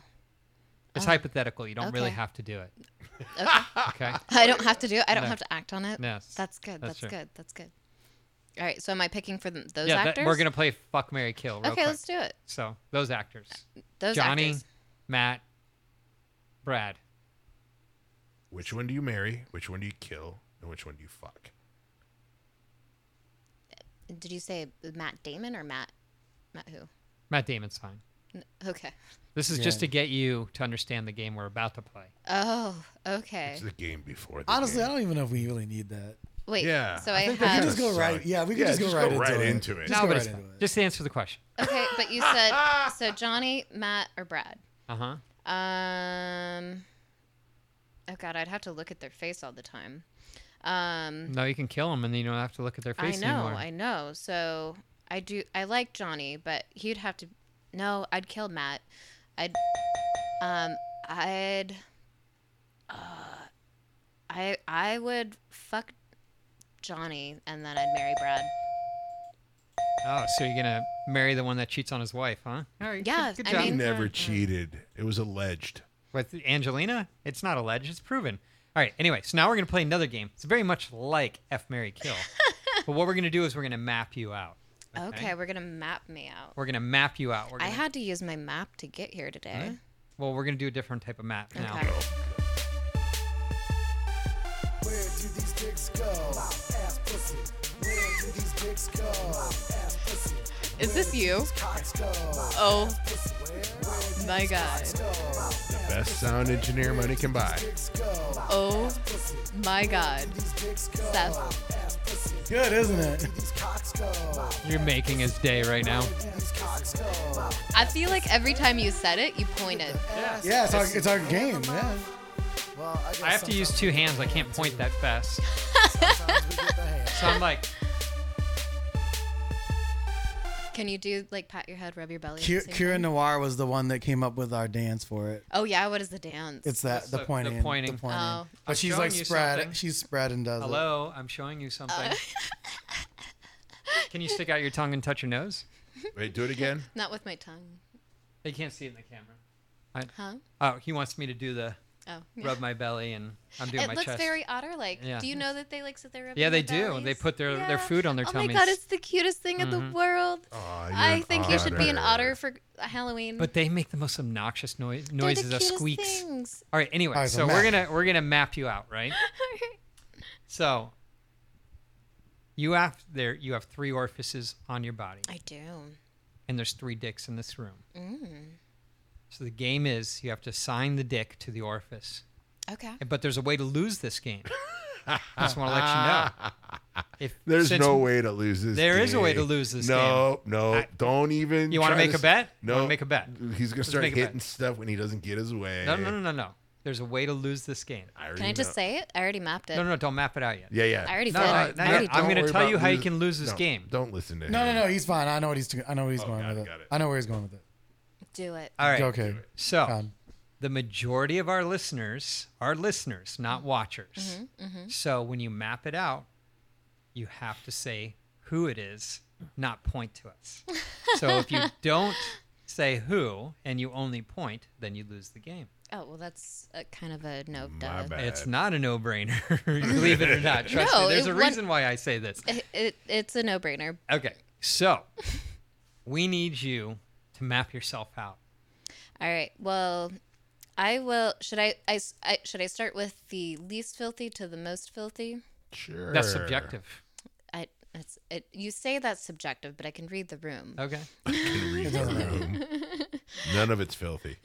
It's hypothetical. You don't really okay. have to do it. okay. Okay. I don't have to do. it. I don't No. have to act on it. Yes. that's good. That's That's, true. good. That's good. All right. So am I picking for them, those yeah, that- actors? we're gonna play Fuck Mary Kill. Real Okay, quick. let's do it. So those actors: Those Johnny, actors. Matt, Brad. Which one do you marry? Which one do you kill? And which one do you fuck? Did you say Matt Damon or Matt? Matt who? Matt Damon's fine. N- Okay. This is just to get you to understand the game we're about to play. Oh, okay. It's the game before. The Honestly, I game. don't even know if we really need that. Wait. Yeah, So I I, think We that's can have. just go Sorry. right. Yeah, we can Yeah, just go just right go into right it. into it. Just no, go but right it's into fine. it. Just answer the question. Okay, but you said so Johnny, Matt, or Brad. Uh Uh-huh. huh. Um. Oh God, I'd have to look at their face all the time. Um. No, you can kill them, and then you don't have to look at their I face know, anymore. I know. So I do. I like Johnny, but he'd have to. No, I'd kill Matt. I'd. Um. I'd. Uh. I I would fuck Johnny, and then I'd marry Brad. Oh, so you're gonna marry the one that cheats on his wife, huh? All right. Yeah, Good, good I job. He mean- never cheated. It was alleged. With Angelina, it's not alleged; it's proven. All right. Anyway, so now we're gonna play another game. It's very much like F Mary Kill, but what we're gonna do is we're gonna map you out. Okay, we're gonna map me out. We're gonna map you out. We're I gonna, had to use my map to get here today. well, we're gonna do a different type of map now. Okay. Where do these dicks go? ass pussy. Where do these dicks go? ass pussy. Is this you? Cocks go. Oh my god. The best sound engineer money can buy. Oh my god. Seth. Good, isn't it? You're making his day right now. I feel like every time you said it, you pointed. Yeah, it's our, it's our game, man. Well, I, guess I have to use two hands. I can't point that fast. So I'm like, Can you do like pat your head, rub your belly? at the Ki- same Kira time? Noir was the one that came up with our dance for it. Oh yeah, what is the dance? It's that the, the- the pointing, pointing. The pointing. Oh. But I'm she's showing like you spread. something. She's spread and does it. hello, I'm showing you something. Uh. Can you stick out your tongue and touch your nose? Wait, do it again. not with my tongue. They can't see it in the camera. Huh? Oh, he wants me to do the Oh. rub my belly and I'm doing It my looks chest. very otter like. Yeah. Do you know that they like sit there rubbing Yeah, they their do. They bellies? put their- their Yeah. food on their oh Oh my tummies. Mm-hmm. god, it's the cutest thing in the world. Aw, Oh, you're I an think you should be an otter otter. for Halloween. but they make the most obnoxious noise They're the noises of cutest squeaks. Things. All right, anyway, All right, so so we're map. gonna we're gonna map you out, right? So you have there you have three orifices on your body, I do. and there's three dicks in this room. Mm. So the game is you have to assign the dick to the orifice. Okay. But there's a way to lose this game. I just want to let you know. If There's since- no way to lose this. There is a way to game. lose this No, no, I- don't even. You wanna try make to a bet? You No, wanna make a bet? He's gonna start make a bet. hitting stuff when he doesn't get his way. No, no, no, no, no. There's a way to lose this game. I already Can I just know. say it? I already mapped it. No, no, no. Don't map it out yet. Yeah, yeah. I already No, did. no, I no, already no, I'm Don't gonna worry tell about you how you lose- can lose this No, game. Don't listen to him. No, no, no. He's fine. I know what he's. I know what he's going got with it, it. got it. I know where he's going with it. do it. All right. Okay. So Fine. the majority of our listeners are listeners, not watchers. So when you map it out, you have to say who it is, not point to us. so if you don't say who and you only point, then you lose the game. Oh well, that's a, kind of a no My duh. bad. It's not a no-brainer, believe it or not. Trust No, me, there's it a won- reason why I say this. It, it, it's a no brainer. Okay, so we need you to map yourself out. All right. Well, I will. Should I, I s- I- Should I start with the least filthy to the most filthy? Sure. That's subjective. I It's it. You say that's subjective, but I can read the room. Okay. Can read the room. None of it's filthy.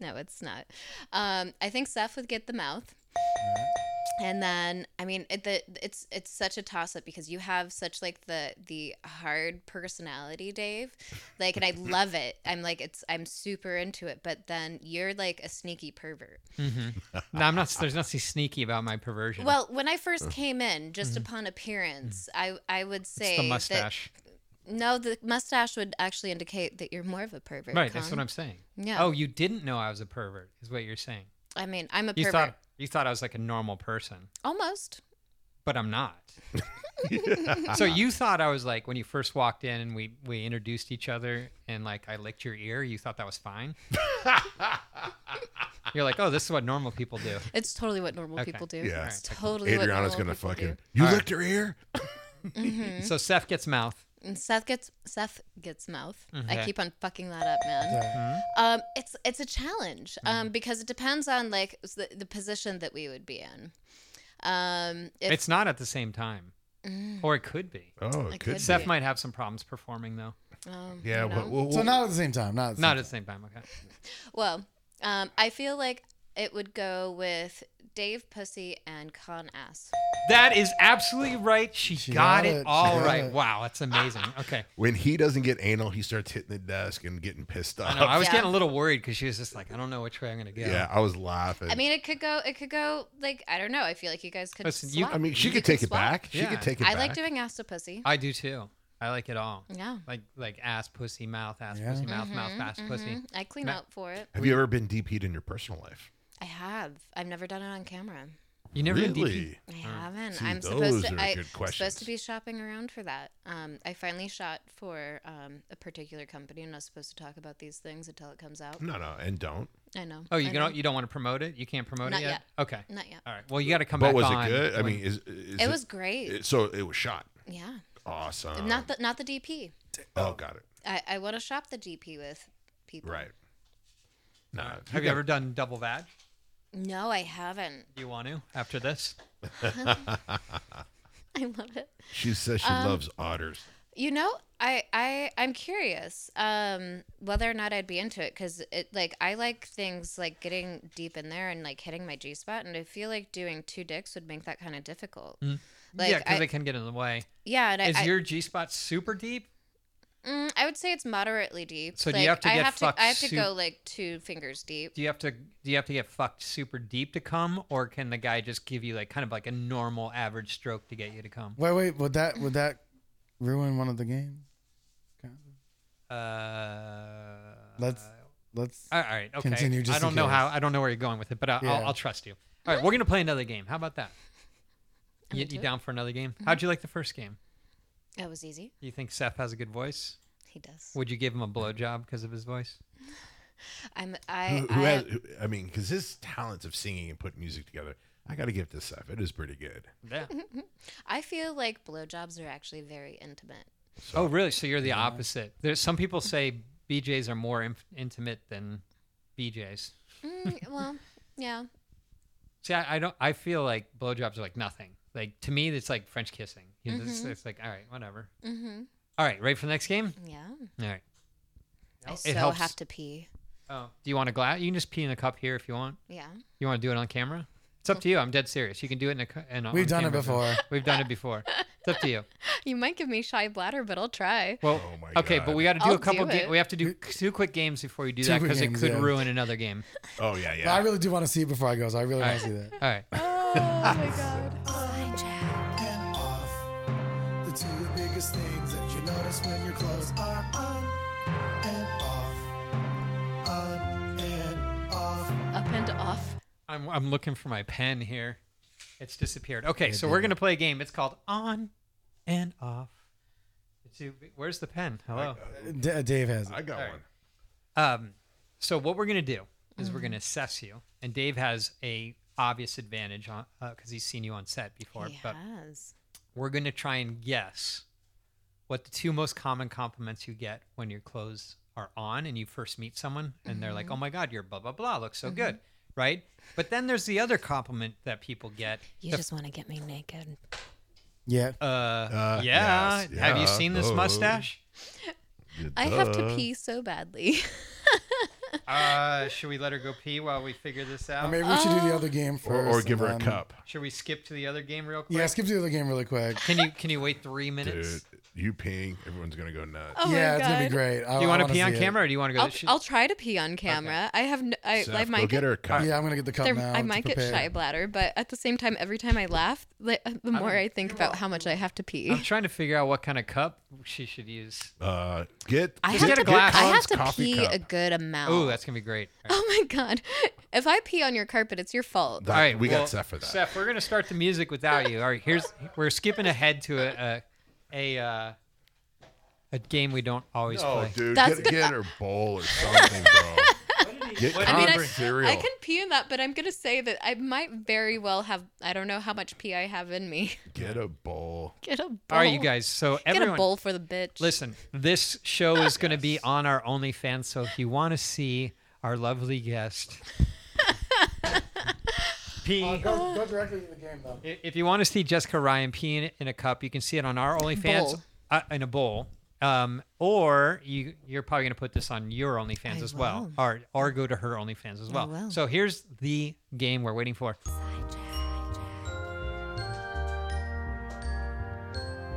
No, it's not. Um, I think Seth would get the mouth. And then, I mean, it, the, it's it's such a toss up because you have such like the the hard personality, Dave. Like, and I love it. I'm like, it's I'm super into it. But then you're like a sneaky pervert. No, Mm-hmm. I'm not. There's nothing sneaky about my perversion. Well, when I first came in, just upon appearance, I I Mm-hmm. Mm. would it's say the that- mustache. no, the mustache would actually indicate that you're more of a pervert. right. That's Con. what I'm saying. Yeah. Oh, you didn't know I was a pervert, is what you're saying. I mean, I'm a You pervert. thought you thought I was like a normal person, Almost. but I'm not. so you thought I was like when you first walked in and we we introduced each other and like I licked your ear. You thought that was fine. you're like, oh, this is what normal people do. It's totally what normal Okay. people do. Yeah. It's totally what Adriana's gonna normal people fucking. do. You licked her ear. So Seth gets mouth. And Seth gets Seth gets mouth. I Okay. keep on fucking that up, man. Um, it's it's a challenge Mm-hmm. um, because it depends on like s- the, the position that we would be in. Um, if, It's not at the same time, or it could be. Oh, it It could could. be. Seth might have some problems performing though. um, Yeah. you know. Well, well, So not at the same time. Not at the Not same at the same time. Okay. Well, um, I feel like it would go with Dave Pussy and Con Ass. That is absolutely right. She, got, got it, it. She all got right. it. Wow, that's amazing. Okay. when he doesn't get anal, he starts hitting the desk and getting pissed off. I know. I was Yeah. getting a little worried because she was just like, I don't know which way I'm gonna go. yeah, I was laughing. I mean, it could go. It could go like I don't know. I feel like you guys could. Listen, you- swap. I mean, she You could take it swap. back. She Yeah. could take it I back. like doing ass to pussy. I do too. I like it all. Yeah. Like like ass pussy mouth ass Yeah. pussy mouth mouth ass pussy. Mm-hmm, I clean Ma- out for it. Have you ever been DP'd in your personal life? I have. I've never done it on camera. You never really? been DP? I haven't. see, I'm those supposed to. are I, good supposed questions. to be shopping around for that. Um, I finally shot for um, a particular company, and I was supposed to talk about these things until it comes out. No, no, and don't. I know. Oh, I you know. don't you don't want to promote it? You can't promote Not it yet? yet. Okay. Not yet. All right. Well, you got to come But back was on it good? I when- mean, is, is Uh, It was great. it- so it was shot. yeah. Awesome. Not the not the DP. oh, got it. I, I want to shop the DP with people. Right. No. uh, have you ever done double vag? No, I haven't. Do you want to after this? I love it. She says she Um, loves otters. You know, I I I'm curious um whether or not I'd be into it cuz it like I like things like getting deep in there and like hitting my G spot and I feel like doing two dicks would make that kind of difficult. Like Mm. yeah, because I, it can get in the way. yeah, and I, Is I, your G spot super deep? mm, I would say it's moderately deep. So like, do you have to I get have to fucked I have to su- go like two fingers deep. Do you have to do you have to get fucked super deep to come, or can the guy just give you like kind of like a normal average stroke to get you to come? Wait, wait. Would that would that ruin one of the games? Uh, Let's let's. all right, okay. continue just I don't in know case. how I don't know where you're going with it, but I, I'll, Yeah. I'll trust you. All right, we're gonna play another game. How about that? You, into you it. down for another game? How'd you like the first game? That was easy. Do you think Seth has a good voice? He does. Would you give him a blowjob because of his voice? I'm I Who, who I, has, who, I mean, because his talents of singing and putting music together, I got to give it to Seth. It is pretty good. Yeah. I feel like blowjobs are actually very intimate. oh, really? So you're the opposite. There's some people say BJ's are more inf- intimate than BJ's. Mm, well, yeah. See, I, I don't. I feel like blowjobs are like nothing. Like to me, it's like French kissing. You know, it's, it's like all right, whatever. Mhm. All right, ready for the next game? Yeah. All right. I It so helps. have to pee. Oh, do you want a glass? You can just pee in a cup here if you want. Yeah. You want to do it on camera? It's up to you. I'm dead serious. You can do it in a. cu- In, We've on done it camera. before. We've done it before. It's up to you. You might give me shy bladder, but I'll try. Well, Oh my okay, but God. we got to do I'll a couple. do ga- it. we have to do two quick games before we do Two that quick because it games, could yeah. ruin another game. Oh, yeah, But I yeah. really do want to see it before I go. So I really want to see that. All right. Oh and off. The two biggest things that you notice when your clothes are on and off. On and off. Up and off. I'm I'm looking for my pen here. It's disappeared. Okay, so we're gonna play a game. It's called On and Off. It's you- Where's the pen? Hello. D- Dave has it. I got All right. one. Um, so what we're gonna do is we're gonna assess you, and Dave has a obvious advantage on because he's seen you on set before. he But has. we're gonna try and guess what the two most common compliments you get when your clothes are on and you first meet someone, and they're like, "Oh my God, your blah blah blah looks so good." Right, but then there's the other compliment that people get. You the just want to get me naked. Yeah. Uh, yeah. yes, Have you yeah, Oh. seen this duh. mustache? I have to Duh. pee so badly. Uh, should we let her go pee while we figure this out? Uh, Or maybe we should do the other game first. Or, or and give her a then- cup. Should we skip to the other game real quick? Yeah, skip to the other game really quick. Can you can you wait three Dude, minutes? you peeing, everyone's going to go nuts. Oh yeah, my it's god. gonna be great. I, Do you want want to pee on camera or do you want to go? I'll, She- I'll try to pee on camera. I have n- I, Seth, I go might get get, her a cup. Yeah, I'm gonna get the cup there- now. I to might get prepare. shy bladder, but at the same time, every time I laugh, the, uh, the more I think about how much I have to pee. I'm trying to figure out what kind of cup she should use. Uh, get I get- have get a to, glass. I Con's have to coffee pee cup. a good amount. Oh, that's gonna be great. All right, Oh my god! If I pee on your carpet, it's your fault. That- All right, we well, got Seth for that. Seth, we're gonna start the music without you. All right, here's we're skipping ahead to a a a, uh, a game we don't always Oh, play. dude, That's get, get her bowl or something, bro. Get Con's what did I mean, I, cereal. I can pee in that, but I'm gonna say that I might very well have. I don't know how much pee I have in me. Get a bowl. Get a bowl. All right, you guys. So Get everyone, a bowl for the bitch. Listen, this show is going to be on our OnlyFans, so if you want to see our lovely guest, pee. Go, go directly to the game though. i- If you want to see Jessica Ryan peeing in a cup, you can see it on our OnlyFans Bowl. uh, in a bowl. Um, or you you're probably gonna put this on your OnlyFans I as well, or or go to her OnlyFans as well. will. So here's the game we're waiting for.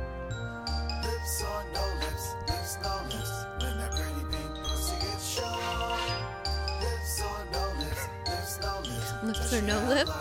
Lips or no lips, lips no lips. When that pretty pink pussy gets shown. Lips or no lips, lips no lips. Lips or no lips.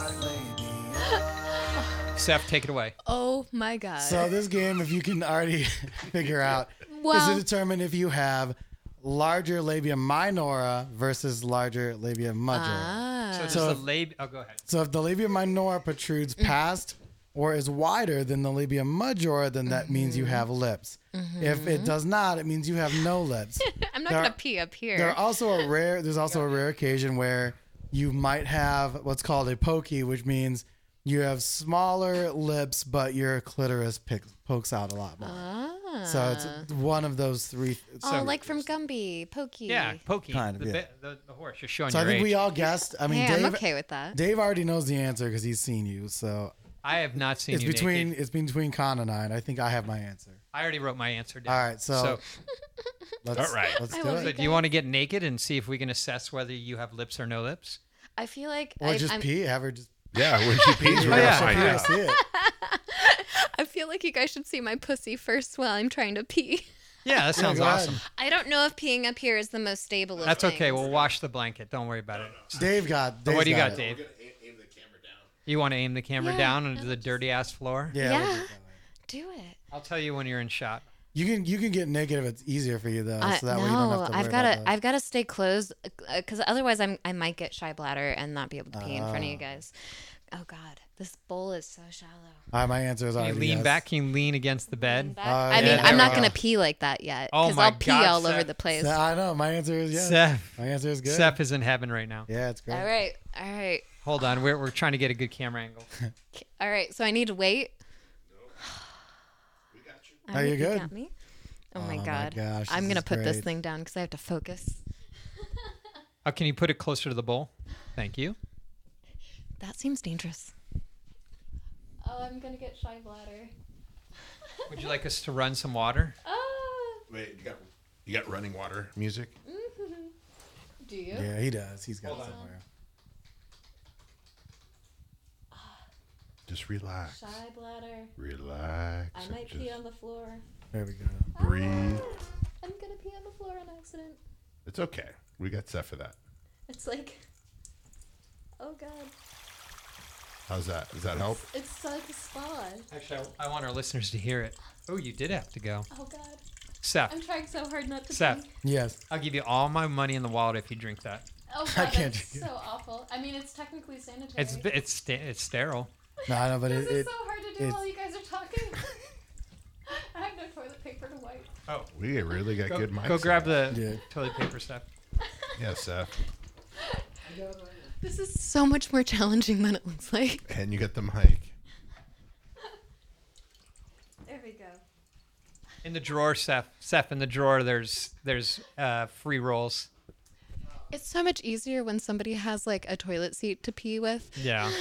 Seth, take it away. Oh my god. So this game, if you can already figure out, is Well- to determine if you have larger labia minora versus larger labia major. Ah. So Uh, this So is if- the lab. Oh, go ahead. So if the labia minora protrudes Mm. past or is wider than the labia majora, then that means you Mm-hmm. have lips. If it does not, it means you have no lips. I'm not there gonna are- pee up there here. are also a rare there's also a rare occasion where you might have what's called a pokey, which means you have smaller lips, but your clitoris pick, pokes out a lot more. So it's one of those three. Ah. oh, So, like from Gumby, Pokey. Yeah, Pokey, Kind of, the, yeah. bit- the, the horse. You're showing so I your think age. we all guessed. I mean, Hey, Dave, I'm okay with that. Dave already knows the answer because he's seen you. So I have not seen it's you between naked. it's between Con and I, and I think I have my answer. I already wrote my answer down. All right, so, So, let's, All right. let's I do will it. be- do you want to get naked and see if we can assess whether you have lips or no lips? I feel like Or I, just I'm, pee. Have her just. Yeah, when she pees, we're Oh, going to yeah. find I out. see it. I feel like you guys should see my pussy first while I'm trying to pee. Yeah, that sounds go ahead. awesome. I don't know if peeing up here is the most stable. Of That's okay. things. We'll wash the blanket. Don't worry about it. Dave got. Dave's what do you got, it. Dave? You want to aim the camera Yeah, down into the dirty ass floor? Yeah. we'll yeah, do it. do it. I'll tell you when you're in shot. You can you can get naked if it's easier for you though, I- Oh, so that way you don't have to worry Uh, I've about gotta, that. I've got to stay closed because otherwise I'm, I might get shy bladder and not be able to pee in front of you Ah. guys. Oh God, this bowl is so shallow. All right, my answer is Can already. you lean yes. back? Can you lean against the bed? Back- Oh, I yeah, mean, there I'm we not go. gonna pee like that yet Oh because my I'll pee God, all Seth. over the place. So, I know my answer is yes. Seth. My answer is good. Seth is in heaven right now. Yeah, it's great. All right, all right, Hold on. We're, we're trying to get a good camera angle. K- all right. So I need to wait. All Are you right, good? got me? Oh my my God! gosh, this I'm gonna is put this great. thing down because I have to focus. Oh, can you put it closer to the bowl? Thank you. That seems dangerous. Oh, I'm gonna get shy bladder. Would you like us to run some water? Oh, Wait, you got, you got running water music? do you? Yeah, he does. He's got it somewhere. Just relax. Shy bladder. Relax. I and might pee just on the floor. There we go. breathe. I'm gonna pee on the floor on accident. It's okay. We got Seth for that. It's like, oh god, How's that? Does that help? it's like a spa. Actually, I, I want our listeners to hear it. Oh, you did have to go. Oh god, Seth, I'm trying so hard not to Seth. pee. Yes. I'll give you all my money in the wallet if you drink that. Oh god, I can't that's do it. so awful. I mean, it's technically sanitary. It's it's sta- it's sterile. No, I know, but this it, is it so hard to do it's- while you guys are talking. I have no toilet paper to wipe. We really got Go, good mics. go grab on. the Yeah. toilet paper stuff. Yeah, Seth. This is so much more challenging than it looks like. And you got the mic. There we go. In the drawer, Seth. Seth, in the drawer, there's there's uh, free rolls. It's so much easier when somebody has like a toilet seat to pee with. Oh. Yeah.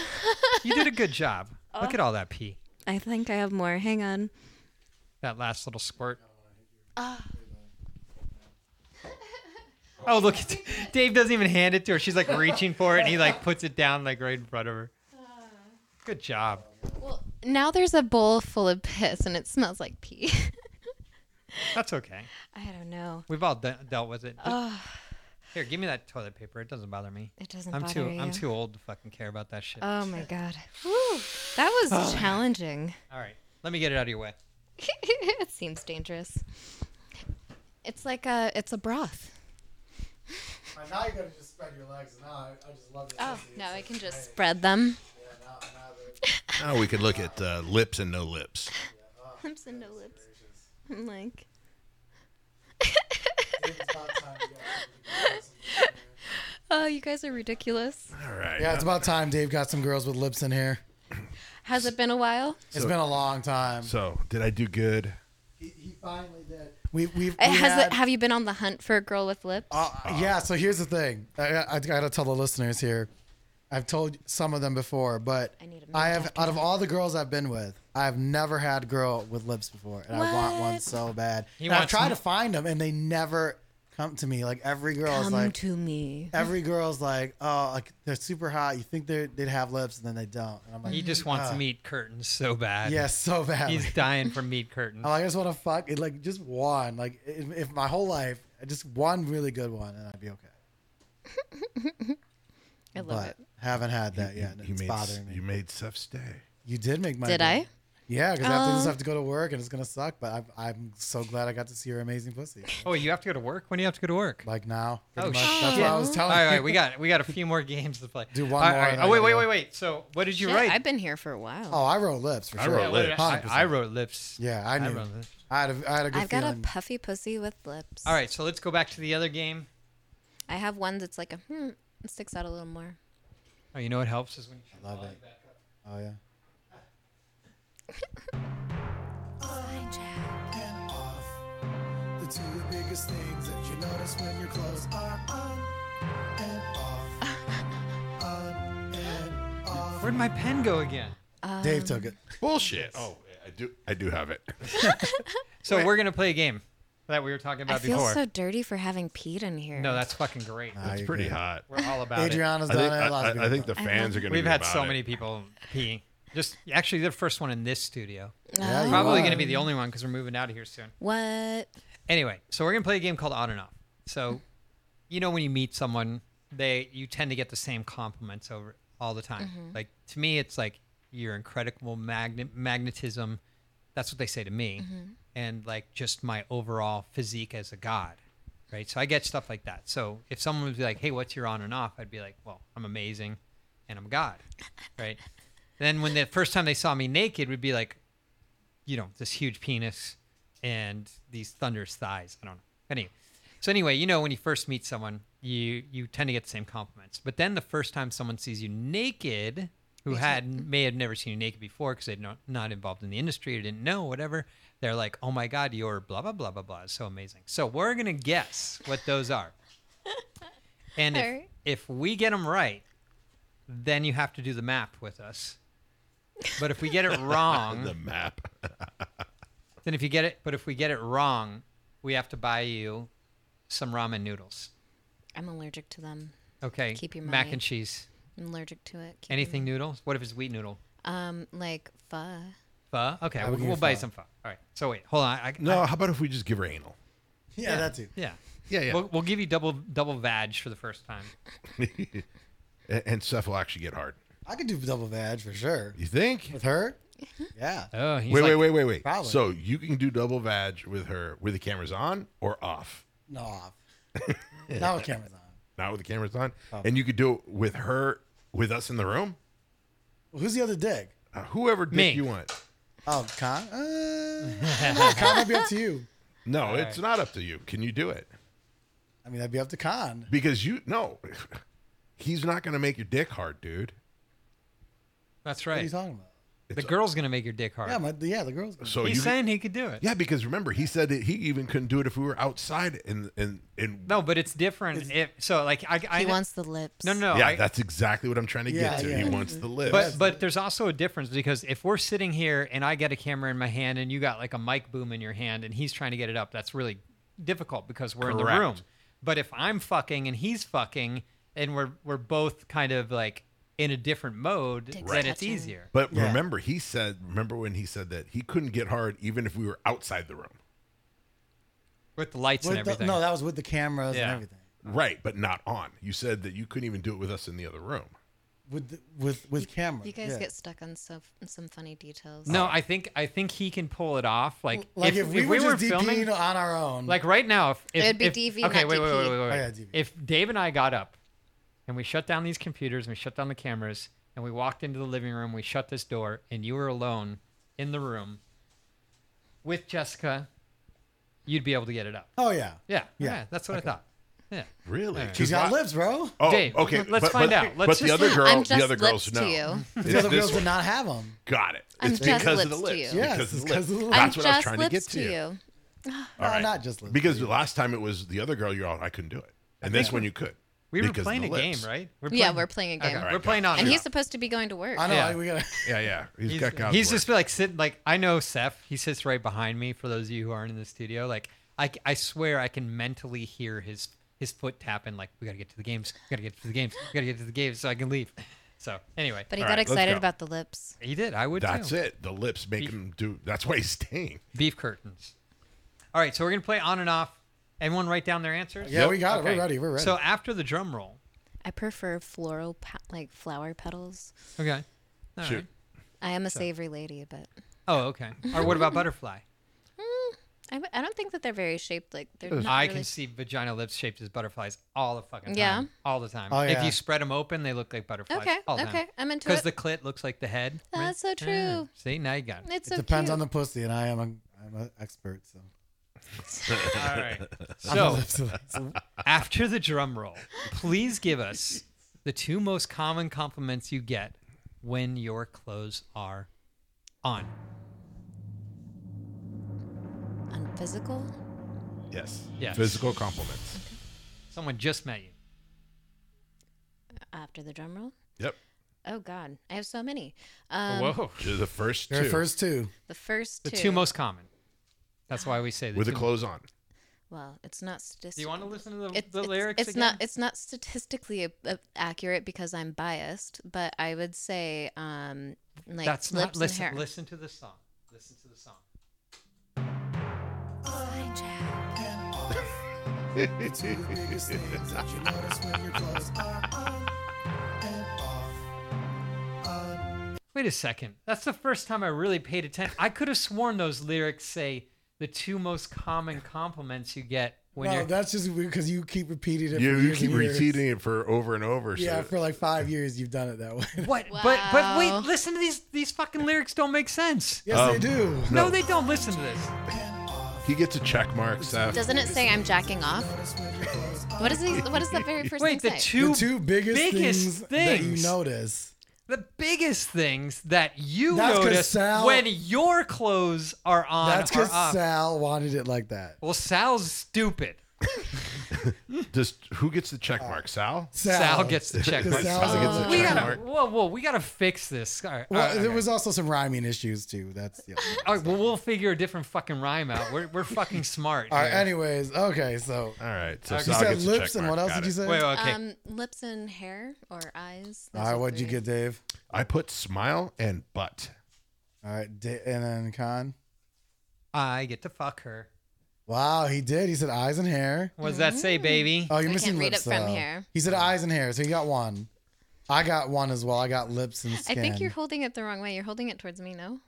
you did a good job. Look at all that pee. I think I have more. Hang on. That last little squirt. Ah. Oh, look. At, Dave doesn't even hand it to her. She's like reaching for it and he like puts it down like right in front of her. Ah. Good job. Well, now there's a bowl full of piss and it smells like pee. That's okay. I don't know. We've all de- dealt with it. Ah. Here, give me that toilet paper. It doesn't bother me. It doesn't I'm bother too you. I'm too old to fucking care about that shit. Oh my god. Whew. That was challenging. all right. Let me get it out of your way. it seems dangerous. It's like a it's a broth. Now you gotta just spread your legs. Now I, I just love it. Oh, now I can just spread them. Now we could look at uh, lips and no lips. Lips and no lips. I'm like Oh, you guys are ridiculous. All right. Yeah, it's about time Dave got some girls with lips in here. Has it been a while? It's So- been a long time. so, did I do good? He, finally did. We we It has it, have you been on the hunt for a girl with lips? Uh, yeah, so here's the thing. I, I, I gotta tell the listeners here. I've told some of them before, but I need a I have minute out of all the girls I've been with, I've never had a girl with lips before, and I want one What? so bad. He And I've wants tried m- to find them, and they never come to me. Like every girl is Come like, to me. every girl's like, oh, like they're super hot. You think they they'd have lips, and then they don't. And I'm like, He just wants ah. meat curtains so bad. Yeah, so bad. He's dying for meat curtains. I'm like, I just want to fuck it, like just one, like if, if my whole life, just one really good one, and I'd be okay. I love But it. haven't had that yet. and you it's made bothering me. you made Seth stay. You did make my. Did day. I? Yeah, because after this, Oh. I have to go to work, and it's gonna suck. But I've, I'm so glad I got to see her amazing pussy. Oh, you have to go to work? When do you have to go to work? Like now, pretty Oh, much. that's what I was All telling right, you. all right, we got we got a few more games to play. Do one All right, more all right. and Oh then wait, we wait, go. wait, wait. So what did you Shit, write? I've been here for a while. Oh, I wrote lips for I sure. wrote What lips. did I- I, 100%. I wrote lips. Yeah, I I knew. wrote lips. I had a, I had a good I've got feeling. a puffy pussy with lips. All right, so let's go back to the other game. I have one that's like a hmm, it sticks out a little more. Oh, you know what helps is when you Love it. Oh yeah. and off. The two biggest things that you notice when your clothes are on and off. on and Oh. off. Where'd my pen go again? Um, Dave took it. Bullshit. Oh, I do. I do have it. So we're gonna play a game that we were talking I about feel before. so dirty for having peed in here. no, that's fucking great. That's Pretty hot. We're all about Adriana's I done think, it. Lots I, of people I- I think have the done I fans love- are it. going to. We've had so many people peeing. Just actually, the first one in this studio. Uh, Yeah, you Probably are. gonna be the only one because we're moving out of here soon. What? Anyway, so we're gonna play a game called On and Off. So, you know, when you meet someone, they you tend to get the same compliments over all the time. Like to me, it's like your incredible magnet magnetism. That's what they say to me, and like just my overall physique as a god, right? So I get stuff like that. So if someone would be like, "Hey, what's your on and off?" I'd be like, "Well, I'm amazing, and I'm a god," right? then when the first time they saw me naked, would be like, you know, this huge penis and these thunderous thighs. I don't know. Anyway, so anyway, you know, when you first meet someone, you you tend to get the same compliments. But then the first time someone sees you naked, who had may have never seen you naked before because they're not not involved in the industry or didn't know whatever, they're like, oh my god, you're blah blah blah blah blah. It's so amazing. So we're gonna guess what those are. And if, Alright. if we get them right, then you have to do the map with us. But if we get it wrong, The map. then if you get it, but if we get it wrong, we have to buy you some ramen noodles. I'm allergic to them. Okay. Keep your mac money. and cheese. I'm allergic to it. Keep- Anything noodles? What if it's wheat noodle? Um, like pho. Pho. Okay, would we'll, give you we'll buy you pho. some pho. All right. So wait, hold on. I, No. I- How about if we just give her anal? it. Yeah, that too. yeah. Yeah, yeah. We'll, we'll give you double double vag for the first time. A- and Seth will actually get hard. I could do double badge for sure Mm-hmm. You think? with her. Yeah. Oh, he's wait, like, wait, wait, wait, wait. Probably. So you can do double vag with her with the cameras on or off. No. off. now the camera's on. Not with the cameras on. Oh. And you could do it with her with us in the room. Well, who's the other dig? Uh, whoever dick Me. you want. Oh, Con. Uh, Con would be up to you. No, it's not up to you. Can you do it? I mean, that'd be up to Con. Because you no. He's not gonna make your dick hard, dude. That's What are you right. talking about? The girl's gonna make your dick hard. Yeah, my, yeah, the girls. So He's you, saying he could do it. yeah, because remember he said that he even couldn't do it if we were outside and and and No, but it's different. if, so like I, I He wants the lips. no no. yeah, I- that's exactly what I'm trying to Yeah, get to. yeah. He wants the lips. But but there's also a difference because if we're sitting here and I get a camera in my hand and you got like a mic boom in your hand and he's trying to get it up, that's really difficult because we're in the Correct. room. But if I'm fucking and he's fucking and we're we're both kind of like in a different mode, Dick's then it's touching. easier. But Yeah. remember, he said, remember when he said that he couldn't get hard even if we were outside the room. With the lights and With the- everything. no, that was with the cameras Yeah. and everything. Right, but not on. You said that you couldn't even do it with us in the other room. With the, with with cameras. You guys yeah. get stuck on so, some funny details. no, I think I think he can pull it off. Like, like if, we were, just DPing on our own. Mm. Like right now, if, if It'd be if- DV, Okay, not wait, wait, DP. wait, wait, wait. Oh, yeah, DV. If Dave and I got up, and we shut down these computers, and we shut down the cameras, and we walked into the living room, we shut this door, and you were alone in the room with Jessica, you'd be able to get it up. oh yeah, Yeah, yeah, Yeah, that's what I thought. Yeah. Really? she's got lips, bro. Oh, Dave, okay. let's but- find but- out. Let's but the just- other girl, I'm just the other girls lips know. to you. It's The other this girls one. did not have them. Got it. I'm it's just because of the lips to lips. you. Yes, because it's of the 'cause lips. of the lips. I'm That's what I was just trying to get lips to. you. No, not just lips. Because the last time it was the other girl, you're all, I couldn't do it. And this one you could. We were because of playing a the lips. game, right? We're Yeah, we're playing a game. Okay, All right, we're playing got on. it. And it. he's supposed to be going to work. I know. Yeah. like, we gotta. Yeah, yeah. he's He's, got God's he's word. just like sitting like I know Seth. He sits right behind me. For those of you who aren't in the studio, like I, I swear I can mentally hear his his foot tapping. Like we gotta get to the games. We gotta get to the games. We gotta get to the games so I can leave. So anyway, But he All got right, let's excited go. about the lips. he did. I would. That's too. it. The lips make him do. That's why he's staying. Beef curtains. All right, so we're gonna play on and off. Everyone write down their answers. Yeah, we got it. We're ready. We're ready. So after the drum roll. I prefer floral, pa- like flower petals. Okay. All Shoot. right. I am a savory lady, but Oh, okay. Or what about butterfly? I, I don't think that they're very shaped like they're. Not I really- can see vagina lips shaped as butterflies all the fucking time. Yeah. All the time. Oh, If yeah. you spread them open, they look like butterflies. Okay, All the okay, I'm into Because it. the clit looks like the head. That's so true. Yeah. See, now you got it. it's It so depends cute. on the pussy, and I am a I'm an expert. So all right. So so after the drum roll, please give us the two most common compliments you get when your clothes are on. on physical. Yes. Yes. Physical compliments. Someone just met you. After the drum roll. Yep. Oh God, I have so many. Um, Whoa. They're the first your two first two. The first The two. two most common. That's why we say the with the two- clothes on. Well, it's not statistic. Do you want to listen to the, it's, the it's- lyrics It's again? not. It's not statistically a, a- accurate because I'm biased, but I would say, um, like That's lips not. Listen, and hair. listen to the song. Listen to the song. Wait a second. That's the first time I really paid attention. I could have sworn those lyrics say the two most common compliments you get when no, you're. that's just because you keep repeating it. You, for you years keep and years. repeating it for over and over. so Yeah, that- for like five years, you've done it that way. what? But but Wow. wait, listen to these. These fucking lyrics don't make sense. yes, Um, they do. No, they don't. Listen to this. he gets a check mark, Seth. Doesn't it say I'm jacking off? What is he, What is the very first Wait, the thing say? two, the two biggest, things, that you things. notice. the biggest things that you That's 'cause notice Sal- when your clothes are on That's or because off. Sal wanted it like that. well, Sal's stupid. Does who gets the check mark? Sal. Sal, Sal gets the check mark. Sal Sal gets gets the we check gotta, mark. whoa, whoa, we gotta fix this. All right, all Well, right, there okay. was also some rhyming issues too. That's the other thing. All right, well, we'll figure a different fucking rhyme out. We're, we're fucking smart. All right. here. Anyways, okay. So All right. So you Sal said gets a lips, check and what mark. else Got did you it. say? Wait, okay. Um, lips and hair or eyes. All Those right. are What'd you three. get, Dave? I put smile and butt. All right. Da- and then Con. I get to fuck her. Wow, he did. He said eyes and hair. What does that say, baby? Oh, you're I missing can't read lips it from though. here. He said eyes and hair, so you got one. I got one as well. I got lips and I skin. think you're holding it the wrong way. You're holding it towards me, no?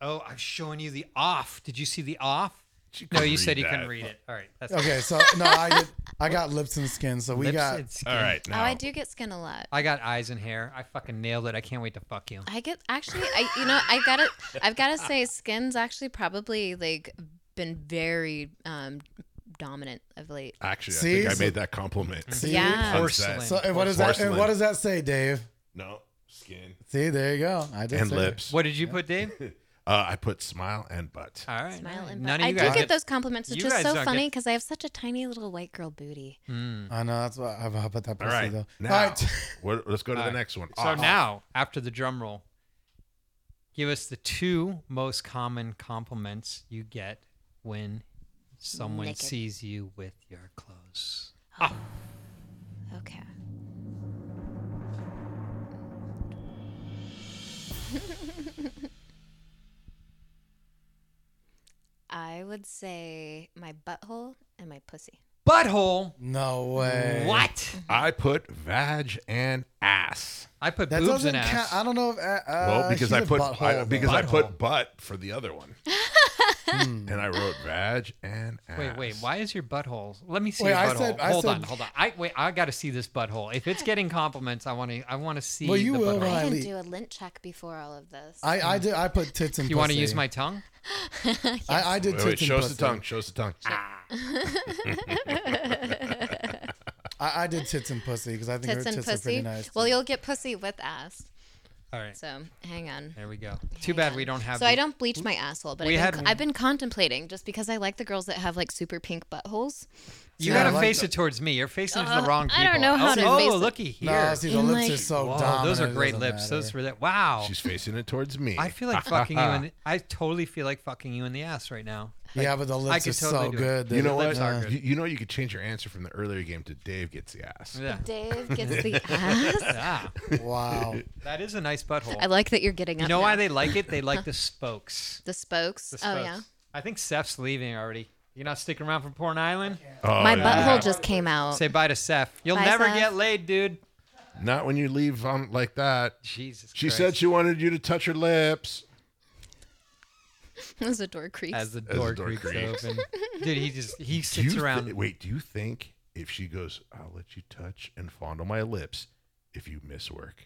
Oh, I'm showing you the off. Did you see the off? She No, couldn't you said read you couldn't that. read it. All right, that's okay. So no, I get, I got lips and skin. So we Lips got and skin. All right. Now Oh, I do get skin a lot. I got eyes and hair. I fucking nailed it. I can't wait to fuck you. I get actually, I you know, I gotta, I've gotta say, skin's actually probably like been very um dominant of late. Actually, See, I think so- Mhm. I made that compliment. see. Yeah. Unsaid. Porcelain. So and what does that? And Porcelain. what does that say, Dave? No. skin, See, there you go. I did and say it. lips. What Uh, did you put, Dave? Uh, I put smile and butt. All right. Smile and None butt. of I you do guys get those compliments, which you is guys so don't funny get- because I have such a tiny little white girl booty. I know that's why I put that. All pussy, right. though. Now, All right. we're- let's go to All the right. next one. So Ah, now, after the drum roll, give us the two most common compliments you get when someone Naked. sees you with your clothes. Mm-hmm. Okay. I would say my butthole and my pussy. Butthole. No way. What? I put vag and ass. I put That boobs doesn't and ass. count. I don't know if. Uh, uh, Well, because she's I a put butthole, I, though. because I Butthole. put butt for the other one, Hmm. and I wrote vag and ass. Wait, wait. Why is your butthole? Let me see Wait, your I butthole. said- I hold said- on, hold on. I wait. I got to see this butthole. If it's getting compliments, I want to. I want to see. Well, you the will, butthole. right? I Kylie. didn't do a lint check before all of this. I I did. I put tits and. You want to pussy. use my tongue? I, I Wait, did tits wait, and show us pussy. the tongue. Show us the tongue. I, I did tits and pussy because I think tits her and tits are pussy. pretty nice. Well, too. you'll get pussy with ass. All right. So hang on. There we go. Too bad we don't have. So I the- don't bleach my asshole, but we I've, had- been, I've been contemplating just because I like the girls that have like super pink buttholes. You Yeah, I gotta like face the- it towards me. You're facing it to Uh, the wrong I people. don't know how oh, to Oh, face it. looking here. no, see the And, lips like- are so Whoa, dominant. those are it great doesn't lips. matter. Those were that. Wow. She's facing it towards me. I feel like fucking you. In the, I totally feel like fucking you in the ass right now. Yeah, but the lips could are so totally do it. good. You know that- what? lips are Uh, good. You, you know you could change your answer from the earlier game to Dave gets the ass. Yeah. Dave gets the ass. yeah. Wow. That is a nice butthole. I like that you're getting up. you know now. why they like it? They like the spokes. the spokes? The oh spokes. yeah, I think Seth's leaving already. You're not sticking around for Porn Island. Oh, my yeah. butthole just came out. Say bye to Seth. You'll Bye, never Seth. get laid, dude. Not when you leave um, like that. Jesus. She Christ. said she wanted you to touch her lips. It was a door creak. as the the door, door creaks creaks. open. Dude, he just he Do you sits thi- around. wait, do you think if she goes, I'll let you touch and fondle my lips if you miss work?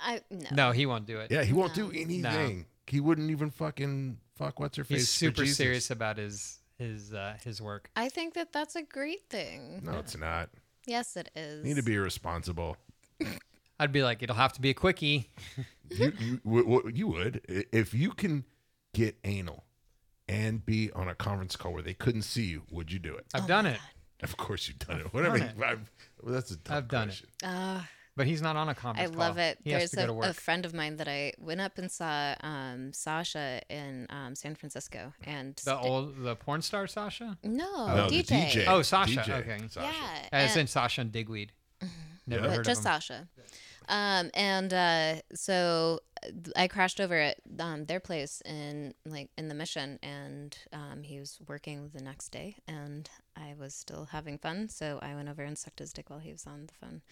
I no. no, he won't do it. Yeah, he won't do anything. He wouldn't even fucking fuck what's her face. He's for super Jesus. serious about his his uh, his work. I think that that's a great thing. No, it's not. Yes, it is. You need to be responsible. I'd be like, it'll have to be a quickie. you, you, w- w- you would I- if you can get anal and be on a conference call where they couldn't see you. Would you do it? Oh I've done it, Of course you've done it. Whatever. you- I've- well, that's a tough I've done it. question. Ah, but he's not on a I conference call. love it. He has There's to go a, to a work. friend of mine that I went up and saw um, Sasha in um, San Francisco, and the old the porn star Sasha. Uh, no, No, the DJ. DJ. Oh, Sasha, DJ. okay. Sasha. Yeah, As and- in Sasha and Digweed. Never Yeah. heard but of just him. Sasha. Um, and uh, so uh, I crashed over at um, their place in like in the mission, and um, he was working the next day, and I was still having fun, so I went over and sucked his dick while he was on the phone,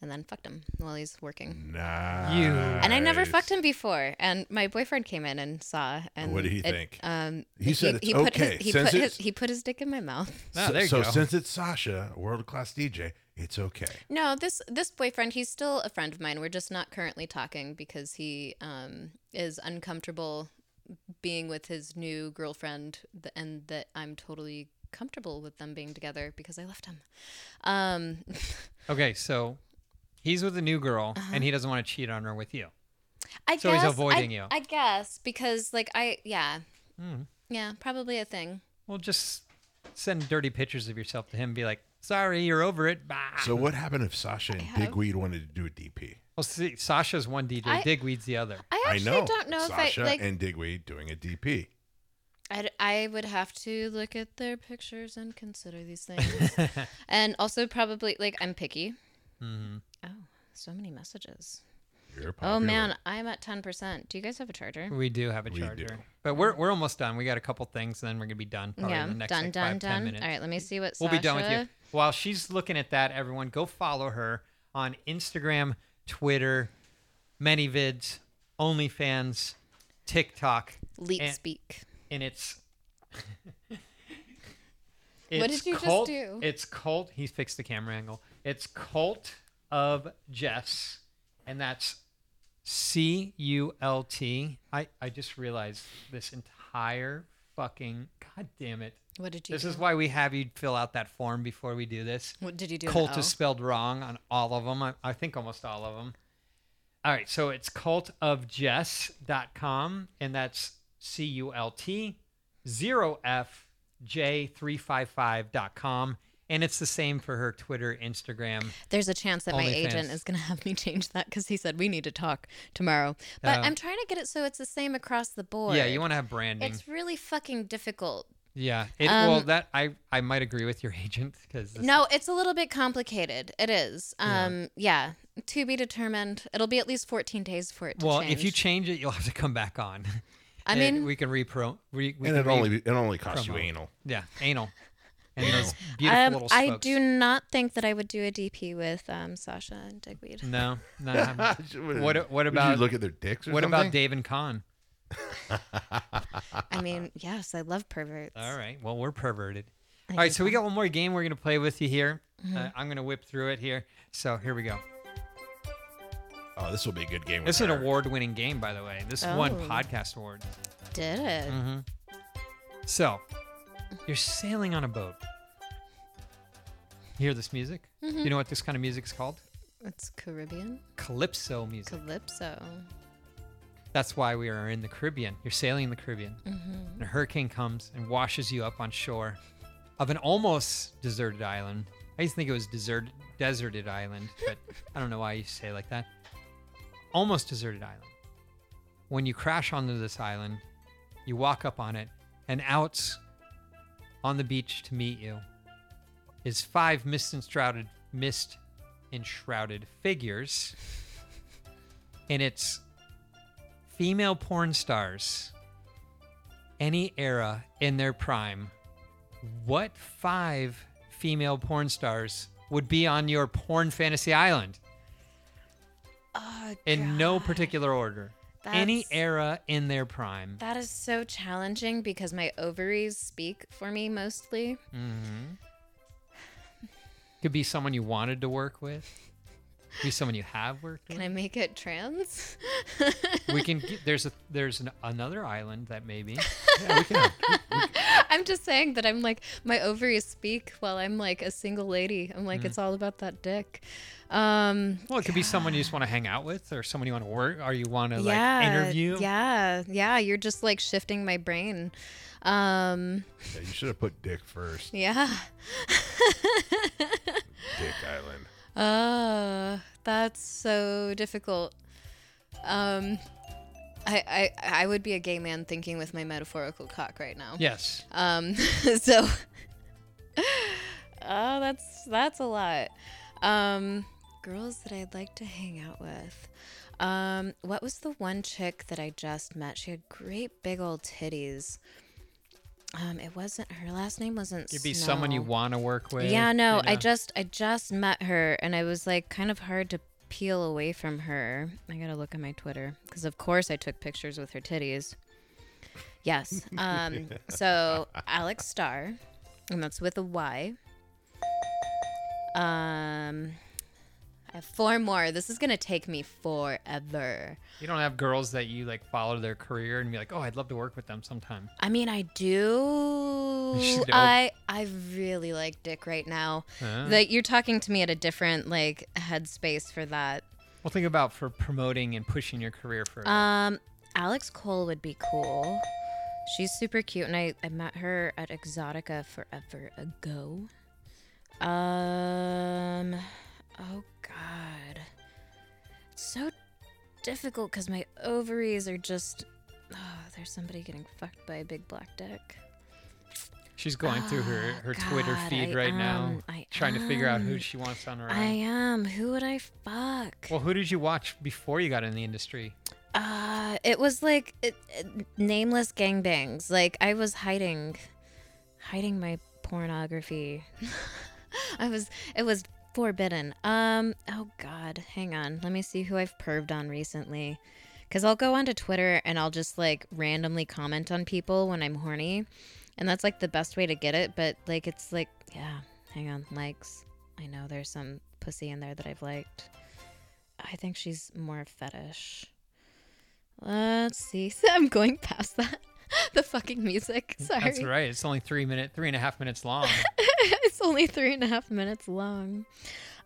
and then fucked him while he's working. Nice. You- And I never fucked him before, and my boyfriend came in and saw. And What did he it- think? Um, He said it's put okay, His, he, since put his, it's- he put his dick in my mouth. No, so there you so go. since it's Sasha, world class DJ, it's okay. No, this this boyfriend, he's still a friend of mine. We're just not currently talking because he um, is uncomfortable being with his new girlfriend, th- and that I'm totally comfortable with them being together because I left him. Um, Okay, so he's with a new girl Uh-huh. and he doesn't want to cheat on her with you. I So he's guess, avoiding I, you. Hmm. I guess because like I yeah, yeah, probably a thing. Well, just send dirty pictures of yourself to him. And be like, sorry, you're over it. Bye. So what happened if Sasha and have- Digweed wanted to do a DP? well, see, Sasha's one DJ, I- Digweed's the other. I I actually know. don't know Sasha if I like. and Digweed doing a DP. I'd, I would have to look at their pictures and consider these things. and also, probably, like, I'm picky. Mm-hmm. Oh, so many messages. You're Oh, popular. man, I'm at 10%. Do you guys have a charger? We do have a We charger, do. but we're we're almost done. We got a couple things, and then we're gonna be done. Probably yeah, in the next done, like, done, five, ten done. minutes. All right, let me see what we'll Sasha... be done with you. While she's looking at that, everyone go follow her on Instagram, Twitter, many vids, OnlyFans, TikTok, Leet and, speak. and it's. What did it's you just cult, do? It's cult. He fixed the camera angle. It's cult of Jess, and that's C U L T. I I just realized this entire fucking god damn it. What did you This do? is why we have you fill out that form before we do this. What did you do? Oh, an Cult O? is spelled wrong on all of them. I, I think almost all of them. All right, so it's cultofjess.com, and that's C U L T 0FJ355.com. And it's the same for her Twitter, Instagram. There's a chance that my OnlyFans. agent is going to have me change that because he said we need to talk tomorrow. But Oh. I'm trying to get it so it's the same across the board. Yeah, you want to have branding. It's really fucking difficult. yeah. It, well, that I, I might agree with your agent because No, it's a little bit complicated. It is. Um, yeah. To be determined. It'll be at least 14 days for it to Well, change. if you change it, you'll have to come back on. I And mean- we can repro. We, we and can it re- only it only costs you promote. anal. yeah, anal, and those beautiful um, little. I spokes. do not think that I would do a DP with um, Sasha and Digweed. No, not happening. What- what Would you about- look at their dicks? Or What about something? Dave and Con? I mean, yes, I love perverts. Uh-huh. All right. Well, we're perverted. I Mm-hmm. All right. do So we got one more game we're gonna play with you here. Uh, I'm gonna whip through it here. So here we go. Oh, this will be a good game. This is with an her. award-winning game, by the way. This won Oh. podcast awards. Did it. Uh-huh. So you're sailing on a boat. You hear this music? Mm-hmm. Do you know what this kind of music is called? It's Caribbean. Calypso music. Calypso. That's why we are in the Caribbean. You're sailing in the Caribbean. And a hurricane comes and washes you up on shore of an almost deserted island. I used to think it was desert, deserted island, but I don't know why you say it like that. Almost deserted island. When you crash onto this island, you walk up on it, and out on the beach to meet you is five mist enshrouded, mist enshrouded figures. And it's female porn stars, any era in their prime, what five female porn stars would be on your porn fantasy island Oh, in no God. particular order? any That's- era in their prime. That is so challenging because my ovaries speak for me mostly. Could be someone you wanted to work with. Could be someone you have worked with. Can I make it trans? we can. Get, there's a there's an, another island that maybe. I'm just saying that I'm like my ovaries speak while I'm like a single lady. I'm Mm. like it's all about that dick. Um Well, it could be someone you just want to hang out with, or someone you want to work, or you want to yeah. like interview. Yeah. Yeah, you're just like shifting my brain. Um Yeah, you should have put dick first. yeah. Dick Island. Uh that's so difficult. Um I, I I would be a gay man thinking with my metaphorical cock right now. Yes. Um, so, oh, that's that's a lot. Um, girls that I'd like to hang out with. Um, what was the one chick that I just met? She had great big old titties. Um, it wasn't her last name wasn't. Could be someone you Snow. want to work with. Yeah, no, you I know. just I just met her and I was like kind of hard to peel away from her. I gotta look at my Twitter because of course I took pictures with her titties. Yes. Um. so Alex Starr, and that's with a Y. Um. I have four more. This is gonna take me forever. You don't have girls that you like follow their career and be like, oh, I'd love to work with them sometime. I mean, I do. should help. I I really like dick right now. Like you're talking to me at a different like headspace for that. Well, think about for promoting and pushing your career for. Um, Alex Cole would be cool. She's super cute, and I I met her at Exotica forever ago. Um, oh god, it's so difficult because my ovaries are just. Oh, there's somebody getting fucked by a big black dick. She's going through her her Twitter ah, God, feed I right now, am, I trying to figure out who am. she wants on her. I own. am. Who would I fuck? Well, who did you watch before you got in the industry? Uh, it was like it, it- nameless gangbangs. Like I was hiding, hiding my pornography. I was. It was forbidden. Um. Oh God. Hang on. Let me see who I've perved on recently. Cause I'll go onto Twitter and I'll just like randomly comment on people when I'm horny, and that's like the best way to get it. But like it's like yeah. Hang on. Likes. I know there's some pussy in there that I've liked. I think she's more fetish. Let's see. So I'm going past that. The fucking music. Sorry. That's right. It's only three minute, three and a half minutes long. it's only three and a half minutes long.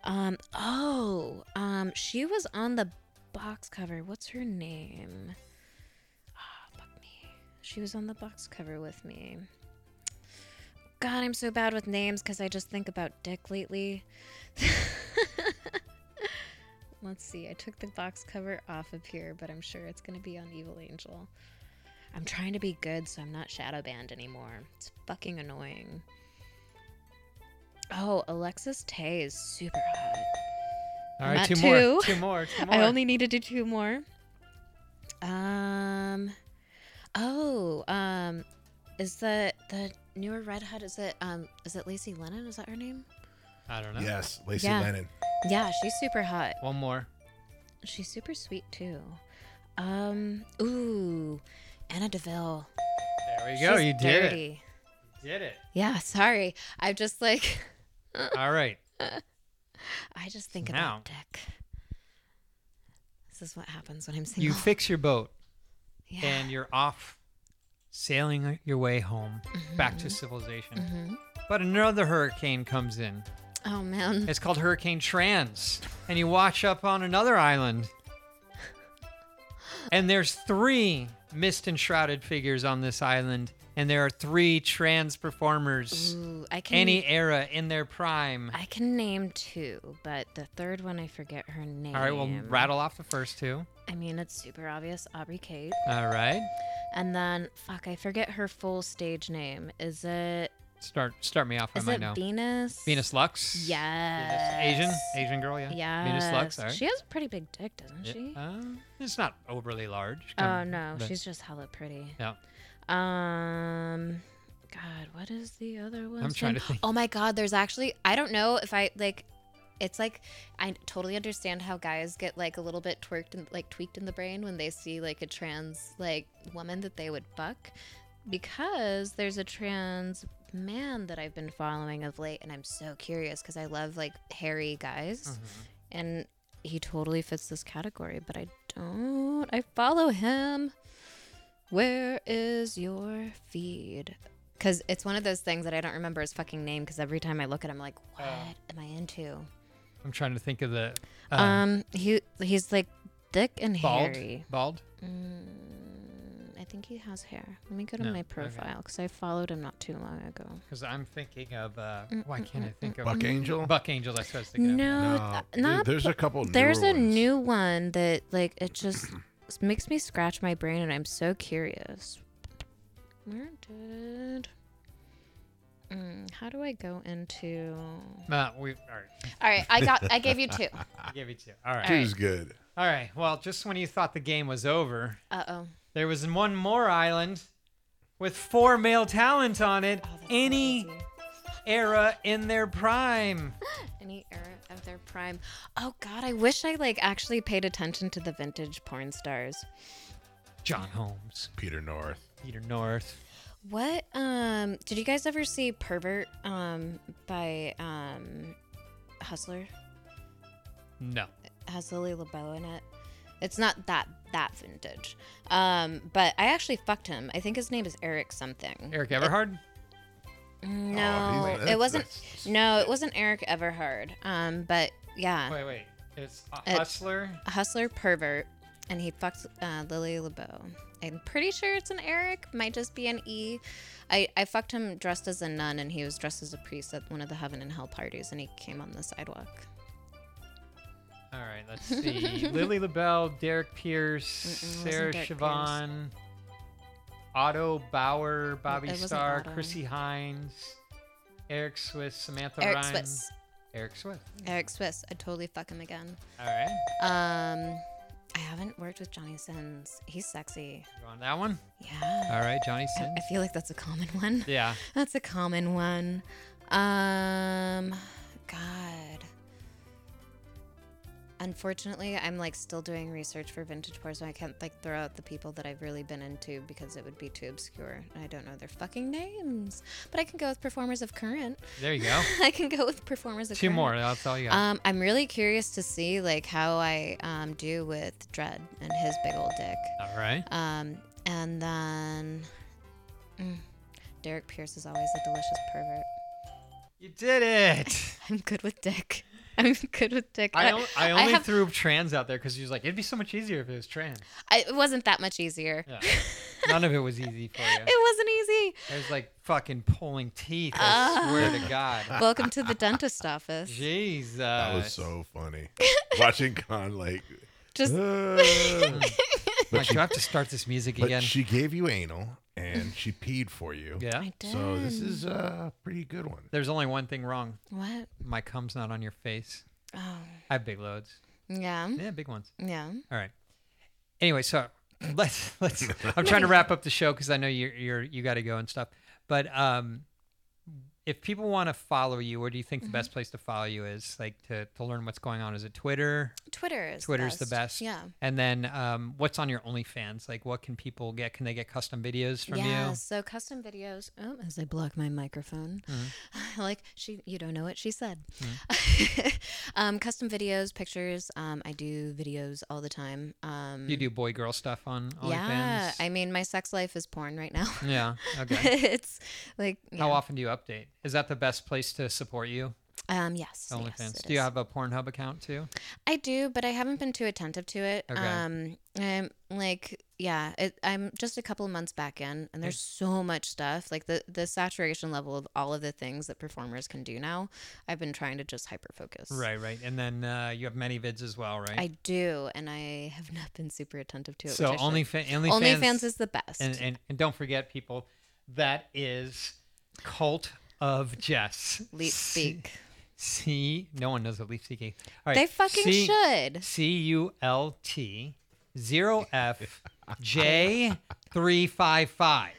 Um. Oh. Um. She was on the box cover. What's her name? Ah, fuck me. She was on the box cover with me. God, I'm so bad with names because I just think about dick lately. Let's see. I took the box cover off of here, but I'm sure it's going to be on Evil Angel. I'm trying to be good so I'm not shadow banned anymore. It's fucking annoying. Oh, Alexis Tay is super hot. All right, at two, more, two. two more. Two more. I only need to do two more. Um, oh, um, is the the newer Red Hood? Is it um is it Lacey Lennon? Is that her name? I don't know. Yes, Lacey Yeah. Lennon. Yeah, she's super hot. One more. She's super sweet too. Um, ooh, Anna Deville. There we go. She's you did it. dirty. You Did it. Yeah, sorry. I just like All right. I just think Now- about dick. This is what happens when I'm single. You fix your boat yeah. and you're off sailing your way home Mm-hmm. back to civilization. But another hurricane comes in. oh man. It's called Hurricane Trans. And you watch up on another island. And there's three mist enshrouded figures on this island. And there are three trans performers. Ooh, I can Any era in their prime. I can name two, but the third one I forget her name. All right, we'll rattle off the first two. I mean, it's super obvious, Aubrey Kate. All right. And then fuck, I forget her full stage name. Is it Start start me off. is I might it know. Venus? Venus Lux. Yes. Venus- Asian. Asian girl, yeah. Yes. Venus Lux. All right. She has a pretty big dick, doesn't she? Uh, it's not overly large. oh kind of, no, but- she's just hella pretty. Yeah. Um, God, what is the other one? trying to think. Oh my God, there's actually I don't know if I like. It's like I totally understand how guys get like a little bit twerked and like tweaked in the brain when they see like a trans like woman that they would fuck, because there's a trans man that I've been following of late, and I'm so curious because I love like hairy guys, Mm-hmm. and he totally fits this category, but I don't. I follow him. Where is your feed? Because it's one of those things that I don't remember his fucking name because every time I look at him, I'm like, what am I into? I'm trying to think of the Um, um, he he's like thick and bald. hairy. Bald. Mm, I think he has hair. Let me go to No, my okay. profile because I followed him not too long ago. Because I'm thinking of uh, Mm, why can't I think of Buck Angel. Buck Angel? That's what I was thinking. of. No, No, th- dude, not. there's a couple. there's newer a ones. new one that like it just s- makes me scratch my brain, and I'm so curious. Where did? Mm, how do I go into? Uh, we all right. All right, I got. I gave you two. I gave you two. All right. All right. Two's good. All right. Well, just when you thought the game was over, Uh oh. there was one more island with four male talent on it. Any era in their prime. Any era of their prime. Oh God, I wish I like actually paid attention to the vintage porn stars. John Holmes, Peter North. Peter North. What? Um. Did you guys ever see "Pervert" um by um Hustler? No. has Lily LeBeau in it. It's not that that vintage. Um, but I actually fucked him. I think his name is Eric something. Eric Everhard. Oh, No, he's- it wasn't. that's- No, it wasn't Eric Everhard. Um, but yeah, Wait, wait. It's a It- hustler. a hustler pervert, and he fucks uh, Lily LeBeau. I'm pretty sure it's an Eric. Might just be an E. I, I fucked him dressed as a nun, and he was dressed as a priest at one of the heaven and hell parties, and he came on the sidewalk. All right, let's see. Lily LaBelle, Derek Pierce, wasn't Sarah Derek Pierce. Siobhan, Otto Bauer, Bobby it wasn't Starr, Otto. Chrissy Hines, Eric Swiss, Samantha Eric Ryan. Swiss. Eric Swiss. Eric Swiss. I'd totally fuck him again. All right. Um, I haven't worked with Johnny Sins. He's sexy. You want that one? Yeah. All right, Johnny I, Sin. I feel like that's a common one. Yeah. That's a common one. Um, God. Unfortunately, I'm like still doing research for vintage porn, so I can't like throw out the people that I've really been into because it would be too obscure. and I don't know their fucking names, but I can go with performers of current. There you go. I can go with performers of Two current. more. That's all you got. Um, I'm really curious to see like how I um, do with Dread and his big old dick. all right. Um, and then mm, Derek Pierce is always a delicious pervert. You did it. I'm good with dick. I'm good with dick. I, on- I only have, threw trans out there because he was like, it'd be so much easier if it was trans. I, it wasn't that much easier. Yeah. None of it was easy for you. It wasn't easy. It was like fucking pulling teeth. I swear to God. Welcome to the dentist office. Jesus. That was so funny. Watching Con like, Just "Ah." Like, you have to start this music but again. she gave you anal and she peed for you. yeah. I did. So this is a pretty good one. There's only one thing wrong. what? My cum's not on your face. Oh, I have big loads. yeah, Yeah, big ones. yeah. All right. Anyway, so let's let's. I'm trying to wrap up the show because I know you're you're you got to go and stuff. But um, if people want to follow you, where do you think Mm-hmm. the best place to follow you is? Like to to learn what's going on? Is it Twitter? Twitter is Twitter's the best. Yeah. And then um, what's on your OnlyFans? Like, what can people get? Can they get custom videos from yeah, you? so custom videos. Oh, as I block my microphone, Mm-hmm. like she, you don't know what she said. um, custom videos, pictures. Um, I do videos all the time. Um, You do boy girl stuff on OnlyFans. yeah, I mean, my sex life is porn right now. yeah. Okay. it's like yeah. How often do you update? Is that the best place to support you? Um, yes, yes, OnlyFans. it do you is. have a Pornhub account too? I do, but I haven't been too attentive to it. Okay. Um, I'm like, yeah, it, I'm just a couple of months back in, and there's Mm. so much stuff. Like the the saturation level of all of the things that performers can do now. I've been trying to just hyper focus. Right, right. And then uh, you have many vids as well, right? I do, and I have not been super attentive to it. so which I only should. fa- only OnlyFans, fans is the best. and, and and don't forget people that is cult of Jess Leap speak. C no one knows what leap speak is. All right, They fucking C- should. C U L T zero F J three five five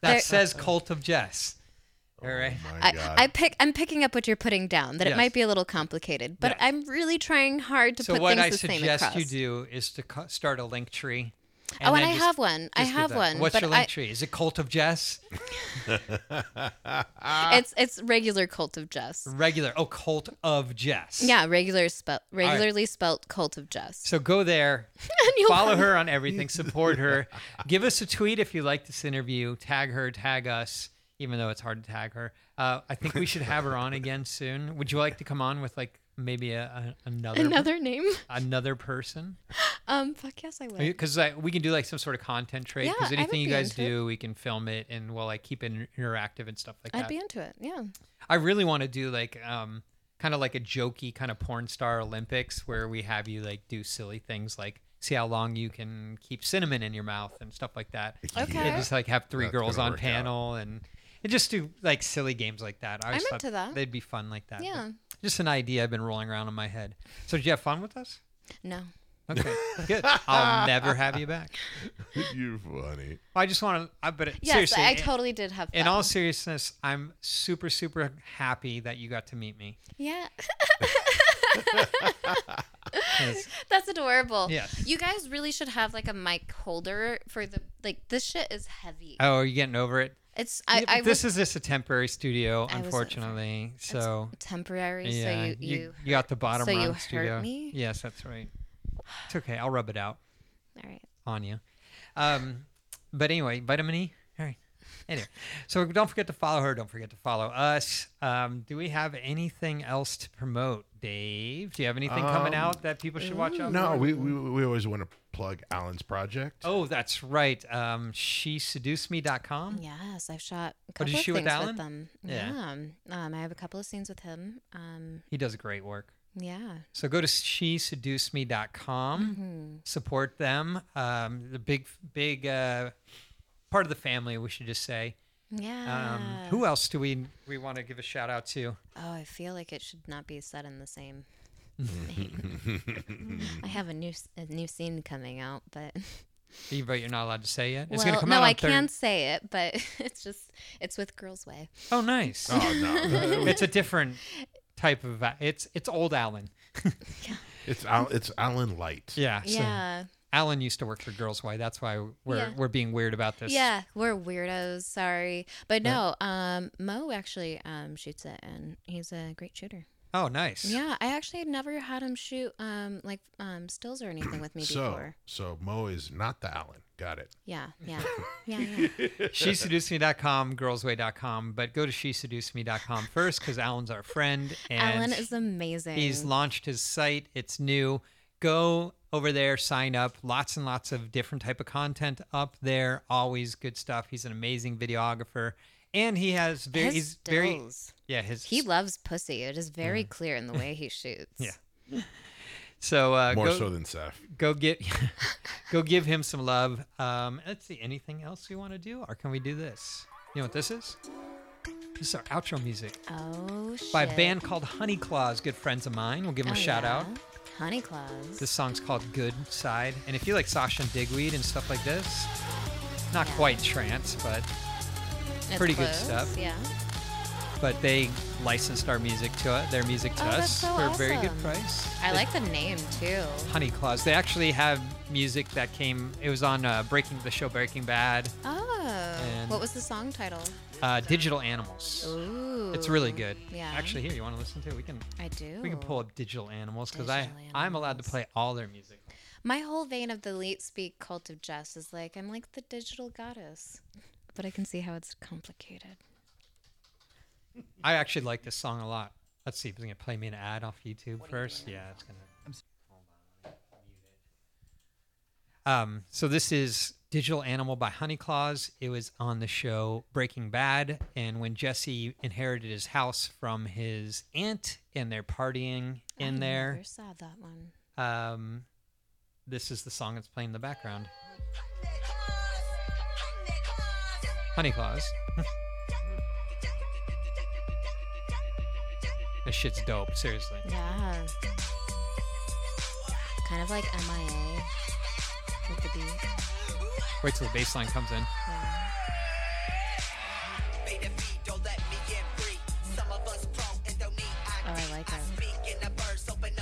that There- says cult of Jess. All right. My I, God. I pick. I'm picking up what you're putting down. That Yes. it might be a little complicated, but Yes. I'm really trying hard to So put what things I the same across. suggest you do is to co- start a link tree. oh, and then I just- have one. I just do have that. one. What's but your link I- tree? Is it Cult of Jess? it's it's regular cult of Jess. Regular. Oh, Cult of Jess. Yeah, regular spelt regularly spelt cult of Jess. So go there, you'll follow her on everything, support her. Give us a tweet if you like this interview. Tag her, tag us, even though it's hard to tag her. Uh, I think we should have her on again soon. Would you like to come on with like maybe a, a, another Another name? another person? Um, fuck yes, I will. Because like, we can do like some sort of content trade. Because Yeah, I would anything you be guys into it. do, we can film it and we'll like keep it inter- interactive and stuff like that. I'd be into it. Yeah. I really want to do like um kind of like a jokey kind of porn star Olympics where we have you like do silly things like see how long you can keep cinnamon in your mouth and stuff like that. Okay. And just like have three That's girls gonna on work out. panel and and just do like silly games like that. I always I'm thought into that. They'd be fun like that. but Yeah. Just an idea I've been rolling around in my head. So did you have fun with us? No. Okay, good. I'll never have you back. You're funny. I just want to. I But it, Yes, seriously, I in- totally did have fun. in all seriousness, I'm super super happy that you got to meet me. yeah. 'Cause- That's adorable. Yes. You guys really should have like a mic holder for the like this shit is heavy. Oh, are you getting over it? It's I, Yeah, I this was is just a temporary studio, I was unfortunately. So temporary, yeah, so you, you, got the bottom so you rung hurt studio. me? Yes, that's right. It's okay. I'll rub it out all right. on you. Um, but anyway, vitamin E. All right. Anyway, so don't forget to follow her. Don't forget to follow us. Um, do we have anything else to promote, Dave? Do you have anything coming out that people should watch out? No, for? we, we we always want to plug Alan's project. Oh, that's right. Um, she seduced com. Yes, I've shot a Oh, couple did of you shoot things with with, Alan? them. Yeah. Um, I have a couple of scenes with him. Um, He does great work. yeah. So go to sheseducedme.com, Mm-hmm. support them. Um, the big, big uh, part of the family, we should just say. Yeah. Um, Ah. Who else do we we want to give a shout out to? Oh, I feel like it should not be said in the same. I have a new s- a new scene coming out, but You- But you're not allowed to say yet. It's going to well, come no, out. on I thir- can say it, but it's just it's with Girls Way. Oh, nice. Oh no, it's a different type of. It's it's old Alan. it's Al, it's Alan Light. Yeah. so yeah, Alan used to work for Girls Way. That's why we're Yeah. we're being weird about this. yeah, we're weirdos. Sorry, but no, um, Mo actually um shoots it, and he's a great shooter. Oh, nice. Yeah, I actually had never had him shoot um like um stills or anything with me So before. so Mo is not the Alan. Got it. Yeah, yeah, yeah, yeah. she seduced me.com, girlsway.com, but go to she seduced me.com first because Alan's our friend. And Alan is amazing. He's launched his site. It's new. Go over there, sign up. Lots and lots of different type of content up there. Always good stuff. He's an amazing videographer, and he has very His he's very stills. yeah his He loves pussy. It is very clear in the way he shoots. Yeah. so uh, More go, so than Seth. go get go give him some love. Um, let's see anything else we want to do, or can we do this? You know what this is? This is our outro music Oh shit. by a band called Honey Claws. Good friends of mine. We'll give them Oh, a shout yeah. out. Honey Claus. This song's called Good Side. And if you like Sasha and Digweed and stuff like this, not quite trance, but It's pretty good close, stuff. Yeah. but they licensed our music to it, their music to Oh, us that's so for a very good awesome. price. I They- like the name too. Honey Claws. They actually have music that came. It was on uh, Breaking the show Breaking Bad, uh, Oh. And- what was the song title? uh, Digital Animals. Ooh. It's really good. Yeah. Actually, here you want to listen to? it? We can. I do. We can pull up Digital Animals because I Digital I'm allowed to Animals. play all their music. My whole vein of the late speak cult of Jess is like I'm like the digital goddess, but I can see how it's complicated. I actually like this song a lot. Let's see if it's gonna play me an ad off YouTube first. Yeah, it's gonna. Hold on, let me mute it. Um, so this is Digital Animal by Honey Claws. It was on the show Breaking Bad, and when Jesse inherited his house from his aunt, and they're partying in I there. Never saw that one. Um, this is the song that's playing in the background. Honey Claws. This shit's dope, seriously. Yeah. Kind of like MIA with the beat. Wait till the bass line comes in. Yeah. Oh, I like it.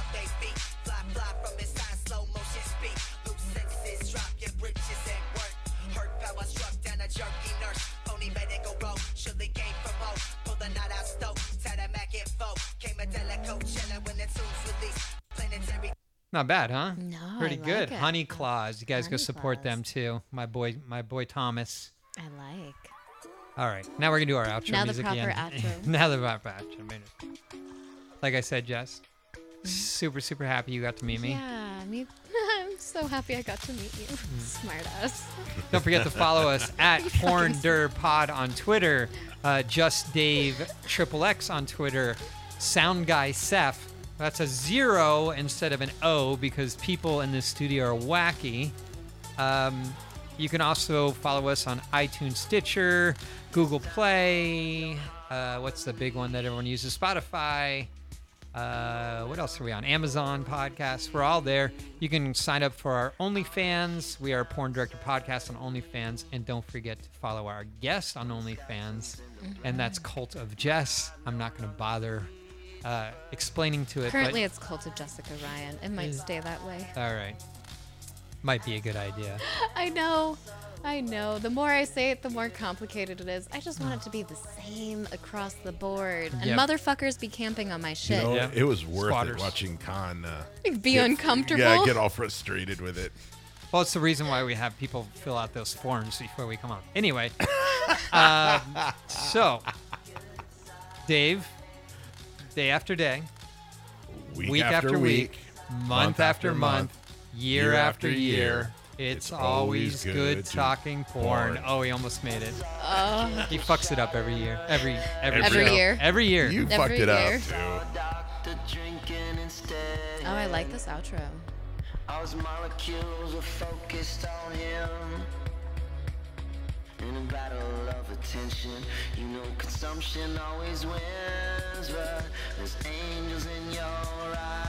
Not bad, huh? No, pretty I like good. it. Honey Claws, you guys go Honey support Claws. them too. My boy, my boy Thomas. I like. All right, now we're gonna do our outro Now the music proper again. outro. now the proper outro. minute. Like I said, Jess, super super happy you got to meet me. Mm-hmm. Yeah, me. I'm so happy I got to meet you, Mm. smartass. Don't forget to follow us at Porn Der Pod on Twitter, uh, Just Dave Triple X on Twitter, Sound Guy Seth. That's a zero instead of an O because people in this studio are wacky. Um, you can also follow us on iTunes, Stitcher, Google Play. Uh, what's the big one that everyone uses? Spotify. Uh, what else are we on? Amazon podcasts. We're all there. You can sign up for our OnlyFans. We are Porn Director Podcast on OnlyFans, and don't forget to follow our guest on OnlyFans, and that's Mm-hmm. Cult of Jess. I'm not going to bother uh, explaining to it. Currently, but, it's Cult of Jessica Ryan. It Mm. might stay that way. all right, might be a good idea. I know. I know. The more I say it, the more complicated it is. I just want it to be the same across the board. And Yep. motherfuckers be camping on my You shit. know, Yeah. it was worth Squatters. it watching Khan. Uh, be get- uncomfortable. Yeah, get all frustrated with it. Well, it's the reason why we have people fill out those forms before we come on. Anyway, um, so Dave, day after day, Week, week after, week, month, after, month, year, after year, it's, always good, to talking porn. porn. Oh, he almost made it. Oh, he fucks it up every year. Every every, Every show. year. Every year. You Every fucked it year. up, dude. Oh, I like this outro. Those molecules are focused on him. In a battle of attention, you know consumption always wins, but there's angels in your eyes.